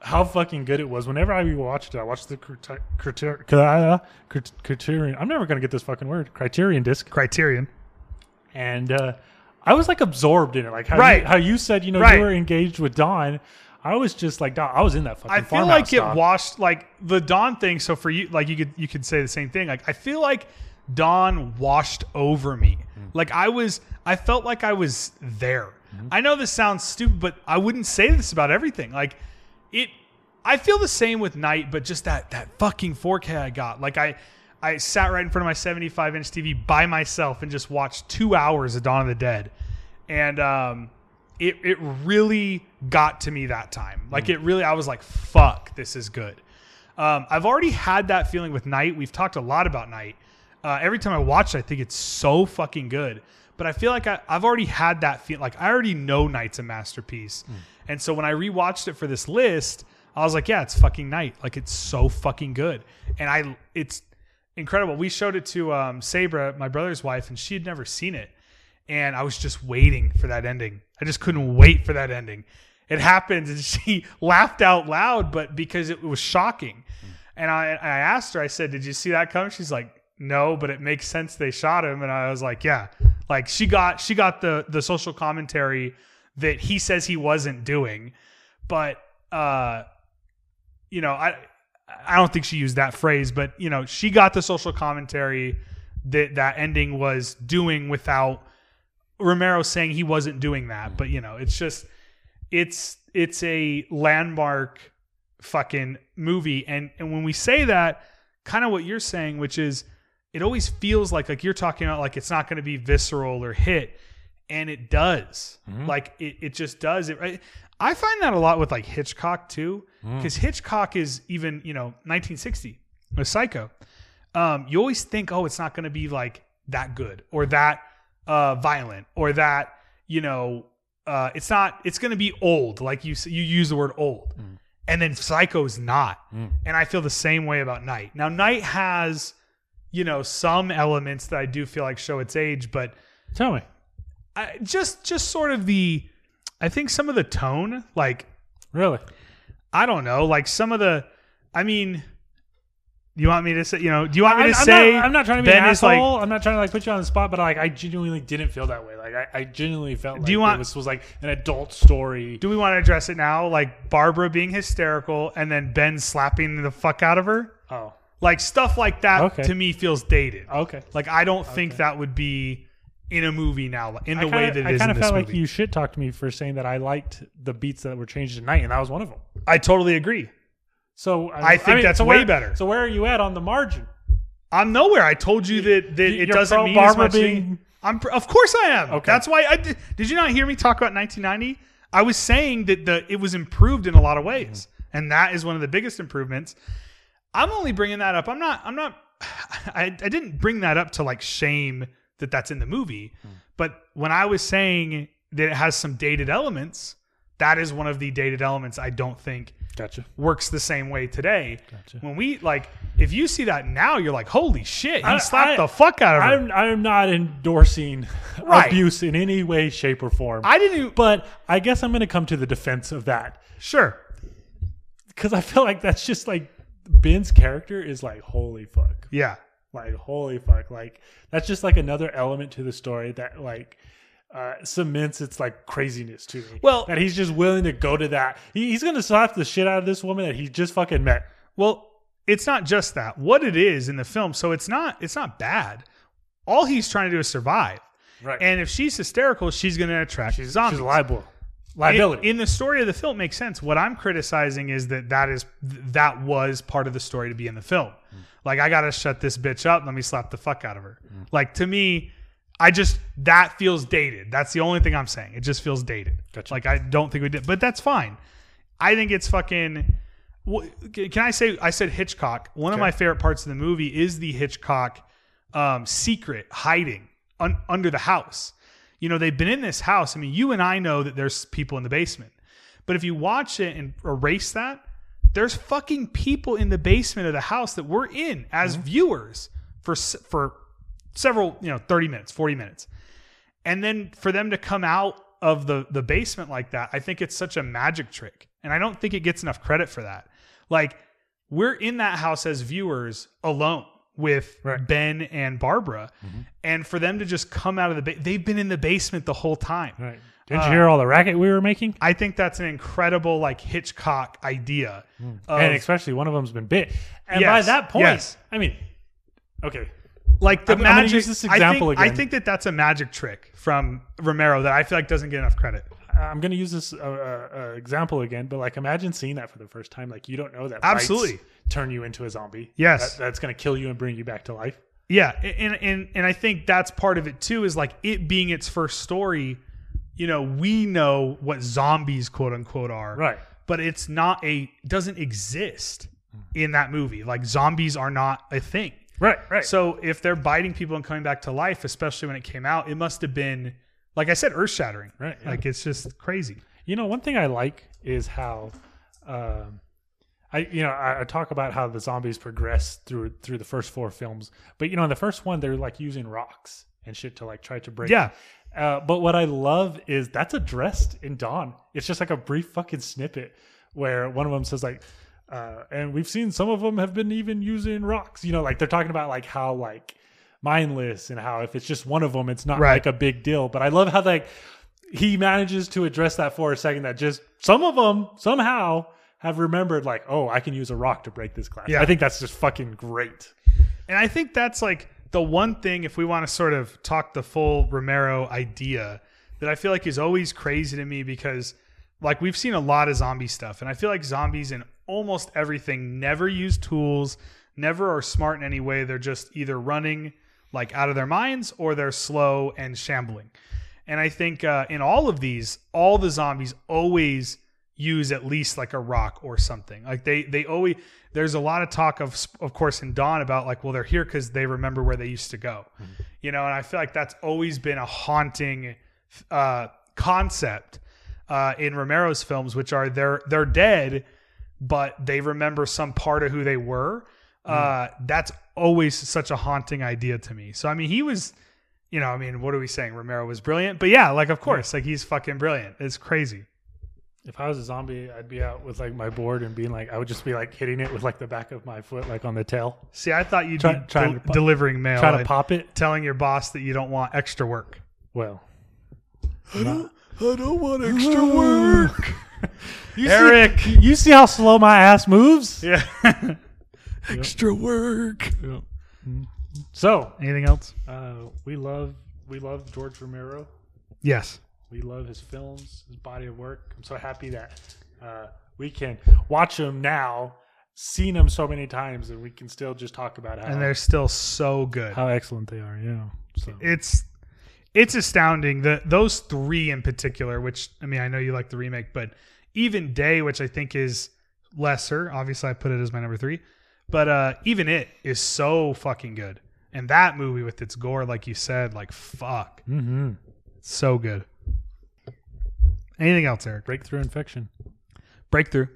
how fucking good it was. Whenever I rewatched it, I watched the criter- criter- uh, crit- Criterion. I'm never gonna get this fucking word. Criterion disc,
Criterion.
and uh, I was like absorbed in it. Like how
Right.
you, how you said, you know,
Right.
you were engaged with Don. I was just like, Don, I was in that fucking.
I feel
farmhouse,
like it
dog.
washed like the Dawn thing. So for you, like you could you could say the same thing. Like I feel like Dawn washed over me.
Mm.
Like I was, I felt like I was there.
Mm-hmm.
I know this sounds stupid, but I wouldn't say this about everything. Like it, I feel the same with Night, but just that that fucking 4K I got. Like I. I sat right in front of my 75 inch TV by myself and just watched two hours of Dawn of the Dead. And um, it it really got to me that time. Like it really, I was like, "Fuck, this is good." Um, I've already had that feeling with Night. We've talked a lot about Night. Uh, every time I watch, it, I think it's so fucking good. But I feel like I, I've already had that feel. Like I already know Night's a masterpiece. And so when I rewatched it for this list, I was like, "Yeah, it's fucking Night. Like it's so fucking good." And I, it's incredible. We showed it to um, Sabra, my brother's wife, and she had never seen it and I was just waiting for that ending. I just couldn't wait for that ending. It happened, and <laughs> she laughed out loud, but because it was shocking. And I, I asked her, I said, "Did you see that coming?" She's like, "No, but it makes sense they shot him." And I was like, "Yeah." Like she got she got the the social commentary that he says he wasn't doing, but uh, you know, I I don't think she used that phrase, but you know, she got the social commentary that that ending was doing without Romero saying he wasn't doing that, but you know, it's just it's it's a landmark fucking movie and and when we say that, kind of what you're saying which is it always feels like like you're talking about like it's not going to be visceral or hit and it does. Like it it just does it right? I find that a lot with like Hitchcock too cuz Hitchcock is even, you know, 1960 with Psycho um, you always think, oh, it's not going to be like that good or that uh, violent or that you know, uh, it's not. It's going to be old. Like you s- you use the word old,
Mm.
and then Psycho's not. And I feel the same way about Night. Now Night has you know some elements that I do feel like show its age, but
Tell me,
I, just just sort of the, I think some of the tone like
really?
I don't know, like some of the. I mean, you want me to say, you know, do you want me
I'm,
to
I'm
say?
not, I'm not trying to be
Ben
an
is like-
asshole. I'm not trying to like put you on the spot, but like I genuinely didn't feel that way. Like I, I genuinely felt like
you
it
want-
this was like an adult story.
Do we want to address it now? Like Barbara being hysterical and then Ben slapping the fuck out of her?
oh,
Like stuff like that
Okay.
to me feels dated.
okay.
Like I don't think that would be in a movie now in the way that it
I
is
kinda
in this
felt
movie.
like you shit talked to me for saying that I liked the beats that were changed tonight, and that was one of them.
I totally agree.
So
I think that's
so
way
where-
better.
So where are you at on the margin?
I'm nowhere. I told you that, that
you-
it
you're
doesn't
pro
mean
Barbara
as much. to me.
being-
I'm pr- of course I am.
Okay.
That's why I did, did you not hear me talk about 1990? I was saying that the it was improved in a lot of ways,
Mm-hmm.
and that is one of the biggest improvements. I'm only bringing that up. I'm not. I'm not. <sighs> I, I didn't bring that up to like shame that
Hmm.
that's in the movie, but when I was saying that it has some dated elements, That is one of the dated elements I don't think
Gotcha.
works the same way today.
Gotcha.
When we like, if you see that now, you're like, holy shit, he
I-
slapped
I-
the fuck out of her.
I'm I'm not endorsing
<laughs> Right.
abuse in any way, shape, or form.
I didn't. But
but I guess I'm going to come to the defense of that
sure,
because I feel like that's just like Ben's character is like holy fuck,
yeah,
like holy fuck, like that's just like another element to the story that like. Uh, cements its like craziness to me.
Well-
that he's just willing to go to that. He, he's gonna slap the shit out of this woman that he just fucking met.
Well, it's not just that. What it is in the film, so it's not it's not bad. All he's trying to do is survive.
Right.
And if she's hysterical, she's going to attract zombies.
She's liable,
In-
liability.
in the story of the film makes sense. What I'm criticizing is that that is th- that was part of the story to be in the film.
Hmm.
Like I got to shut this bitch up. Let me slap the fuck out of her. Hmm. Like to me, I just that feels dated. That's the only thing I'm saying. It just feels dated.
Gotcha.
Like I don't think we did, but that's fine. I think it's fucking. wh- Can can I say? I said Hitchcock. One of
Okay.
my favorite parts of the movie is the Hitchcock um, secret hiding un- under the house. You know, they've been in this house. I mean, you and I know that there's people in the basement, but if you watch it and erase that, there's fucking people in the basement of the house that we're in as
Mm-hmm.
viewers for s- for several, you know, 30 minutes, 40 minutes and then for them to come out of the the basement like that i think it's such a magic trick and i don't think it gets enough credit for that like we're in that house as viewers alone with
Right. Mm-hmm.
ben and barbara and for them to just come out of the ba- they've been in the basement the whole time
right. Didn't you hear all the racket we were making?
i think that's an incredible like hitchcock idea of-
Hmm. and especially one of them's been bit. And by
Yes,
that point,
yes.
I mean, okay,
like the
I'm- I'm gonna
magic
use this
I think-
example
I
again.
think that that's a magic trick from romero that i feel like doesn't get enough credit
I'm going to use this uh, uh, uh, example again, but like, imagine seeing that for the first time. Like, you don't know that bites
Absolutely.
turn you into a zombie.
Yes.
That- that's going to kill you and bring you back to life.
Yeah, and and and I think that's part of it too is like it being its first story, you know, we know what zombies quote unquote are.
Right.
But it's not a doesn't exist
Hmm.
in that movie. Like zombies are not a thing.
Right. Right. So
So if they're biting people and coming back to life, especially when it came out, it must have been like I said, earth shattering.
Right, yeah.
Like it's just crazy.
you know, one thing I like is how, um, I you know I, I talk about how the zombies progress through through the first four films, but you know in the first one they're like using rocks and shit to like try to break
Yeah.
Uh, but what I love is that's addressed in Dawn. It's just like a brief fucking snippet where one of them says like, uh, and we've seen some of them have been even using rocks. You know, like they're talking about like how like mindless and how if it's just one of them, it's not
Right.
like a big deal. But I love how like he manages to address that for a second. That just some of them somehow have remembered like, oh, I can use a rock to break this glass.
Yeah.
I think that's just fucking great.
And I think that's like the one thing, if we want to sort of talk the full Romero idea, that I feel like is always crazy to me because, like, we've seen a lot of zombie stuff. And I feel like zombies in almost everything never use tools, never are smart in any way. They're just either running like out of their minds or they're slow and shambling. And I think uh, in all of these, all the zombies always use at least like a rock or something. Like they they always there's a lot of talk of sp- of course in Dawn about like well they're here because they remember where they used to go, you know. And I feel like that's always been a haunting uh, concept uh, in Romero's films, which are they're they're dead, but they remember some part of who they were. Uh, that's always such a haunting idea to me. So I mean, he was, you know, I mean, what are we saying? Romero was brilliant, but yeah, like of course, like he's fucking brilliant. It's crazy.
if I was a zombie, I'd be out with like my board and being like, I would just be like hitting it with like the back of my foot, like on the tail,
See, I thought you'd
Try-
be
trying
del-
to pop-
delivering mail,
trying to
and
pop it.
telling your boss that you don't want extra work.
Well,
I don't want extra
<laughs>
work.
you
Eric.
see, you see how slow my ass
<laughs>
moves.
yeah. extra work.
So
Anything else?
uh, we love we love George Romero.
Yes.
We love his films, his body of work. I'm so happy that uh, we can watch him now, seen him so many times, and we can still just talk about how
And they're still so good.
how excellent they are. Yeah. So
It's it's astounding that those three in particular, which I mean, I know you like the remake, but even Day, which I think is lesser, obviously I put it as my number three, but uh, even it is so fucking good. And that movie with its
Mm.
gore, like you said, like fuck,
mm-hmm.
so good. Anything else, Eric?
Breakthrough infection.
Breakthrough.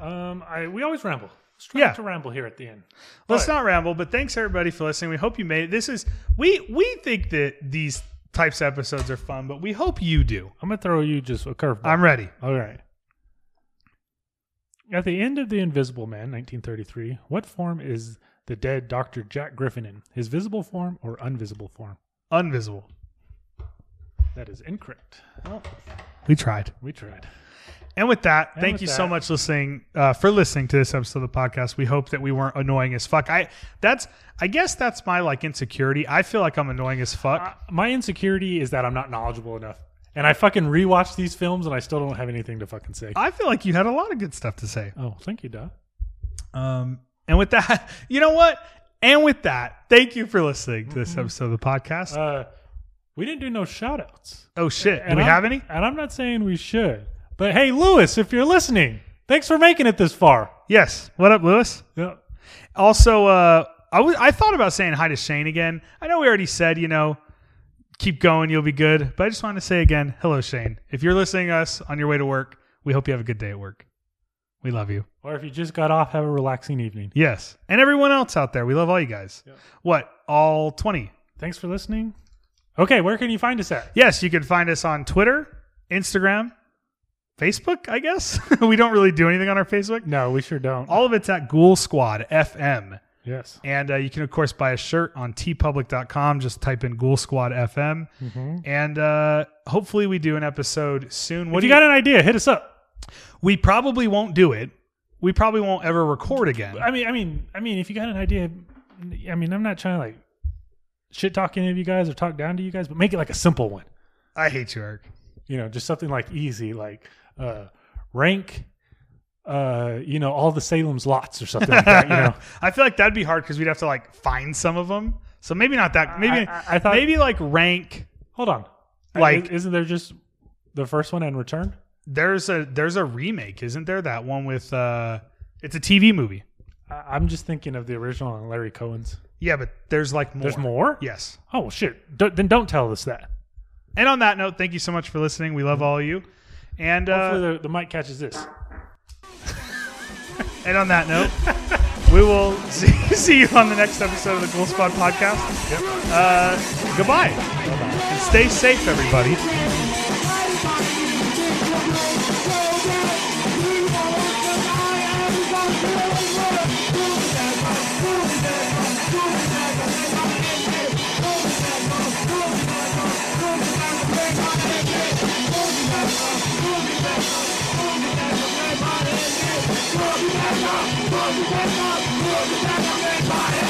Um, I we always ramble. Let's try
Yeah.
not to ramble here at the end.
Let's
But-
not ramble, but thanks everybody for listening. We hope you made it. This is we we think that these types of episodes are fun, but we hope you do.
I'm gonna throw you just a curveball.
I'm ready.
All right. At the end of The Invisible Man, 1933, what form is the dead Dr. Jack Griffin in? His visible form or unvisible form?
Unvisible.
That is incorrect.
We tried.
We tried.
And with that, thank
with
you so
that-
much listening uh, for listening to this episode of the podcast. We hope that we weren't annoying as fuck. I that's I guess that's my like insecurity. I feel like I'm annoying as fuck.
I, Uh, my insecurity is that I'm not knowledgeable enough. And I fucking rewatch these films and I still don't have anything to fucking say.
I feel like you had a lot of good stuff to say.
oh, thank you, Duh.
Um, and with that, <laughs> you know what? And with that, thank you for listening to this episode of the podcast.
Mm-hmm. Uh, we didn't do no shout outs.
oh shit! Do
And
we
I'm-
have any?
And I'm not saying we should. But hey, Lewis, if you're listening, thanks for making it this far.
Yes. What up, Lewis?
Yeah.
Also, uh, I was I thought about saying hi to Shane again. I know we already said, you know, keep going, you'll be good. But I just wanted to say again, hello, Shane. If you're listening to us on your way to work, we hope you have a good day at work. We love you.
Or if you just got off, have a relaxing evening.
Yes, and everyone else out there, we love all you guys. What all twenty?
Thanks for listening. Okay, where can you find us at?
Yes, you can find us on Twitter, Instagram, Facebook. I guess <laughs> we don't really do anything on our Facebook.
No, we sure don't.
All of it's at Ghoul Squad FM.
yes.
And uh, you can, of course, buy a shirt on tpublic.com. Just type in Ghoul Squad FM.
Mm-hmm.
And uh, hopefully, we do an episode soon. What
if
do
you got an idea, hit us up.
We probably won't do it. We probably won't ever record again.
I mean, I mean, I mean, if you got an idea, I mean, I'm not trying to like shit talk any of you guys or talk down to you guys, but make it like a simple one.
I hate you, <laughs> Eric.
You know, just something like easy, like uh, rank, uh, you know, all the Salem's lots or something like that. You know,
I feel like that'd be hard because we'd have to like find some of them. So maybe not that. Maybe
<laughs> I- I thought-
maybe like rank.
hold on.
Like-
is, not there just the first one and return?
There's a there's a remake, isn't there? That one with uh, it's a TV movie.
I, I'm just thinking of the original on Larry Cohen's.
Yeah, but there's like more.
There's more.
Yes.
Oh shit! Don't- then don't tell us that.
And on that note, thank you so much for listening. We love all of you. And uh,
Mm-hmm. Hopefully the, the mic catches this.
and on that note, <laughs> we will <laughs> see, see you on the next episode of the Cool Spot Podcast. Uh, goodbye. And stay safe, everybody.
Everybody!